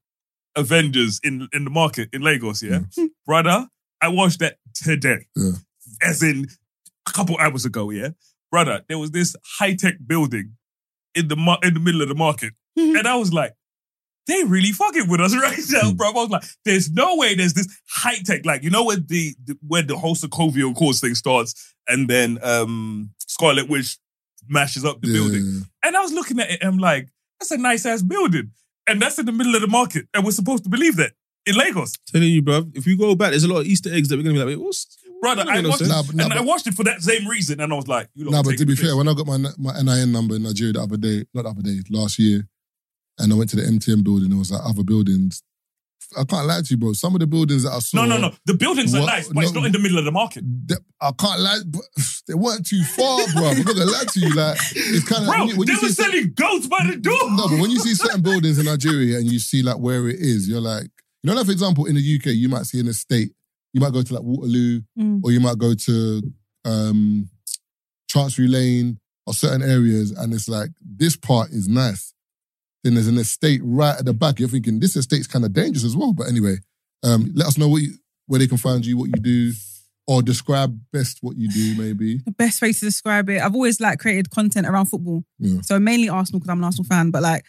Speaker 2: Avengers in in the market in Lagos, yeah, brother, I watched that today,
Speaker 4: Yeah.
Speaker 2: as in a couple hours ago, yeah, brother. There was this high tech building in the mar- in the middle of the market, and I was like. They really fucking with us right now, bro. I was like, "There's no way there's this high tech, like you know where the, the where the whole Sokovia Accords thing starts, and then um Scarlet Witch mashes up the
Speaker 4: Yeah.
Speaker 2: building. And I was looking at it and I'm like, that's a nice ass building. And that's in the middle of the market. And we're supposed to believe that in Lagos.
Speaker 6: Telling you, bro. If we go back, there's a lot of Easter eggs that we're gonna be like, wait, what's
Speaker 2: Brother,
Speaker 6: that
Speaker 2: I
Speaker 6: make no
Speaker 2: watched it.
Speaker 6: sense.
Speaker 4: Nah, but- nah,
Speaker 2: and I
Speaker 4: but-
Speaker 2: watched it for that same reason. And I was like, you
Speaker 4: nah,
Speaker 2: know.
Speaker 4: but to be fair, when I got my my NIN number in Nigeria the other day, not the other day, last year, and I went to the MTM building, there was like other buildings. I can't lie to you, bro. Some of the buildings that I saw,
Speaker 2: No, no, no. The buildings are
Speaker 4: What?
Speaker 2: nice, but it's
Speaker 4: No.
Speaker 2: not in the middle of the market.
Speaker 4: they- I can't lie, but they weren't too far, bro. I'm not gonna lie to you, like it's kind of
Speaker 2: Bro,
Speaker 4: when you, when
Speaker 2: they
Speaker 4: you
Speaker 2: were
Speaker 4: see cer-
Speaker 2: selling goats by the door.
Speaker 4: no, but when you see certain buildings in Nigeria and you see like where it is, you're like, you know, like for example, in the UK, you might see an estate, you might go to like Waterloo,
Speaker 5: Mm.
Speaker 4: or you might go to um Chancery Lane or certain areas, and it's like this part is nice. Then there's an estate right at the back. You're thinking this estate's kind of dangerous as well. But anyway, um, let us know what you, where they can find you, what you do, or describe best what you do, maybe.
Speaker 5: The best way to describe it. I've always like created content around football.
Speaker 4: Yeah.
Speaker 5: So mainly Arsenal because I'm an Arsenal fan. But like,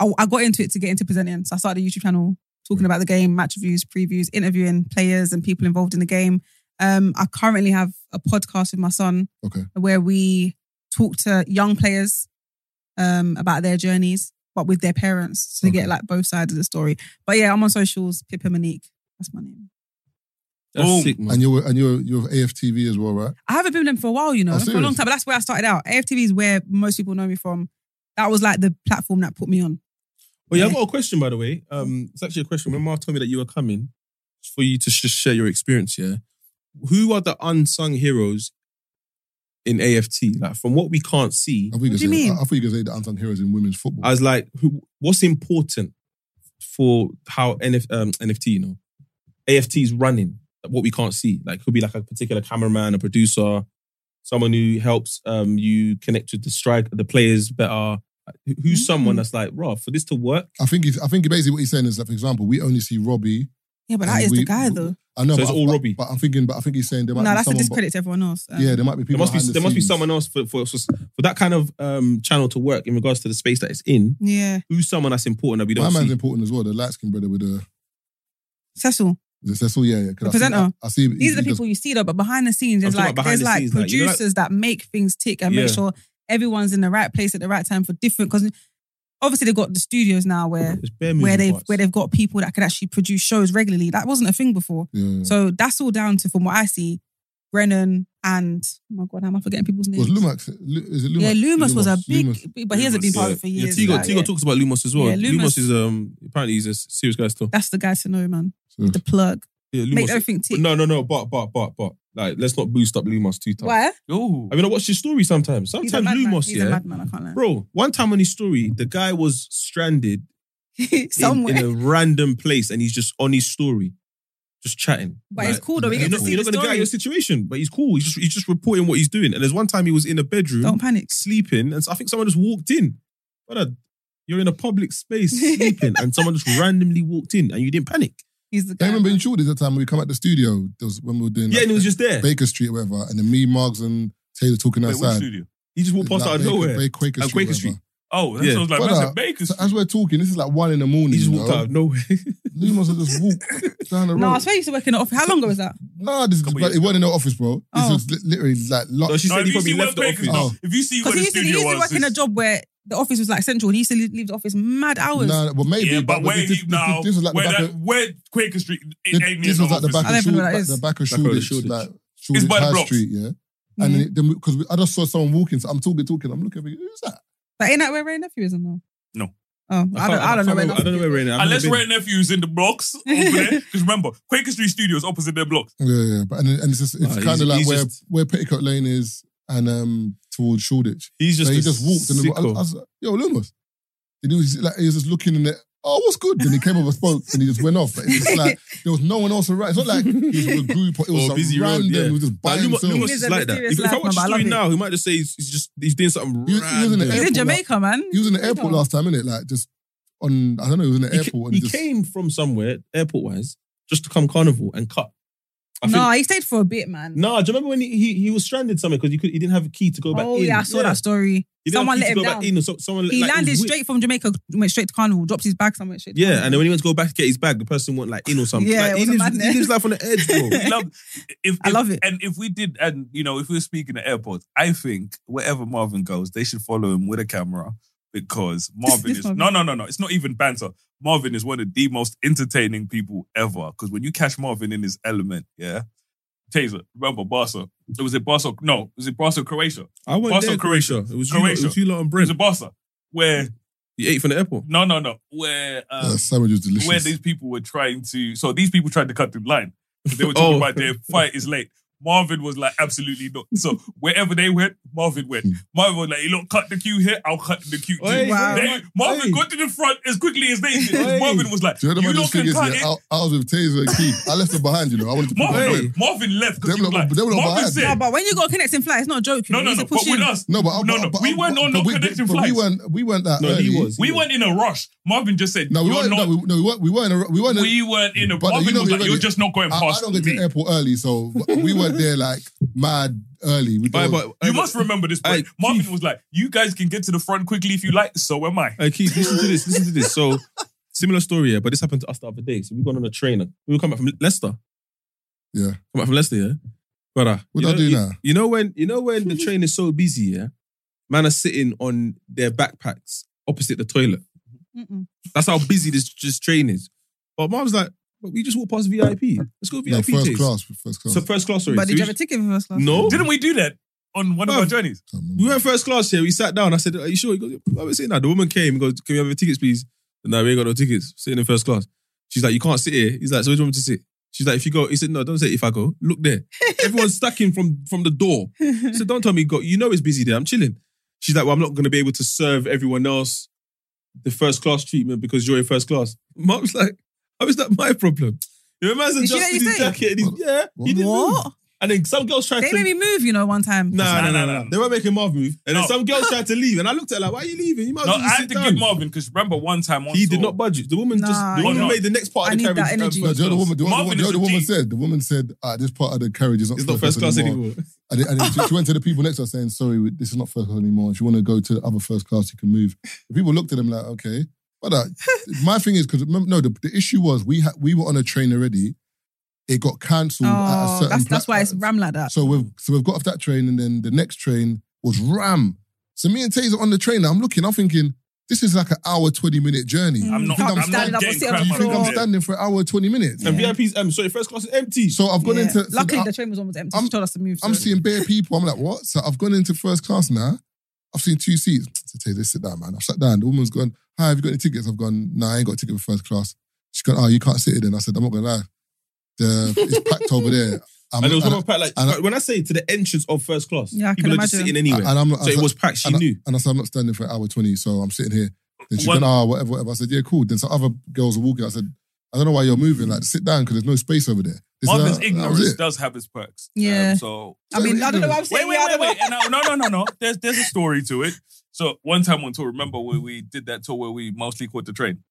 Speaker 5: I, I got into it to get into presenting. So I started a YouTube channel talking about the game, match reviews, previews, interviewing players and people involved in the game. Um, I currently have a podcast with my son,
Speaker 4: Okay.
Speaker 5: where we talk to young players um, about their journeys, but with their parents to
Speaker 4: Okay.
Speaker 5: get like both sides of the story. But yeah, I'm on socials. Pippa Monique, that's my name.
Speaker 6: That's
Speaker 2: Boom.
Speaker 6: sick, man.
Speaker 4: And you're and you're you're with AFTV as well, right?
Speaker 5: I haven't been with them for a while, you know,
Speaker 4: Oh,
Speaker 5: for a long
Speaker 4: serious?
Speaker 5: time. But that's where I started out. AFTV is where most people know me from. That was like the platform that put me on.
Speaker 6: Well, yeah, I've got a question, by the way. Um, it's actually a question. When Marv told me that you were coming, it's for you to sh- share your experience, yeah? Who are the unsung heroes in AFT? Like, from what we can't see,
Speaker 4: I thought you
Speaker 5: What
Speaker 4: could
Speaker 5: do you
Speaker 4: say-
Speaker 5: mean?
Speaker 4: I, I thought you could say the unsung heroes in women's football.
Speaker 6: I was like, who, what's important for how NF, um, NFT, you know, AFT is running, like, what we can't see? Like, could be like a particular cameraman, a producer, someone who helps um, you connect with the strike, the players better. Like, who-
Speaker 4: Mm-hmm.
Speaker 6: Who's someone that's like, Rob, for this to work?
Speaker 4: I think he's, I think basically what he's saying is that, for example, we only see Robbie.
Speaker 5: Yeah, but
Speaker 4: And
Speaker 5: that is
Speaker 4: we-
Speaker 5: the guy
Speaker 4: we-
Speaker 5: though.
Speaker 4: I know,
Speaker 6: So
Speaker 4: but
Speaker 6: it's
Speaker 4: I-
Speaker 6: all
Speaker 4: but-
Speaker 6: Robbie.
Speaker 4: But I'm thinking, but I think he's saying there
Speaker 5: No,
Speaker 4: might be
Speaker 5: that's a
Speaker 4: someone.
Speaker 5: discredit to everyone else. Um,
Speaker 4: yeah, there might be
Speaker 6: There
Speaker 4: people.
Speaker 6: must be
Speaker 4: behind the
Speaker 6: there must be
Speaker 4: scenes.
Speaker 6: someone else for, for for that kind of um channel to work in regards to the space that it's in.
Speaker 5: Yeah.
Speaker 6: Who's someone that's important that we
Speaker 4: My
Speaker 6: don't
Speaker 4: man's
Speaker 6: see?
Speaker 4: important as well. The light skin brother with the
Speaker 5: Cecil.
Speaker 4: the Cecil. Yeah, yeah. 'cause
Speaker 5: The
Speaker 4: I see-
Speaker 5: presenter.
Speaker 4: I, I see.
Speaker 5: These are the
Speaker 4: he does-
Speaker 5: people you see though, but behind the scenes, there's
Speaker 6: I'm talking
Speaker 5: like
Speaker 6: about behind
Speaker 5: there's
Speaker 6: the
Speaker 5: like
Speaker 6: scenes, like, you know, like-
Speaker 5: producers that make things tick and make
Speaker 6: Yeah.
Speaker 5: sure everyone's in the right place at the right time for different because obviously they've got the studios now where
Speaker 6: There's
Speaker 4: Mm.
Speaker 6: bare
Speaker 5: where
Speaker 6: moving
Speaker 5: they've
Speaker 6: parts.
Speaker 5: where they've got people that could actually produce shows regularly. That wasn't a thing before.
Speaker 4: Yeah.
Speaker 5: So that's all down to from what I see, Brennan and oh my god, how am I forgetting people's names?
Speaker 4: was Lumax? Lu- Is it Lumax?
Speaker 5: Yeah, Loomis was a
Speaker 4: Lumos,
Speaker 5: big,
Speaker 4: Lumos.
Speaker 5: big- but he hasn't been part of it for
Speaker 6: Yeah,
Speaker 5: years.
Speaker 6: Tigo,
Speaker 5: like,
Speaker 6: Tigo
Speaker 5: yeah.
Speaker 6: talks about Lumos as well.
Speaker 5: Yeah,
Speaker 6: Lumos.
Speaker 5: Lumos-
Speaker 6: is um apparently he's a serious guy still.
Speaker 5: That's the guy to know, man.
Speaker 4: So-
Speaker 5: The plug.
Speaker 6: Yeah, Lumos.
Speaker 5: Make everything tick.
Speaker 6: no, no, no. But but but but like let's not boost up Lumos too tough.
Speaker 5: Why?
Speaker 2: Oh,
Speaker 6: I mean, I watch his story sometimes.
Speaker 5: He's a
Speaker 6: Sometimes
Speaker 5: madman.
Speaker 6: Lumos,
Speaker 5: He's
Speaker 6: yeah,
Speaker 5: a madman. I can't lie.
Speaker 6: bro. One time on his story, the guy was stranded in,
Speaker 5: Somewhere.
Speaker 6: in a random place, and he's just on his story, just chatting.
Speaker 5: but
Speaker 6: Like,
Speaker 5: it's cool though. We
Speaker 6: You're
Speaker 5: get to
Speaker 6: not,
Speaker 5: see
Speaker 6: you're
Speaker 5: the
Speaker 6: not gonna get out of
Speaker 5: story.
Speaker 6: your situation, but he's cool. He's just he's just reporting what he's doing. And there's one time he was in a bedroom
Speaker 5: Don't panic.
Speaker 6: sleeping, and so I think someone just walked in. Brother, you're in a public space sleeping, and someone just randomly walked in, and you didn't panic.
Speaker 5: He's the guy.
Speaker 4: I remember in
Speaker 5: man.
Speaker 4: Shoreditch that time when we come at the studio. There was when we were doing
Speaker 6: Yeah,
Speaker 4: like,
Speaker 6: and it was just there.
Speaker 4: Baker Street or whatever, and then me, Margs, and Taylor talking
Speaker 2: wait, which
Speaker 4: outside.
Speaker 2: studio?
Speaker 6: He just walked past
Speaker 4: Like
Speaker 6: out of
Speaker 4: Baker-
Speaker 6: nowhere.
Speaker 4: Baker- Quaker
Speaker 6: Like
Speaker 4: Street,
Speaker 6: Quaker
Speaker 4: whatever.
Speaker 6: Street.
Speaker 2: Oh, that
Speaker 6: Yeah.
Speaker 2: sounds like
Speaker 4: Brother,
Speaker 2: that's a Baker's.
Speaker 4: uh, So as we're talking, this is like one in the morning.
Speaker 6: He just
Speaker 4: you
Speaker 6: walked
Speaker 4: know?
Speaker 6: out of nowhere.
Speaker 4: Lumos has just walked down the road.
Speaker 5: No, I swear he used to work in the office. How long ago was that?
Speaker 4: Nah, this,
Speaker 2: Couple
Speaker 4: but
Speaker 2: years
Speaker 4: it wasn't in the office, bro. This
Speaker 5: Oh.
Speaker 4: was li- literally like locked.
Speaker 6: No, she
Speaker 2: No,
Speaker 6: said
Speaker 2: if
Speaker 6: he
Speaker 2: you
Speaker 6: probably
Speaker 2: see where
Speaker 6: left the
Speaker 2: Baker's,
Speaker 6: office.
Speaker 2: no.
Speaker 4: Oh.
Speaker 2: if you see where
Speaker 5: Because
Speaker 2: the
Speaker 5: he used to, he
Speaker 2: studio
Speaker 5: used to
Speaker 2: was,
Speaker 5: work in a
Speaker 2: it's-
Speaker 5: job where the office was like central. He used to leave leave the office mad hours.
Speaker 4: Nah, well, maybe.
Speaker 2: yeah, but where
Speaker 4: this, this,
Speaker 2: he now,
Speaker 4: this was like the
Speaker 2: where
Speaker 4: back
Speaker 2: that,
Speaker 4: of,
Speaker 2: where Quaker Street, it ain't
Speaker 4: this,
Speaker 2: near
Speaker 4: this
Speaker 2: no
Speaker 4: was like the
Speaker 2: office.
Speaker 4: back
Speaker 5: I don't
Speaker 4: of,
Speaker 5: even
Speaker 4: Shoreditch,
Speaker 5: know what that
Speaker 4: like
Speaker 5: is.
Speaker 4: the back of
Speaker 6: Back of the
Speaker 4: Shoreditch,
Speaker 6: Shoreditch.
Speaker 4: like Shoreditch
Speaker 2: by the
Speaker 4: High
Speaker 2: blocks.
Speaker 4: Street, yeah.
Speaker 5: Yeah.
Speaker 4: And then then because I just saw someone walking, so I'm talking, talking, I'm looking, thinking, who's that?
Speaker 5: but ain't that where Ray Nephew is or no?
Speaker 2: No.
Speaker 5: Oh, I, don't,
Speaker 6: can't-
Speaker 5: I don't know
Speaker 6: can't
Speaker 5: where
Speaker 6: remember- I don't know where Rain. I've
Speaker 2: Unless
Speaker 6: never been.
Speaker 2: Red Nephew's in the blocks over there. Because remember, Quaker Street Studios opposite their blocks.
Speaker 4: Yeah, yeah. But and, and it's just,
Speaker 6: Nah,
Speaker 4: it's
Speaker 6: he's-
Speaker 4: kind of like
Speaker 6: he's
Speaker 4: where
Speaker 6: just-
Speaker 4: where Petticoat Lane is and um towards Shoreditch.
Speaker 6: He's just
Speaker 4: so he
Speaker 6: a
Speaker 4: just walked and I, I
Speaker 6: sicko.
Speaker 4: was like, yo, Lumos. And he was like, he was just looking in there. Oh, what's good? Then he came over, spoke, and he just went off. It's just like there was no one else around. It's not like he was with a group. Or it was
Speaker 6: Or
Speaker 4: a
Speaker 6: busy road,
Speaker 4: random.
Speaker 6: yeah.
Speaker 4: He was just by
Speaker 6: Like, Lumos,
Speaker 4: himself.
Speaker 6: Lumos
Speaker 5: He's
Speaker 6: is
Speaker 5: a
Speaker 6: like that.
Speaker 5: mysterious
Speaker 6: If, if I watch
Speaker 5: life, man,
Speaker 6: the
Speaker 5: but I
Speaker 6: story
Speaker 5: love it.
Speaker 6: now, he might just say he's, he's just he's doing something
Speaker 4: He was- he was in the
Speaker 6: random.
Speaker 5: He's in
Speaker 4: Airport,
Speaker 5: Jamaica, man.
Speaker 4: He was in the airport
Speaker 5: Jamaica.
Speaker 4: last time, innit? Like just on. I don't know. He was in the
Speaker 6: He, ca-
Speaker 4: airport.
Speaker 6: he
Speaker 4: and just,
Speaker 6: came from somewhere, airport wise, just to come carnival and cut. I
Speaker 5: No,
Speaker 6: think,
Speaker 5: he stayed for a bit, man.
Speaker 6: nah, do you remember when he, he, he was stranded somewhere because he could he didn't have a key to go back
Speaker 5: oh
Speaker 6: in?
Speaker 5: yeah, I saw that story.
Speaker 6: He didn't have a
Speaker 5: Someone
Speaker 6: key
Speaker 5: let
Speaker 6: to
Speaker 5: him
Speaker 6: go
Speaker 5: down.
Speaker 6: Back in or so, someone
Speaker 5: He
Speaker 6: like,
Speaker 5: landed
Speaker 6: was
Speaker 5: straight from Jamaica, went straight to Carnival, dropped his bags somewhere. Straight to
Speaker 6: Yeah, and then
Speaker 5: Carnival.
Speaker 6: when he went to go back to get his bag, the person went like in or something.
Speaker 5: Yeah,
Speaker 6: Like,
Speaker 5: it
Speaker 6: he,
Speaker 5: was a
Speaker 6: lives, he
Speaker 5: madness.
Speaker 6: lives life on the edge, bro.
Speaker 2: We love- if,
Speaker 5: I
Speaker 2: if-
Speaker 5: love it.
Speaker 2: And if we did, and you know, if we were speaking at airports, I think wherever Marvin goes, they should follow him with a camera because Marvin
Speaker 5: this
Speaker 2: is
Speaker 5: Marvin.
Speaker 2: no, no, no, no. It's not even banter. Marvin is one of the most entertaining people ever because when you catch Marvin in his element, yeah. Taser, remember Barca? It was it Barca. No, was it Barca Croatia? It
Speaker 6: I went
Speaker 2: Barca,
Speaker 6: there, Croatia. It was you, lot- it
Speaker 2: Croatia.
Speaker 6: was you lot and
Speaker 2: was
Speaker 6: Brent.
Speaker 2: it Barca? Where
Speaker 6: You ate from the airport.
Speaker 2: no, no, no. Where
Speaker 4: Uh,
Speaker 2: um,
Speaker 4: sandwich was delicious.
Speaker 2: where these people were trying to. So these people tried to cut through the line. They were talking
Speaker 6: Oh.
Speaker 2: about their fight is late. Marvin was like, absolutely not. So wherever they went, Marvin
Speaker 4: Hmm.
Speaker 2: went. Marvin was like, you look, cut the queue here, I'll cut the queue too.
Speaker 6: Oi,
Speaker 5: Wow.
Speaker 2: They- Marvin
Speaker 6: oi.
Speaker 2: got to the front as quickly as they did. 'Cause
Speaker 6: Oi.
Speaker 2: Marvin was like,
Speaker 4: Do
Speaker 2: you
Speaker 4: you know the
Speaker 2: look
Speaker 4: thing
Speaker 2: and
Speaker 4: is?
Speaker 2: cut
Speaker 4: Yeah,
Speaker 2: it.
Speaker 4: I, I was with Taser and Keith. I left them behind. You know, I wanted to. put them
Speaker 2: Marvin,
Speaker 4: away.
Speaker 2: Marvin left because
Speaker 4: Them
Speaker 2: he was
Speaker 4: lot-
Speaker 2: like,
Speaker 4: them lot
Speaker 2: Marvin
Speaker 4: behind.
Speaker 5: No,
Speaker 2: said,
Speaker 5: but when you got a connecting flight, it's not a joke. you
Speaker 2: no,
Speaker 5: know,
Speaker 2: no,
Speaker 5: it's
Speaker 2: no,
Speaker 5: a
Speaker 2: but
Speaker 5: push
Speaker 2: with
Speaker 5: in.
Speaker 2: us.
Speaker 4: No, but I-
Speaker 2: no, no,
Speaker 4: but- but-
Speaker 2: we weren't
Speaker 4: but-
Speaker 2: on no
Speaker 4: but we-
Speaker 2: connecting
Speaker 4: but
Speaker 2: flights.
Speaker 4: We weren't. We weren't that
Speaker 6: No,
Speaker 4: early.
Speaker 6: he was.
Speaker 2: We weren't in a rush. Marvin just said,
Speaker 4: No, we
Speaker 2: you're
Speaker 4: weren't.
Speaker 2: not,
Speaker 4: No, we, no, we weren't. We weren't. a- We weren't. a-
Speaker 2: we weren't in a,
Speaker 4: Brother, you
Speaker 2: Marvin
Speaker 4: know
Speaker 2: was
Speaker 4: we
Speaker 2: like,
Speaker 4: were-
Speaker 2: you're just not going
Speaker 4: I, I
Speaker 2: past
Speaker 4: don't get to
Speaker 2: me.
Speaker 4: the airport early, so we weren't there like mad early. We
Speaker 6: Bye,
Speaker 4: don't-
Speaker 6: bye.
Speaker 2: You
Speaker 6: Hey,
Speaker 2: must
Speaker 6: but-
Speaker 2: remember this point.
Speaker 6: Hey,
Speaker 2: Marvin
Speaker 6: Keith.
Speaker 2: was like, "You guys can get to the front quickly if you like. So am I."
Speaker 6: Hey Keith, listen to this. Listen to this. So similar story, yeah, but this happened to us the other day. So we gone on a train. We were coming back from Leicester.
Speaker 4: Yeah.
Speaker 6: Come back from Leicester, yeah. Brother.
Speaker 4: What do
Speaker 6: you
Speaker 4: I
Speaker 6: know-
Speaker 4: do
Speaker 6: you,
Speaker 4: now?
Speaker 6: You know when you know when the train is so busy, yeah? Man are sitting on their backpacks opposite the toilet.
Speaker 5: Mm-mm.
Speaker 6: That's how busy this, this train is. But mom's like, but we just walked past VIP. Let's go
Speaker 4: no,
Speaker 6: VIP.
Speaker 4: first
Speaker 6: Jace."
Speaker 4: class. First class.
Speaker 6: So first class, sorry.
Speaker 5: But
Speaker 6: So
Speaker 5: did
Speaker 6: we
Speaker 5: you have a ticket for first class?
Speaker 4: Oh.
Speaker 6: No.
Speaker 2: Didn't we do that on one of our
Speaker 6: Bruv.
Speaker 2: journeys?
Speaker 4: Can't remember.
Speaker 6: We went first class here. We sat down. I said, Are you sure? He goes, I was sitting that. The woman came and goes, Can we have your tickets, please? No, we ain't got no tickets. Sitting in first class. She's like, You can't sit here. He's like, So where do you want me to sit? She's like, If you go, he said, No, don't say if I go. Look there. Everyone's stuck in from, from the door. So don't tell me, you go. You know it's busy there. I'm chilling. She's like, Well, I'm not going to be able to serve everyone else the first class treatment because you're in first class. Mark's like, How is that my problem? Your man's
Speaker 5: Did she let
Speaker 6: adjusted
Speaker 5: you
Speaker 6: his
Speaker 5: sit?
Speaker 6: jacket. And he's, yeah. He didn't move.
Speaker 5: What?
Speaker 6: And then some girls tried
Speaker 5: They
Speaker 6: to.
Speaker 5: made me move, you know, one time.
Speaker 6: Nah, nah,
Speaker 2: Nah,
Speaker 6: nah,
Speaker 2: nah,
Speaker 6: nah,
Speaker 2: nah.
Speaker 6: They were making Marv move, and then
Speaker 2: No.
Speaker 6: some girls tried to leave, and I looked at her like, "Why are you leaving? You might as
Speaker 2: No,
Speaker 6: well
Speaker 2: I
Speaker 6: just
Speaker 2: had
Speaker 6: sit
Speaker 2: to
Speaker 6: down."
Speaker 2: give Marvin because remember one time on
Speaker 6: He did
Speaker 2: tour-
Speaker 6: not budge. The woman just
Speaker 5: Nah,
Speaker 6: the woman
Speaker 2: no.
Speaker 6: made the next part of
Speaker 5: I
Speaker 6: the
Speaker 5: need
Speaker 6: carriage.
Speaker 5: that
Speaker 6: um,
Speaker 5: energy.
Speaker 4: But do you know the woman, do you know what
Speaker 2: Marvin
Speaker 4: the,
Speaker 2: is a
Speaker 4: woman
Speaker 2: G.
Speaker 4: said? The woman said, ah, this part of the carriage is not,
Speaker 6: It's not first class
Speaker 4: anymore.
Speaker 6: anymore.
Speaker 4: And, then- and then she, she went to the people next to her saying, sorry, we- this is not first class anymore. If you want to go to the other first class, you can move. The people looked at them like, okay. But uh, my thing is, because no, the, the issue was we had we were on a train already. It got cancelled at a
Speaker 5: Oh,
Speaker 4: certain
Speaker 5: that's, that's
Speaker 4: pla-
Speaker 5: why it's ram like that.
Speaker 4: So we've so we've got off that train, and then the next train was Ram. So me and Taser on the train. I'm looking. I'm thinking this is like an hour twenty minute journey.
Speaker 2: I'm not.
Speaker 4: You think
Speaker 2: I'm,
Speaker 4: I'm
Speaker 2: not
Speaker 4: standing
Speaker 5: up,
Speaker 2: getting
Speaker 5: sit on
Speaker 2: crap
Speaker 5: the
Speaker 4: you
Speaker 2: out
Speaker 4: think
Speaker 2: of
Speaker 4: I'm
Speaker 5: floor.
Speaker 2: it.
Speaker 4: standing for an hour twenty minutes?
Speaker 6: And
Speaker 5: Yeah.
Speaker 6: VIP's um, sorry, first class is empty.
Speaker 4: So I've gone
Speaker 5: Yeah.
Speaker 4: into. so
Speaker 5: Luckily,
Speaker 4: I-
Speaker 5: the train was almost empty.
Speaker 4: I'm-
Speaker 5: she told us to move.
Speaker 4: I'm
Speaker 5: so-
Speaker 4: seeing bare people. I'm like, what? So I've gone into first class now. I've seen two seats. So Taser, sit down, man. I've sat down. The woman's gone. Hi, have you got any tickets? I've gone. No, I ain't got a ticket for first class. She's gone. Oh, you can't sit here. Then I said, I'm not gonna lie. The it's packed over there. I'm,
Speaker 6: and it was
Speaker 4: and,
Speaker 6: someone packed like
Speaker 4: and I-
Speaker 6: when I say to the entrance of first class,
Speaker 5: Yeah, I can
Speaker 6: people are just
Speaker 5: imagine.
Speaker 6: sitting anywhere.
Speaker 4: and I'm not.
Speaker 6: so it was packed. She
Speaker 4: and I,
Speaker 6: knew.
Speaker 4: Mm. and I said, I'm not standing for an hour 20, so I'm sitting here. Then she
Speaker 2: One-
Speaker 4: went, ah, whatever, whatever. I said, yeah, cool. Then some other girls were walking. I said, I don't know why you're moving. Like, sit down because there's no space over there. This is-
Speaker 2: Marvin's
Speaker 4: that was
Speaker 2: ignorance
Speaker 4: it.
Speaker 2: does have its perks.
Speaker 5: Yeah.
Speaker 2: Um, so
Speaker 5: I mean, I don't know what I'm
Speaker 2: wait,
Speaker 5: saying.
Speaker 2: wait,
Speaker 5: I
Speaker 2: wait,
Speaker 5: don't know.
Speaker 2: wait. And I- no, no, no, no. There's there's a story to it. So one time on tour, remember when we did that tour where we mostly caught the train?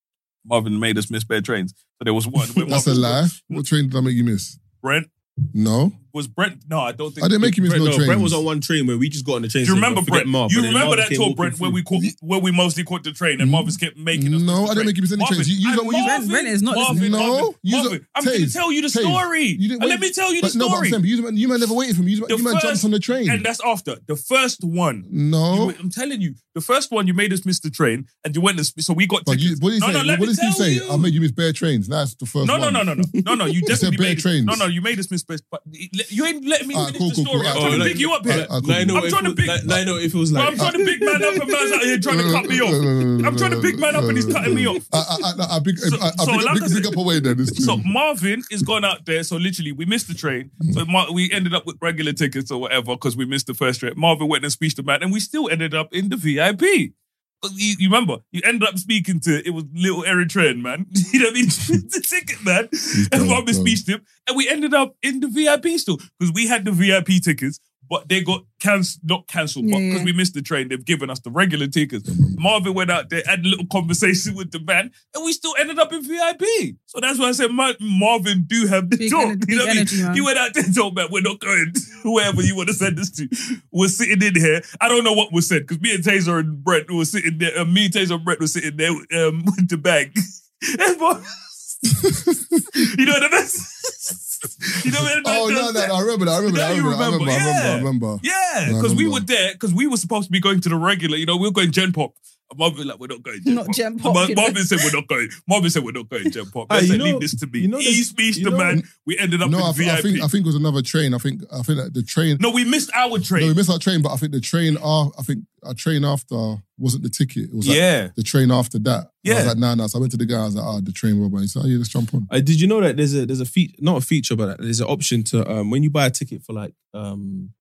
Speaker 2: Marvin made us miss bare trains. So there was one. when
Speaker 4: That's a
Speaker 2: Marvin-
Speaker 4: lie. What train did I make you miss?
Speaker 2: Brent
Speaker 4: No.
Speaker 2: was Brent. No, I don't think.
Speaker 4: I didn't make you miss
Speaker 6: Brent,
Speaker 4: no, train.
Speaker 6: Brent was on one train where we just got on the train.
Speaker 2: Do you
Speaker 6: saying,
Speaker 2: remember
Speaker 6: "Forget
Speaker 2: Brent?
Speaker 6: Marv,"
Speaker 2: you
Speaker 6: and then
Speaker 2: remember
Speaker 6: Marv
Speaker 2: that
Speaker 6: came
Speaker 2: tour,
Speaker 6: walking
Speaker 2: Brent, where
Speaker 6: through.
Speaker 2: we caught, where we mostly caught the train and Marvin's kept making
Speaker 4: No,
Speaker 2: us. miss the
Speaker 4: I didn't
Speaker 2: train.
Speaker 4: make you miss any
Speaker 2: Marvin,
Speaker 4: trains. You- you
Speaker 2: I-
Speaker 4: don't- you-
Speaker 2: Marvin,
Speaker 5: Brent is not
Speaker 2: Marvin,
Speaker 5: listening.
Speaker 4: No,
Speaker 2: Marvin,
Speaker 4: you
Speaker 2: Marvin,
Speaker 4: don't-
Speaker 2: I'm going to
Speaker 4: Taze,
Speaker 2: tell you the
Speaker 4: Taze,
Speaker 2: story.
Speaker 4: you didn't
Speaker 2: And
Speaker 4: wait-
Speaker 2: let me tell you the
Speaker 4: But no, but I'm
Speaker 2: story.
Speaker 4: saying, but you, man- you man never waited for me. You, man-
Speaker 2: The
Speaker 4: you man jumped
Speaker 2: first-
Speaker 4: on the train.
Speaker 2: And that's after the first one.
Speaker 4: no.
Speaker 2: You- I'm telling you, the first one you made us miss the train, and you went. To, so we got.
Speaker 4: but you,
Speaker 2: tickets.
Speaker 4: what did he
Speaker 2: no,
Speaker 4: say?
Speaker 2: no, let
Speaker 4: what
Speaker 2: me
Speaker 4: did he
Speaker 2: tell
Speaker 4: say?
Speaker 2: you.
Speaker 4: I made you miss bare trains. That's the first
Speaker 2: no,
Speaker 4: one.
Speaker 2: no, no, no, no, no, no, You definitely
Speaker 4: bare
Speaker 2: made
Speaker 4: trains.
Speaker 2: No, no, you made us miss. Best, but let- you ain't letting me
Speaker 4: All right,
Speaker 2: finish
Speaker 4: cool,
Speaker 2: the
Speaker 4: cool,
Speaker 2: story.
Speaker 4: cool.
Speaker 2: I'm
Speaker 4: All
Speaker 2: trying to
Speaker 4: right,
Speaker 2: pick you up
Speaker 4: all
Speaker 2: here.
Speaker 4: right, all right, cool,
Speaker 6: Now I know
Speaker 4: cool.
Speaker 2: I'm
Speaker 6: what it
Speaker 2: trying to
Speaker 6: feels-
Speaker 2: pick-
Speaker 6: now- Now I know what it feels
Speaker 2: Bro,
Speaker 6: like.
Speaker 2: I'm trying to big man up, and man's out here trying to cut me off. I'm trying to big man up, and he's cutting me off.
Speaker 4: I, I, I, I big,
Speaker 2: So-
Speaker 4: I, I
Speaker 2: so
Speaker 4: big,
Speaker 2: like
Speaker 4: big,
Speaker 2: I said-
Speaker 4: big up away then. It's
Speaker 2: So
Speaker 4: true.
Speaker 2: Marvin is gone out there. So literally, we missed the train. So Mar- we ended up with regular tickets or whatever because we missed the first train. Marvin went and speeched the man, and we still ended up in the VIP. But you, you remember, you ended up speaking to it was little Eritrean man. you know what I mean? the ticket man, and
Speaker 4: dumb,
Speaker 2: Marvin
Speaker 4: dumb.
Speaker 2: speeched him, and we ended up in the VIP still because we had the VIP tickets. But they got cancelled, not cancelled, but
Speaker 5: Yeah,
Speaker 2: because
Speaker 5: yeah.
Speaker 2: we missed the train, they've given us the regular tickets. Marvin went out there, had a little conversation with the man, and we still ended up in VIP. So that's why I said Ma- Marvin do have the
Speaker 5: Big
Speaker 2: job.
Speaker 5: ener-
Speaker 2: you know
Speaker 5: big
Speaker 2: what I mean?
Speaker 5: energy, man.
Speaker 2: He went out there and told man, we're not going wherever you want to send us to. We're sitting in here. I don't know what was said because me and Taser and Brett were sitting there. Uh, me, Taser and Brett were sitting there um, with the bag. And Mar- you know what I mean? you know what I mean?
Speaker 4: Oh no, no, no, I remember that. I remember that.
Speaker 2: Now
Speaker 4: I
Speaker 2: you
Speaker 4: remember, that, I remember,
Speaker 2: remember,
Speaker 4: I remember,
Speaker 2: yeah.
Speaker 4: I remember.
Speaker 2: Yeah,
Speaker 4: No,
Speaker 2: because we
Speaker 4: no.
Speaker 2: were there, because we were supposed to be going to the regular, you know, we were going Gen Pop. And Marvin was like, we're not going Gen
Speaker 5: Not
Speaker 2: Pop.
Speaker 5: Gen Pop,
Speaker 2: Mar-
Speaker 5: you know.
Speaker 2: Marvin said, we're not going. Marvin said, we're not going Gen Pop.
Speaker 6: Ah,
Speaker 2: I
Speaker 6: you
Speaker 2: said,
Speaker 6: know-
Speaker 2: leave this to me.
Speaker 6: you know
Speaker 2: he
Speaker 6: this-
Speaker 2: speeched
Speaker 6: you
Speaker 2: the
Speaker 6: know-
Speaker 2: man. We ended up
Speaker 4: No,
Speaker 2: in
Speaker 4: I,
Speaker 2: VIP.
Speaker 4: I think I think it was another train. I think I think that the train.
Speaker 2: no, we missed our train.
Speaker 4: No, we missed our train, but I think the train. Uh, I think our train after wasn't the ticket. It was like
Speaker 2: yeah.
Speaker 4: the train after that. And I was
Speaker 2: Yeah.
Speaker 4: like, nah, nah. So I went to the guy. I was like, ah, the train robber. He said, oh yeah, let's jump on.
Speaker 6: Uh, did you know that there's a there's a feature not a feature but there's an option to um, when you buy a ticket for like um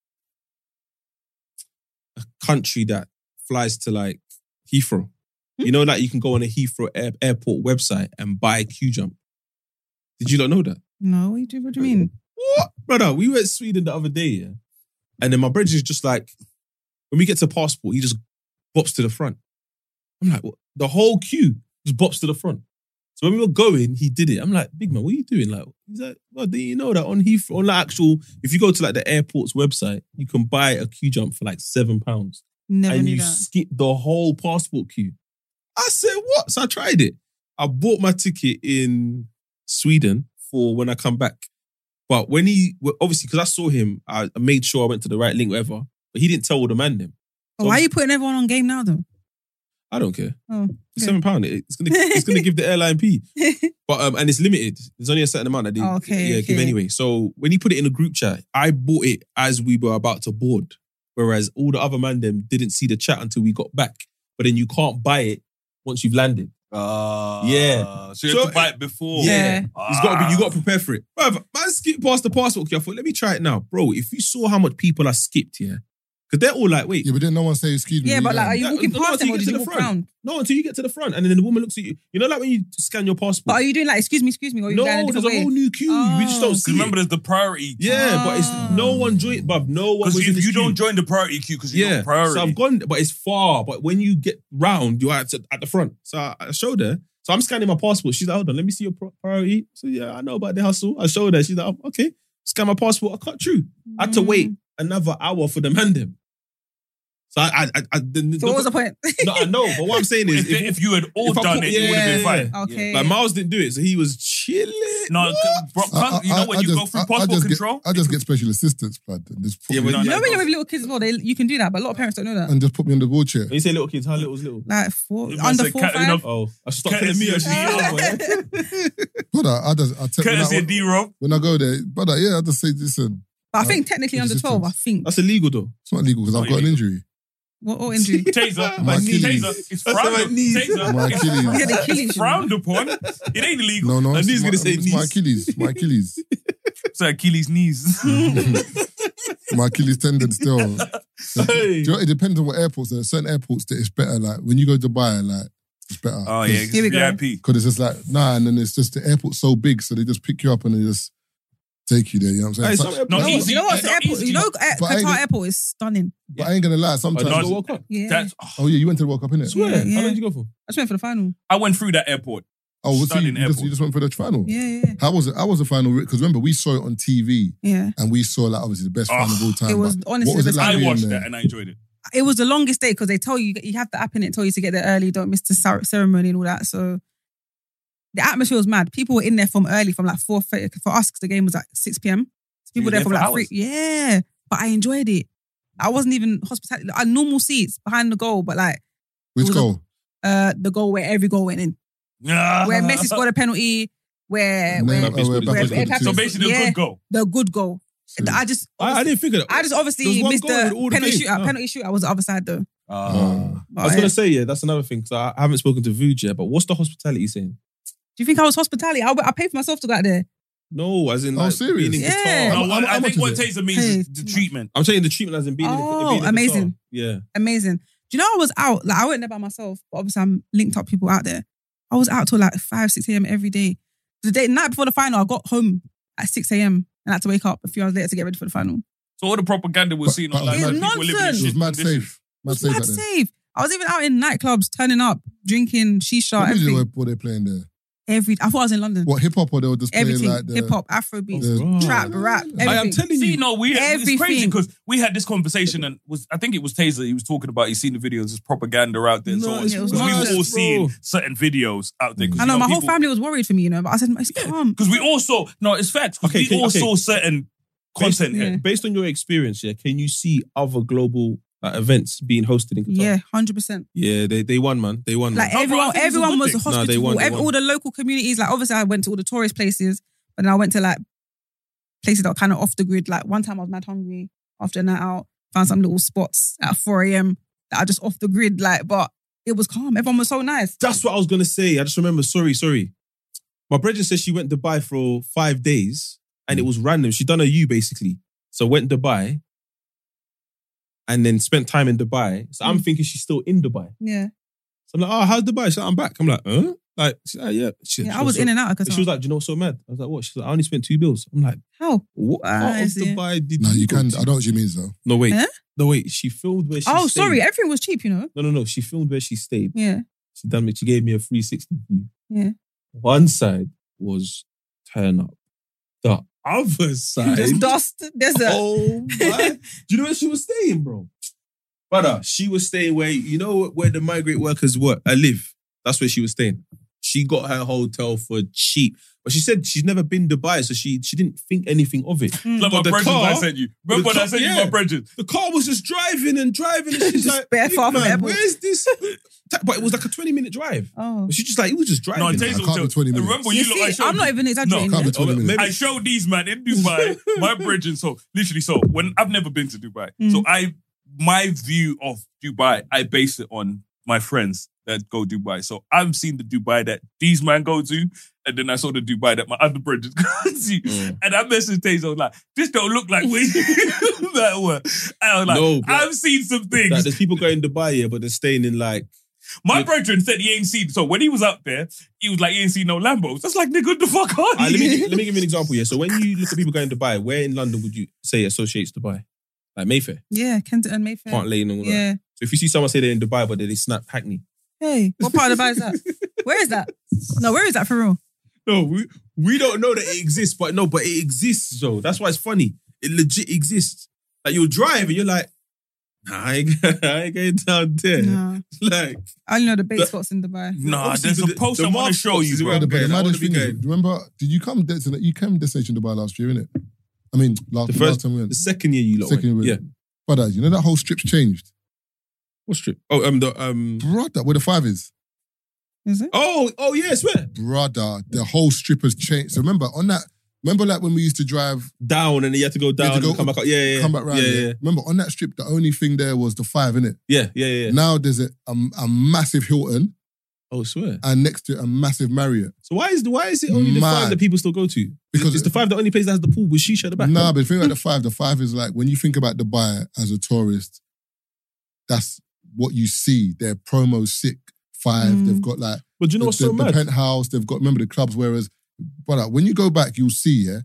Speaker 6: a country that flies to like Heathrow, you know, like you can go on a Heathrow air, airport website and buy Q jump. Did you not know that?
Speaker 5: No, what do you, what do you mean?
Speaker 6: What, brother? We were in Sweden the other day, yeah, and then my brother is just like, when we get to passport, he just bops to the front. I'm like, what? the whole queue just bops to the front. So when we were going, he did it. I'm like, big man, what are you doing? Like, he's like, well, didn't you know that on Heathrow, on the actual, if you go to like the airport's website, you can buy a queue jump for like seven pounds,
Speaker 5: Never
Speaker 6: and
Speaker 5: knew
Speaker 6: you
Speaker 5: that.
Speaker 6: skip the whole passport queue. I said, what? So I tried it. I bought my ticket in Sweden for when I come back. But when he well, obviously, because I saw him, I I made sure I went to the right link, whatever. But he didn't tell all the man them.
Speaker 5: Oh, why are you putting everyone on game now, though?
Speaker 6: I don't care.
Speaker 5: Oh,
Speaker 6: It's
Speaker 5: okay.
Speaker 6: Seven pound. It- It's gonna it's gonna give the airline P. But um, and it's limited. There's only a certain amount that they
Speaker 5: Okay,
Speaker 6: yeah give
Speaker 5: okay.
Speaker 6: anyway. So when he put it in a group chat, I bought it as we were about to board, whereas all the other man them didn't see the chat until we got back. But then you can't buy it once you've landed. Yeah.
Speaker 2: Ah, So you have
Speaker 6: So-
Speaker 2: to buy it before.
Speaker 6: Yeah. It's got to be. You got
Speaker 2: Ah.
Speaker 6: to prepare for it. Bruv, man, skip past the passport queue. I thought, let me try it now, bro. If you saw how much people I skipped here, Because they're all like, wait,
Speaker 4: Yeah, but didn't no one say, excuse me?
Speaker 5: Yeah,
Speaker 4: we
Speaker 5: but like,
Speaker 4: don't.
Speaker 5: are you
Speaker 6: That-
Speaker 5: walking
Speaker 6: no,
Speaker 5: past
Speaker 6: so
Speaker 5: them
Speaker 6: you
Speaker 5: or
Speaker 6: get
Speaker 5: did
Speaker 6: to
Speaker 5: you
Speaker 6: the
Speaker 5: walk
Speaker 6: front.
Speaker 5: round?
Speaker 6: no, until you get to the front and then the woman looks at you. You know, like when you scan your passport.
Speaker 5: But are you doing like, excuse me, excuse me, or are you
Speaker 6: no,
Speaker 5: going a
Speaker 6: there's
Speaker 5: different
Speaker 6: a
Speaker 5: way?
Speaker 6: whole new queue. We just don't
Speaker 5: Oh.
Speaker 6: see. it.
Speaker 2: Remember, there's the priority. queue.
Speaker 6: yeah, but
Speaker 5: Ah.
Speaker 6: it's no one joined, but no one.
Speaker 2: Because
Speaker 6: Was in
Speaker 2: if
Speaker 6: this
Speaker 2: you
Speaker 6: queue.
Speaker 2: don't join the priority queue, because you're
Speaker 6: yeah,
Speaker 2: not priority.
Speaker 6: so I've gone, but it's far. But when you get round, you're at, at the front. So I, I showed her. So I'm scanning my passport. She's like, hold on, let me see your pro- priority. So yeah, I know about the hustle. I showed her. She's like, oh, okay, scan my passport. I cut through. I had
Speaker 5: Mm.
Speaker 6: to wait another hour for the man them. So I, I, I, I the,
Speaker 5: So what was the point?
Speaker 6: no, I know, but what I'm saying is,
Speaker 2: if,
Speaker 6: if,
Speaker 2: if, you had all
Speaker 6: if I
Speaker 2: done
Speaker 6: put-
Speaker 2: it, it would have been
Speaker 6: yeah.
Speaker 2: fine.
Speaker 5: Okay.
Speaker 6: like Miles didn't do it, so he was chilling.
Speaker 2: No,
Speaker 6: What?
Speaker 2: c- bro,
Speaker 4: I- I-
Speaker 2: you know
Speaker 4: I
Speaker 2: when you
Speaker 4: just-
Speaker 2: go
Speaker 4: I-
Speaker 2: through
Speaker 4: I
Speaker 2: passport
Speaker 4: just get-
Speaker 2: control,
Speaker 4: I just get special assistance, blood. And just put
Speaker 6: Yeah,
Speaker 4: me,
Speaker 6: but
Speaker 2: No,
Speaker 5: you know
Speaker 2: no,
Speaker 5: when
Speaker 2: no.
Speaker 5: you're with little kids as well, they, you can do that, but a lot of parents don't know that.
Speaker 4: and just put me in the wheelchair.
Speaker 6: When you say little kids, how little was little?
Speaker 5: Like four,
Speaker 2: It
Speaker 5: under
Speaker 2: must
Speaker 5: four,
Speaker 2: have cut- you know,
Speaker 5: five.
Speaker 6: Oh, I stopped telling
Speaker 2: Curtis
Speaker 6: me.
Speaker 2: and
Speaker 6: actually.
Speaker 4: Brother, I just, I tell
Speaker 2: courtesy
Speaker 4: when,
Speaker 2: of
Speaker 4: I,
Speaker 2: D Rob.
Speaker 4: when I go there, brother, yeah, I just say, listen,
Speaker 5: But I think technically
Speaker 4: With
Speaker 5: under
Speaker 4: assistance.
Speaker 5: 12, I think.
Speaker 6: That's illegal though.
Speaker 4: it's not legal because
Speaker 2: Not
Speaker 4: I've got an injury.
Speaker 5: What, what injury?
Speaker 2: Taser,
Speaker 4: My
Speaker 2: it's
Speaker 4: knees.
Speaker 2: taser, it's
Speaker 6: That's
Speaker 2: frowned
Speaker 6: my
Speaker 2: upon.
Speaker 6: knees.
Speaker 4: My Achilles.
Speaker 5: Yeah, they
Speaker 2: Taser,
Speaker 5: kill you.
Speaker 2: it's frowned upon. It ain't illegal.
Speaker 4: No, no,
Speaker 6: And
Speaker 4: it's
Speaker 6: he's
Speaker 4: my,
Speaker 6: gonna say
Speaker 4: it's my
Speaker 6: knees.
Speaker 4: Achilles, my Achilles,
Speaker 2: It's like Achilles' knees.
Speaker 4: Oh, my Achilles tendon still.
Speaker 6: Hey.
Speaker 4: Do you know, it depends on what airports. There are certain airports that it's better. Like when you go to Dubai, like it's better.
Speaker 2: Oh yeah,
Speaker 5: Here we go.
Speaker 2: VIP.
Speaker 4: because it's just like nah, and then it's just the airport's so big, so they just pick you up and they just take you there. You know what
Speaker 6: Hey,
Speaker 4: I'm saying?
Speaker 6: some
Speaker 4: But-
Speaker 6: airports-
Speaker 2: No,
Speaker 5: You know what-
Speaker 2: easy.
Speaker 5: You know what's
Speaker 2: It's
Speaker 5: the
Speaker 2: not
Speaker 5: airport?
Speaker 2: easy.
Speaker 5: You know, uh,
Speaker 4: But I ain't-
Speaker 5: Qatar Airport is stunning.
Speaker 4: but, I ain't gonna lie. Sometimes,
Speaker 2: no,
Speaker 6: the World Cup.
Speaker 5: Oh, Yeah.
Speaker 2: That's,
Speaker 4: oh yeah, you went to the World Cup, innit?
Speaker 6: Swear.
Speaker 5: Yeah.
Speaker 6: How long did you go for?
Speaker 5: I just went for the final.
Speaker 2: I went through that airport.
Speaker 4: Oh, well, see, you
Speaker 2: Stunning
Speaker 4: just, you
Speaker 2: airport.
Speaker 4: just went for the final.
Speaker 5: Yeah, yeah,
Speaker 4: How was it? How was the final? Because remember, we saw it on TV
Speaker 5: yeah.
Speaker 4: and we saw like obviously the best
Speaker 2: Oh,
Speaker 4: final of all time.
Speaker 5: It was
Speaker 4: but
Speaker 5: honestly
Speaker 4: what was
Speaker 5: the
Speaker 4: it
Speaker 5: best
Speaker 4: like
Speaker 2: I
Speaker 4: being
Speaker 2: watched
Speaker 4: there?
Speaker 2: that and I enjoyed it.
Speaker 5: it was the longest day because they tell you you have the app in it tell you to get there early, don't miss the cer- ceremony and all that. So the atmosphere was mad. People were in there from early, from like four thirty. For us, 'cause the game was at six pm. So
Speaker 2: You
Speaker 5: people
Speaker 2: were
Speaker 5: were there
Speaker 2: there
Speaker 5: from
Speaker 2: for
Speaker 5: like three.
Speaker 2: hours.
Speaker 5: Yeah, but I enjoyed it. I wasn't even hospitality. I had normal seats behind the goal, but like
Speaker 4: Which
Speaker 5: was a-
Speaker 4: goal?
Speaker 5: uh the goal where every goal went in, where Messi scored a penalty, where
Speaker 4: Name-
Speaker 5: where
Speaker 4: oh,
Speaker 6: Mbappe
Speaker 4: where
Speaker 6: scored
Speaker 4: Mbappe
Speaker 6: his
Speaker 4: scored the
Speaker 5: goal.
Speaker 4: two.
Speaker 2: So basically,
Speaker 5: Yeah.
Speaker 2: a good goal.
Speaker 5: the good goal.
Speaker 4: So-
Speaker 5: I just
Speaker 6: I, I didn't figure that.
Speaker 5: I just
Speaker 6: There was
Speaker 5: obviously
Speaker 6: one
Speaker 5: missed
Speaker 6: goal
Speaker 5: the
Speaker 6: with all the
Speaker 5: penalty
Speaker 6: games.
Speaker 5: shootout.
Speaker 6: No.
Speaker 5: Penalty shootout was the other side though.
Speaker 2: Ah.
Speaker 4: Oh.
Speaker 6: I was
Speaker 5: But,
Speaker 6: gonna say yeah, that's another thing. Cause I I haven't spoken to Vuj yet, but what's the hospitality saying?
Speaker 5: Do you think I was hospitality? I, I paid for myself to go out there.
Speaker 6: No, as in
Speaker 4: Oh,
Speaker 6: like
Speaker 4: serious?
Speaker 6: being in
Speaker 5: Yeah.
Speaker 6: Qatar.
Speaker 2: No,
Speaker 4: How-
Speaker 2: what-
Speaker 4: how- how
Speaker 2: I
Speaker 4: much
Speaker 2: think
Speaker 4: is
Speaker 2: what
Speaker 4: it?
Speaker 2: taser means
Speaker 5: Hey,
Speaker 2: is the treatment.
Speaker 6: I'm saying the treatment as in being in.
Speaker 5: Oh,
Speaker 6: being in Qatar.
Speaker 5: amazing.
Speaker 6: Yeah.
Speaker 5: Amazing. Do you know I was out? Like I went there by myself, but obviously I'm linked up people out there. I was out till like five, six a.m. every day. The day night before the final, I got home at six a.m. and had to wake up a few hours later to get ready for the final.
Speaker 2: So all the propaganda we're
Speaker 4: But-
Speaker 2: seeing
Speaker 4: but-
Speaker 2: online,
Speaker 4: It's
Speaker 2: like, people living in
Speaker 5: nonsense.
Speaker 4: It
Speaker 2: shit
Speaker 4: was mad
Speaker 2: conditions.
Speaker 4: safe. Mad
Speaker 5: Mad
Speaker 4: safe back then.
Speaker 5: safe. I was even out in nightclubs, turning up, drinking shisha,
Speaker 4: What music
Speaker 5: everything.
Speaker 4: were- were they playing there?
Speaker 5: Every I thought I was in London.
Speaker 4: What hip hop or they were just playing
Speaker 5: everything,
Speaker 4: like the Oh.
Speaker 5: hip hop, Afrobeat,
Speaker 4: the-
Speaker 5: trap, rap, everything.
Speaker 6: I am telling
Speaker 2: See,
Speaker 6: you.
Speaker 2: no, we it's crazy
Speaker 5: Everything.
Speaker 2: because we had this conversation and was I think it was Taser he was talking about. He's seen the videos, there's propaganda out there. and
Speaker 6: No,
Speaker 2: so on.
Speaker 6: it's
Speaker 5: Yeah, it was
Speaker 2: Because we were all
Speaker 5: nonsense,
Speaker 2: seeing
Speaker 6: bro.
Speaker 2: certain videos out there. 'Cause,
Speaker 5: I
Speaker 2: you
Speaker 5: know my whole
Speaker 2: people-
Speaker 5: family was worried for me, you know, but I said, it's calm.
Speaker 2: Because we all saw no, it's facts. 'cause
Speaker 6: Okay,
Speaker 2: we
Speaker 6: okay,
Speaker 2: all
Speaker 6: okay.
Speaker 2: saw certain content here.
Speaker 5: Yeah.
Speaker 6: Based on your experience, yeah, can you see other global like, events being hosted in Qatar?
Speaker 5: Yeah, hundred percent.
Speaker 6: Yeah, they they won, man. They won. man.
Speaker 5: Like
Speaker 2: No, bro, I
Speaker 5: everyone,
Speaker 2: think it's a
Speaker 5: everyone
Speaker 2: good
Speaker 5: was
Speaker 2: thing.
Speaker 6: No,
Speaker 5: hospitable.
Speaker 6: they won, they
Speaker 5: Every-
Speaker 6: won.
Speaker 5: all the local communities, like obviously, I went to all the tourist places, but then I went to like places that were kind of off the grid. Like one time, I was mad hungry after a night out, found some little spots at 4 a.m. that are just off the grid. Like, but it was calm. Everyone was so nice.
Speaker 6: That's what I was gonna say. I just remember. Sorry, sorry. My brother said she went to Dubai for five days, and it
Speaker 5: Mm.
Speaker 6: was random. She done a U basically, so went to Dubai, and then spent time in Dubai. So
Speaker 5: Mm.
Speaker 6: I'm thinking she's still in Dubai.
Speaker 5: Yeah,
Speaker 6: So I'm like, oh, how's Dubai? She's like, I'm back. I'm like, huh? Like, she's like, yeah. She,
Speaker 5: yeah.
Speaker 6: she
Speaker 5: I was
Speaker 6: so-
Speaker 5: in and out because
Speaker 6: She was like, do you know what's so mad? I was like, what? She's like, I only spent two bills. I'm like,
Speaker 5: how?
Speaker 6: what
Speaker 5: Ah,
Speaker 6: part
Speaker 5: I
Speaker 6: of
Speaker 5: see.
Speaker 6: Dubai did
Speaker 4: No, you
Speaker 6: go
Speaker 4: can.
Speaker 6: to?
Speaker 4: I know what you mean though.
Speaker 6: No wait,
Speaker 5: Huh?
Speaker 6: no wait. She filmed where she.
Speaker 5: oh,
Speaker 6: stayed.
Speaker 5: sorry, everything was cheap, you know.
Speaker 6: No, no, no. She filmed where she stayed.
Speaker 5: Yeah,
Speaker 6: She done it. She gave me a 360 view.
Speaker 5: Yeah.
Speaker 6: One side was turn up. The other side.
Speaker 5: just dust, desert.
Speaker 6: oh my. Do you know where she was staying, bro? Brother, she was staying where you know where the migrant workers work. I live. That's where she was staying. She got her hotel for cheap. But she said she's never been Dubai, so she she didn't think anything of it.
Speaker 5: Mm.
Speaker 2: Like
Speaker 6: But
Speaker 2: my
Speaker 6: the
Speaker 2: bridges
Speaker 6: car-
Speaker 2: I sent you. Remember
Speaker 6: the
Speaker 2: when I
Speaker 6: car-
Speaker 2: sent you
Speaker 6: yeah.
Speaker 2: my bridges?
Speaker 6: The car was just driving and driving, and she's
Speaker 5: Just
Speaker 6: like,
Speaker 5: bare far from
Speaker 6: "Man,
Speaker 5: the airport."
Speaker 6: where's this? But it was like a 20 minute drive.
Speaker 5: Oh.
Speaker 6: But she just like, it was just driving.
Speaker 2: No,
Speaker 6: man.
Speaker 2: Taser
Speaker 4: can't
Speaker 2: will
Speaker 4: be
Speaker 2: tell-
Speaker 4: 20 minutes.
Speaker 2: Remember
Speaker 5: you
Speaker 2: you look
Speaker 5: see,
Speaker 2: I showed
Speaker 5: I'm not
Speaker 2: you-
Speaker 5: even exaggerating.
Speaker 4: Can't be
Speaker 5: yeah.
Speaker 6: Oh,
Speaker 4: 20 minutes.
Speaker 6: maybe-
Speaker 2: I showed these man in Dubai my bridge and so literally so when I've never been to Dubai.
Speaker 5: Mm.
Speaker 2: So I my view of Dubai, I base it on my friends that go Dubai. So I've seen the Dubai that these man go to, and then I saw the Dubai that my other brothers go to.
Speaker 6: Mm.
Speaker 2: And I messaged Taze, I was like, this don't look like where you that were. I was like,
Speaker 6: No, but-
Speaker 2: I've seen some things.
Speaker 6: Like, there's people going to Dubai here, but they're staying in like
Speaker 2: my brethren said he ain't seen. So when he was out there, he was like, he ain't seen no Lambos. That's like, nigga, what the fuck are
Speaker 6: Ah, let,
Speaker 2: you?
Speaker 6: me, let me give you an example here. So when you look at people going to Dubai, where in London would you say associates Dubai? Like Mayfair,
Speaker 5: Yeah, Kensington and Mayfair.
Speaker 6: Park Lane, and all that.
Speaker 5: Yeah.
Speaker 6: So if you see someone say they're in Dubai, but then they snap Hackney.
Speaker 5: Hey, what part of Dubai is that? Where is that? No, where is that for real?
Speaker 6: No, we we don't know that it exists, but no, but it exists. So that's why it's funny. It legit exists. Like you'll drive and you're like, nah, I ain't, I ain't going down there.
Speaker 5: No.
Speaker 6: Like
Speaker 5: I only know the bait
Speaker 6: But-
Speaker 5: spots in Dubai.
Speaker 2: Nah,
Speaker 6: Obviously,
Speaker 2: there's
Speaker 6: the-
Speaker 2: a post
Speaker 6: the
Speaker 2: I want to
Speaker 6: Mark
Speaker 2: show
Speaker 6: post is
Speaker 2: you,
Speaker 6: where
Speaker 2: bro.
Speaker 4: But
Speaker 6: I'm
Speaker 4: the
Speaker 6: going. I wanna
Speaker 4: maddest
Speaker 6: be
Speaker 4: thing is,
Speaker 6: going.
Speaker 4: remember, did you come destination? You came destination Dubai last year, innit? I mean, last,
Speaker 6: The first-
Speaker 4: last time we
Speaker 6: the
Speaker 4: went.
Speaker 6: second year you lot
Speaker 4: Second year
Speaker 6: went.
Speaker 4: we
Speaker 6: Yeah.
Speaker 4: went. Brother, you know that whole strip's changed.
Speaker 6: What strip? Oh, um, the um.
Speaker 4: Brother, where the five is.
Speaker 5: Is it?
Speaker 6: Oh, oh yeah, I swear.
Speaker 4: Brother, the whole strip has changed. So remember, on that, remember like when we used to drive,
Speaker 6: Down and then you had to go
Speaker 4: had
Speaker 6: down
Speaker 4: to go
Speaker 6: and come back up. Yeah, yeah, yeah.
Speaker 4: come back round
Speaker 6: Yeah,
Speaker 4: there?
Speaker 6: yeah,
Speaker 4: Remember, on that strip, the only thing there was the five, innit?
Speaker 6: yeah, yeah, yeah. yeah.
Speaker 4: Now there's a, a, a massive Hilton
Speaker 6: Oh, I swear.
Speaker 4: and next to it a massive Marriott.
Speaker 6: So why is why is it only the
Speaker 4: Mad.
Speaker 6: five that people still go to?
Speaker 4: Because-
Speaker 6: Because it's the five the only place that has the pool with shisha at the back.
Speaker 4: Nah, but if you think about the five, the five is like when you think about Dubai as a tourist, that's what you see. Their promo sick five.
Speaker 5: Mm.
Speaker 4: They've got like
Speaker 6: But do you know
Speaker 4: the,
Speaker 6: what's so
Speaker 4: the- the
Speaker 6: mad?
Speaker 4: penthouse. They've got remember the clubs. Whereas, but like, when you go back, you'll see yeah,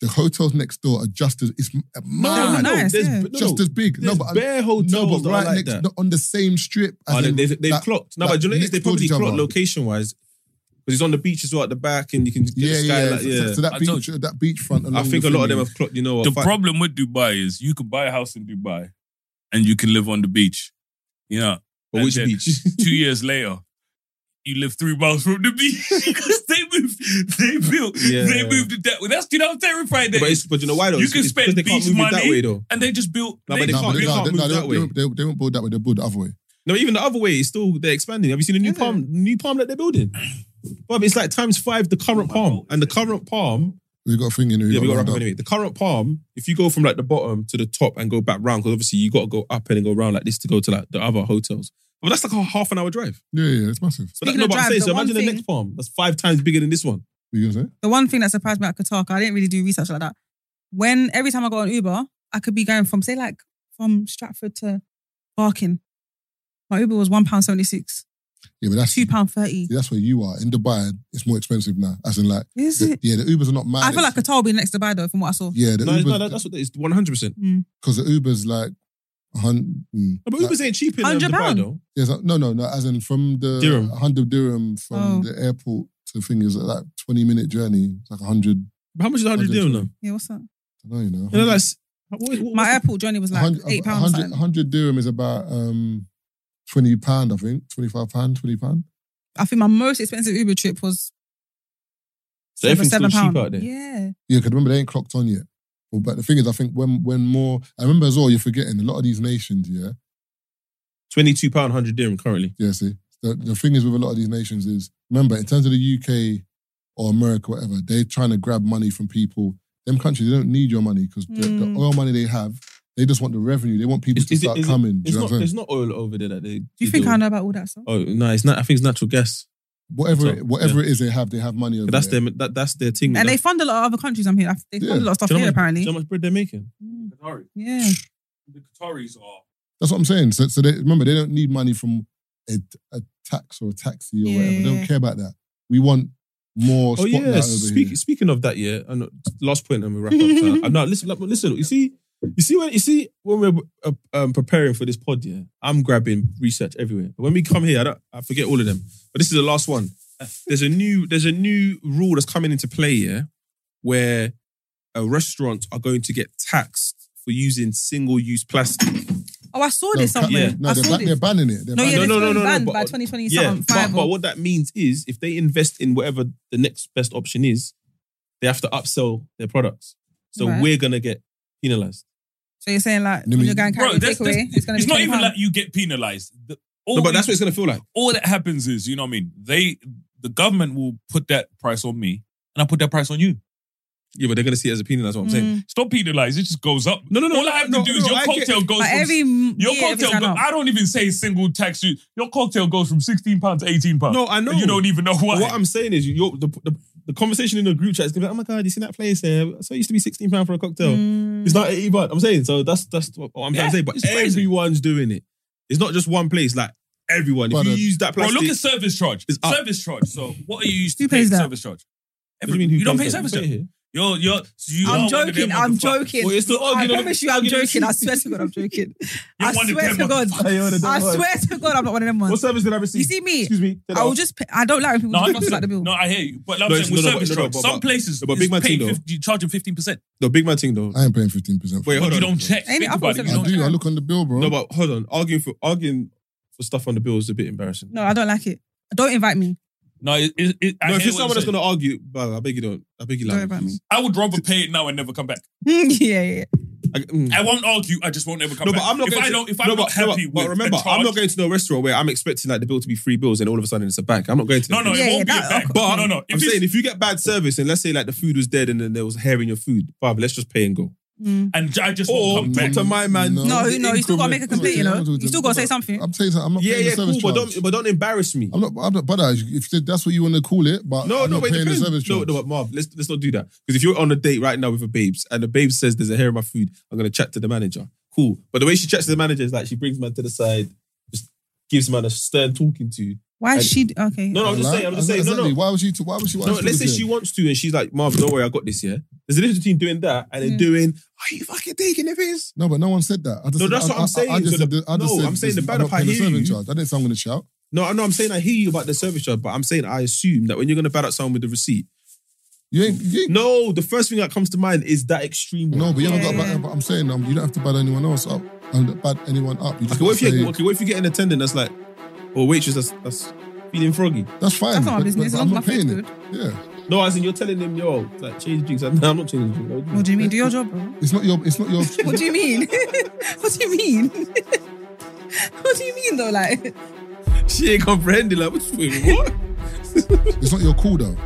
Speaker 4: the hotels next door are just as it's
Speaker 6: No,
Speaker 4: mad,
Speaker 5: they're nice,
Speaker 6: there's,
Speaker 5: yeah.
Speaker 6: no, no,
Speaker 4: just as big. No,
Speaker 6: there's
Speaker 4: but uh,
Speaker 6: bare hotels
Speaker 4: no, but
Speaker 6: that
Speaker 4: right
Speaker 6: are like
Speaker 4: next
Speaker 6: that.
Speaker 4: no, on the same strip. as
Speaker 6: Oh, they-
Speaker 4: in
Speaker 6: they've, they've
Speaker 4: that-
Speaker 6: clocked. No,
Speaker 4: that
Speaker 6: but do you know
Speaker 4: next
Speaker 6: they
Speaker 4: door to
Speaker 6: probably
Speaker 4: each
Speaker 6: clocked
Speaker 4: other.
Speaker 6: location wise because it's on the beach as well at the back, and you can get
Speaker 4: Yeah,
Speaker 6: the sky.
Speaker 4: yeah.
Speaker 6: like, yeah.
Speaker 4: So, so that
Speaker 2: I
Speaker 4: beach,
Speaker 2: told
Speaker 4: that beachfront.
Speaker 6: I
Speaker 4: along
Speaker 6: think
Speaker 4: the
Speaker 6: a lot of
Speaker 4: thing
Speaker 6: them
Speaker 4: is-
Speaker 6: have clocked. You know,
Speaker 2: The
Speaker 6: what, fuck-
Speaker 2: problem with Dubai is you can buy a house in Dubai and you can live on the beach. You know,
Speaker 6: But which
Speaker 2: and then
Speaker 6: beach?
Speaker 2: two years later, you live three miles from the beach because they moved, they built,
Speaker 6: Yeah.
Speaker 2: they moved it that way. That's you know how terrified that
Speaker 6: but
Speaker 2: is.
Speaker 6: it's but you know why though?
Speaker 2: You
Speaker 6: It's-
Speaker 2: can
Speaker 6: it's because
Speaker 2: spend
Speaker 6: they can't
Speaker 2: beach
Speaker 6: move it that
Speaker 2: money.
Speaker 6: way though.
Speaker 2: And they just built.
Speaker 6: No, but they
Speaker 4: Nah,
Speaker 6: can't-
Speaker 4: but
Speaker 6: they
Speaker 4: no,
Speaker 6: can't
Speaker 4: they-
Speaker 6: move
Speaker 4: no, they
Speaker 6: that
Speaker 4: don't-
Speaker 6: way.
Speaker 4: they don't- They they won't build that way. They build the other way.
Speaker 6: No, even the other way, it's still they're expanding. Have you seen the new
Speaker 5: Yeah.
Speaker 6: palm, new palm that they're building? But it's like times five the
Speaker 5: Oh
Speaker 6: current palm, and the current palm
Speaker 4: We got a thing in here.
Speaker 6: Yeah, we got to wrap
Speaker 4: lined
Speaker 6: up
Speaker 4: up.
Speaker 6: anyway. The current palm, if you go from like the bottom to the top and go back round, because obviously you got to go up and then go round like this to go to like the other hotels. But that's like a half an hour drive.
Speaker 4: Yeah, yeah, it's massive.
Speaker 6: So that,
Speaker 5: Speaking
Speaker 6: no,
Speaker 5: of
Speaker 6: but I'm
Speaker 5: drive,
Speaker 6: saying,
Speaker 5: the
Speaker 6: so
Speaker 5: one
Speaker 6: imagine the
Speaker 5: thing-
Speaker 6: next palm that's five times bigger than this one.
Speaker 4: What you gonna say?
Speaker 5: The one thing that surprised me about Qatar, 'cause I didn't really do research like that. When every time I got on Uber, I could be going from say like from Stratford to Barking. My Uber was one pound seventy six,
Speaker 4: Yeah, but that's
Speaker 5: two pound thirty.
Speaker 4: that's where you are in Dubai. It's more expensive now. As in, like,
Speaker 5: Is
Speaker 4: the-
Speaker 5: it?
Speaker 4: yeah, the Ubers are not mad.
Speaker 5: I feel like
Speaker 4: It's-
Speaker 5: Qatar will be next to Dubai though, from what I saw.
Speaker 4: yeah, the
Speaker 6: No, no, that,
Speaker 4: Ubers
Speaker 6: that's what it's one hundred percent.
Speaker 4: because the Ubers like a hundred. Mm,
Speaker 6: But
Speaker 4: like,
Speaker 6: Uber's ain't cheap in um,
Speaker 5: £100
Speaker 6: Dubai though.
Speaker 4: there's a- no, no, no. As in from the
Speaker 6: Dirham.
Speaker 4: a hundred dirham from
Speaker 5: Oh.
Speaker 4: the airport to thing is uh, like twenty minute journey. It's like a hundred.
Speaker 6: How much is hundred dirham though?
Speaker 5: Yeah, what's that?
Speaker 4: I don't know, you know.
Speaker 6: You know, that's what, what,
Speaker 5: My airport journey was like eight pounds.
Speaker 4: hundred hundred dirham is about um twenty pound. I think twenty five pound, twenty pound.
Speaker 5: I think my most expensive Uber trip was
Speaker 6: So
Speaker 5: over
Speaker 6: everything's still
Speaker 5: seven
Speaker 6: cheap
Speaker 5: pounds.
Speaker 6: out there.
Speaker 5: Yeah.
Speaker 4: Yeah, because remember they ain't clocked on yet. Well, but the thing is, I think when when more, I remember as well. You're forgetting a lot of these nations. Yeah,
Speaker 6: Twenty-two pound hundred dirham currently.
Speaker 4: yeah. See, the the thing is with a lot of these nations is remember in terms of the UK or America, whatever, they're trying to grab money from people. Them countries, they don't need your money because the,
Speaker 5: Mm.
Speaker 4: the oil money they have, they just want the revenue. They want people
Speaker 6: Is-
Speaker 4: to
Speaker 6: is it-
Speaker 4: start
Speaker 6: is it-
Speaker 4: coming. do
Speaker 6: It's
Speaker 4: you know
Speaker 6: not.
Speaker 4: what I'm saying?
Speaker 6: There's not oil over there that they.
Speaker 5: Do you think I know about all that stuff?
Speaker 6: Oh no, it's not. I think it's natural gas.
Speaker 4: Whatever,
Speaker 6: So,
Speaker 4: it, whatever it is, they have, they have money. Over
Speaker 6: That's
Speaker 4: there.
Speaker 6: their. That, that's their thing.
Speaker 5: And they
Speaker 6: That's-
Speaker 5: fund a lot of other countries. I'm here. They fund
Speaker 4: Yeah.
Speaker 5: a lot of stuff
Speaker 6: do you know how
Speaker 5: here
Speaker 6: much-
Speaker 5: apparently.
Speaker 6: do you know how much bread they're making?
Speaker 5: Mm,
Speaker 2: Qatari,
Speaker 5: Yeah.
Speaker 2: the Qataris are.
Speaker 4: That's what I'm saying. So, so they, remember, they don't need money from a, a tax or a taxi or whatever. They don't
Speaker 5: Yeah.
Speaker 4: care about that. We want more.
Speaker 6: Oh
Speaker 4: spotlight
Speaker 6: yeah.
Speaker 4: over
Speaker 6: Speak,
Speaker 4: here.
Speaker 6: speaking of that, yeah. And last point, and we wrap up. So, uh, no, listen, like, listen. You see, you see when you see when we're uh, um, preparing for this pod, yeah. I'm grabbing research everywhere. But when we come here, I don't. I forget all of them. But this is the last one. There's a new. There's a new rule that's coming into play, yeah, where uh, restaurants are going to get taxed for using single-use plastic.
Speaker 5: Oh, I saw
Speaker 4: No,
Speaker 5: this
Speaker 4: ca-
Speaker 5: somewhere.
Speaker 4: No,
Speaker 5: I
Speaker 4: they're,
Speaker 5: saw
Speaker 4: ba-
Speaker 5: this.
Speaker 4: they're banning it. They're
Speaker 5: No, yeah,
Speaker 4: banning
Speaker 5: no,
Speaker 4: it.
Speaker 5: no,
Speaker 6: no, no, no,
Speaker 5: banned
Speaker 6: but-
Speaker 5: by 2020
Speaker 6: Yeah,
Speaker 5: something.
Speaker 6: but,
Speaker 5: five
Speaker 6: but
Speaker 5: or-
Speaker 6: what that means is if they invest in whatever the next best option is, they have to upsell their products. So
Speaker 5: Right.
Speaker 6: we're gonna get penalized.
Speaker 5: so you're saying
Speaker 4: I
Speaker 5: like when
Speaker 4: mean-
Speaker 5: you're going
Speaker 2: Bro,
Speaker 5: carry a
Speaker 2: that's-
Speaker 5: takeaway, it's going to be
Speaker 2: It's not even
Speaker 5: £20.
Speaker 2: like you get penalized. The- all
Speaker 6: No, but
Speaker 2: you-
Speaker 6: that's what it's gonna feel like.
Speaker 2: all that happens is, you know what I mean? They the government will put that price on me and I put that price on you.
Speaker 6: Yeah, but they're gonna see it as a penalized. What I'm saying.
Speaker 2: It's not penalized. It just goes up.
Speaker 6: No, no, no,
Speaker 2: All I have
Speaker 6: no,
Speaker 2: to do is
Speaker 6: no,
Speaker 2: your
Speaker 6: I get-
Speaker 2: cocktail goes
Speaker 5: But
Speaker 2: from
Speaker 5: every
Speaker 2: Your
Speaker 5: your
Speaker 2: cocktail, go- I don't even say single tax. You, your cocktail goes from sixteen pounds to eighteen pounds.
Speaker 6: No, I know.
Speaker 2: And you don't even know why.
Speaker 6: But what I'm saying is, you- you're, the, the the conversation in the group chat is gonna be like, "Oh my god, you seen that place there? So it used to be sixteen pound for a cocktail. It's not eighty baht." I'm saying, so that's that's what I'm trying
Speaker 2: Yeah,
Speaker 6: to say. But
Speaker 2: Mm. it's crazy.
Speaker 6: everyone's doing it. It's not just one place. Like everyone, if
Speaker 4: Brother.
Speaker 6: you use that
Speaker 2: uh, Bro,
Speaker 6: plastic,
Speaker 2: look at service charge.
Speaker 6: It's up.
Speaker 2: Service charge. So what are you used to
Speaker 5: Who
Speaker 2: paying
Speaker 5: pays that?
Speaker 2: service charge?
Speaker 6: What do you mean? Who
Speaker 2: you don't
Speaker 6: comes
Speaker 2: pay
Speaker 6: there?
Speaker 2: service
Speaker 6: Pay
Speaker 2: charge.
Speaker 6: here.
Speaker 2: You're you're. so you are
Speaker 5: I'm
Speaker 2: one of them
Speaker 5: joking. I'm
Speaker 2: motherfuckers.
Speaker 5: joking.
Speaker 6: Well, you're still
Speaker 5: I
Speaker 6: arguing on-
Speaker 5: promise you, I'm
Speaker 6: arguing on-
Speaker 5: joking. I swear to God, I'm joking.
Speaker 2: You're
Speaker 5: I
Speaker 2: one of
Speaker 5: swear
Speaker 2: them
Speaker 5: to God.
Speaker 2: motherfuckers.
Speaker 6: Hey, hold on,
Speaker 5: I
Speaker 6: hold on.
Speaker 5: swear to God, I'm not one of them
Speaker 6: What
Speaker 5: ones.
Speaker 6: service did I receive?
Speaker 5: You see me?
Speaker 6: Excuse me.
Speaker 5: I will just. Pay, I don't like when people
Speaker 2: No, I'm
Speaker 5: just
Speaker 2: not
Speaker 5: like the
Speaker 2: saying,
Speaker 5: bill.
Speaker 2: no, I hear you. But
Speaker 6: No,
Speaker 2: I'm saying
Speaker 6: it's-
Speaker 2: with
Speaker 6: no, no,
Speaker 2: service
Speaker 6: but- no, no,
Speaker 2: charge,
Speaker 6: but-
Speaker 2: some
Speaker 6: but-
Speaker 2: places
Speaker 6: but Big
Speaker 2: is
Speaker 6: Man
Speaker 2: paying
Speaker 6: Tino.
Speaker 2: 50, charging fifteen percent.
Speaker 6: the big man thing though.
Speaker 4: I ain't paying 15%. For
Speaker 6: Wait,
Speaker 4: it.
Speaker 2: But
Speaker 6: hold
Speaker 2: you
Speaker 6: on.
Speaker 2: don't check.
Speaker 5: Ain't it
Speaker 2: Think
Speaker 5: up
Speaker 2: about
Speaker 5: for
Speaker 2: it. You
Speaker 4: I
Speaker 5: seven
Speaker 2: don't
Speaker 5: percent?
Speaker 4: do. I
Speaker 2: check.
Speaker 4: look on the bill, bro.
Speaker 6: No, but hold on. Arguing for arguing for stuff on the bill is a bit embarrassing.
Speaker 5: No, I don't like it. Don't invite me.
Speaker 2: No, it, it, it, I
Speaker 6: No, if
Speaker 2: hear
Speaker 6: you're
Speaker 2: what
Speaker 6: someone that's
Speaker 2: saying.
Speaker 6: gonna argue, but I beg you don't. I beg you,
Speaker 5: Don't
Speaker 6: like,
Speaker 5: invite me.
Speaker 2: I would rather pay it now and never come back.
Speaker 5: yeah, yeah.
Speaker 6: I- mm.
Speaker 2: I won't argue. I just won't ever come
Speaker 6: No,
Speaker 2: back.
Speaker 6: but I'm not.
Speaker 2: If
Speaker 6: going
Speaker 2: I
Speaker 6: to,
Speaker 2: don't, if I'm
Speaker 6: no,
Speaker 2: not
Speaker 6: but, no,
Speaker 2: happy
Speaker 6: but,
Speaker 2: with,
Speaker 6: but
Speaker 2: a
Speaker 6: remember, I'm
Speaker 2: charge-
Speaker 6: not going to the restaurant where I'm expecting like the bill to be three bills, and all of a sudden it's a bank. I'm not going to.
Speaker 2: No, no,
Speaker 5: Yeah,
Speaker 2: it
Speaker 5: yeah,
Speaker 2: won't be a
Speaker 5: that-
Speaker 2: back.
Speaker 6: But
Speaker 2: no, no.
Speaker 6: I'm
Speaker 2: it's-
Speaker 6: saying if you get bad service, and let's say like the food was dead, and then there was hair in your food, Bob, let's just pay and go.
Speaker 5: Mm.
Speaker 2: and I just
Speaker 6: Or
Speaker 2: won't come
Speaker 6: talk
Speaker 2: back.
Speaker 6: to my man.
Speaker 4: No,
Speaker 5: No,
Speaker 6: the
Speaker 5: no, you still gotta make a
Speaker 6: increment.
Speaker 5: complaint. You know,
Speaker 4: Increment.
Speaker 5: you still gotta say something.
Speaker 4: I'm saying something. I'm not
Speaker 6: Yeah,
Speaker 4: paying
Speaker 6: yeah,
Speaker 4: the
Speaker 6: cool,
Speaker 4: service
Speaker 6: but
Speaker 4: charge.
Speaker 6: don't, but don't embarrass me.
Speaker 4: I'm not, I'm not, brother, if that's what you want to call it, but
Speaker 6: No,
Speaker 4: I'm
Speaker 6: no,
Speaker 4: not
Speaker 6: but it
Speaker 4: paying the
Speaker 6: depends.
Speaker 4: service
Speaker 6: no,
Speaker 4: charge.
Speaker 6: no, but Marv, let's let's not do that. Because if you're on a date right now with a babes and the babe says there's a hair in my food, I'm gonna chat to the manager. Cool. But the way she chats to the manager is like she brings man to the side, just gives man a stern talking to.
Speaker 5: Why
Speaker 6: I-
Speaker 5: is she okay?
Speaker 6: No, no, I'm just
Speaker 4: Like,
Speaker 6: saying, I'm just saying, no,
Speaker 4: exactly.
Speaker 6: no.
Speaker 4: Why would she? Why would she? Why
Speaker 6: No,
Speaker 4: would
Speaker 6: let's say she
Speaker 4: listen?
Speaker 6: wants to and she's like, Marv, don't worry, I got this, yeah? There's a difference between doing that and then
Speaker 5: Mm.
Speaker 6: doing, are you fucking taking the piss?
Speaker 4: No, but no one said that. I just
Speaker 6: No,
Speaker 4: said-
Speaker 6: that's
Speaker 4: I-
Speaker 6: what
Speaker 4: I-
Speaker 6: I'm
Speaker 4: I-
Speaker 6: saying.
Speaker 4: I just
Speaker 6: So the-
Speaker 4: said that- I just
Speaker 6: no,
Speaker 4: said
Speaker 6: I'm saying
Speaker 4: this
Speaker 6: the
Speaker 4: is-
Speaker 6: bad
Speaker 4: I'm
Speaker 6: up,
Speaker 4: not
Speaker 6: I
Speaker 4: paying the
Speaker 6: hear
Speaker 4: service
Speaker 6: you.
Speaker 4: charge. I didn't say I'm going to shout.
Speaker 6: No, I know I'm saying I hear you about the service charge, but I'm saying I assume that when you're gonna bad out someone with the receipt.
Speaker 4: You ain't. You ain't
Speaker 6: No, the first thing that comes to mind is that extreme one.
Speaker 4: no, but you haven't
Speaker 5: Yeah.
Speaker 4: got. Bad, but I'm saying um, you don't have to bad anyone else up. And bad anyone up. You just
Speaker 6: Okay, what if
Speaker 4: gotta
Speaker 6: you
Speaker 4: say,
Speaker 6: okay, what if you get an attendant that's like, or waitress that's that's feeling froggy?
Speaker 4: that's fine.
Speaker 5: That's not my
Speaker 4: but-
Speaker 5: business.
Speaker 4: but- but
Speaker 5: As
Speaker 4: I'm
Speaker 5: long
Speaker 4: not
Speaker 5: as my food's
Speaker 4: paying
Speaker 5: good.
Speaker 4: it. Yeah,
Speaker 6: No, as in you're telling them, yo, like change drinks. Like, no, I'm not changing drinks.
Speaker 5: What do you mean? Do your job, bro.
Speaker 4: it's not your. It's not your.
Speaker 5: What do you mean? what do you mean? what do you mean though? Like,
Speaker 6: She ain't comprehending. Like, what's wait, what?
Speaker 4: it's not your call though.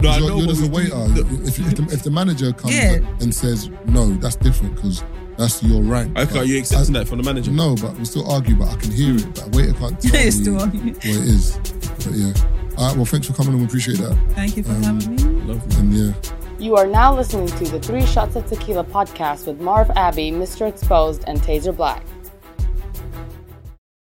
Speaker 6: No, I
Speaker 4: you're,
Speaker 6: know,
Speaker 4: you're
Speaker 6: but
Speaker 4: just a
Speaker 6: we do-
Speaker 4: waiter. If, if, the, if the manager comes
Speaker 5: Yeah.
Speaker 4: and says no, that's different because that's your rank.
Speaker 6: Okay, are
Speaker 4: But
Speaker 6: you accepting
Speaker 4: I-
Speaker 6: that from the manager?
Speaker 4: No, but we still argue. But I can hear it. But a waiter can't. Tell me
Speaker 5: it's still on you.
Speaker 4: what it is. But yeah. All right. Well, thanks for coming. and We appreciate that.
Speaker 5: Thank you for having me.
Speaker 6: Love
Speaker 4: And yeah.
Speaker 3: You are now listening to the Three Shots of Tequila podcast with Marv Abbey, Mr. Exposed, and Taser Black.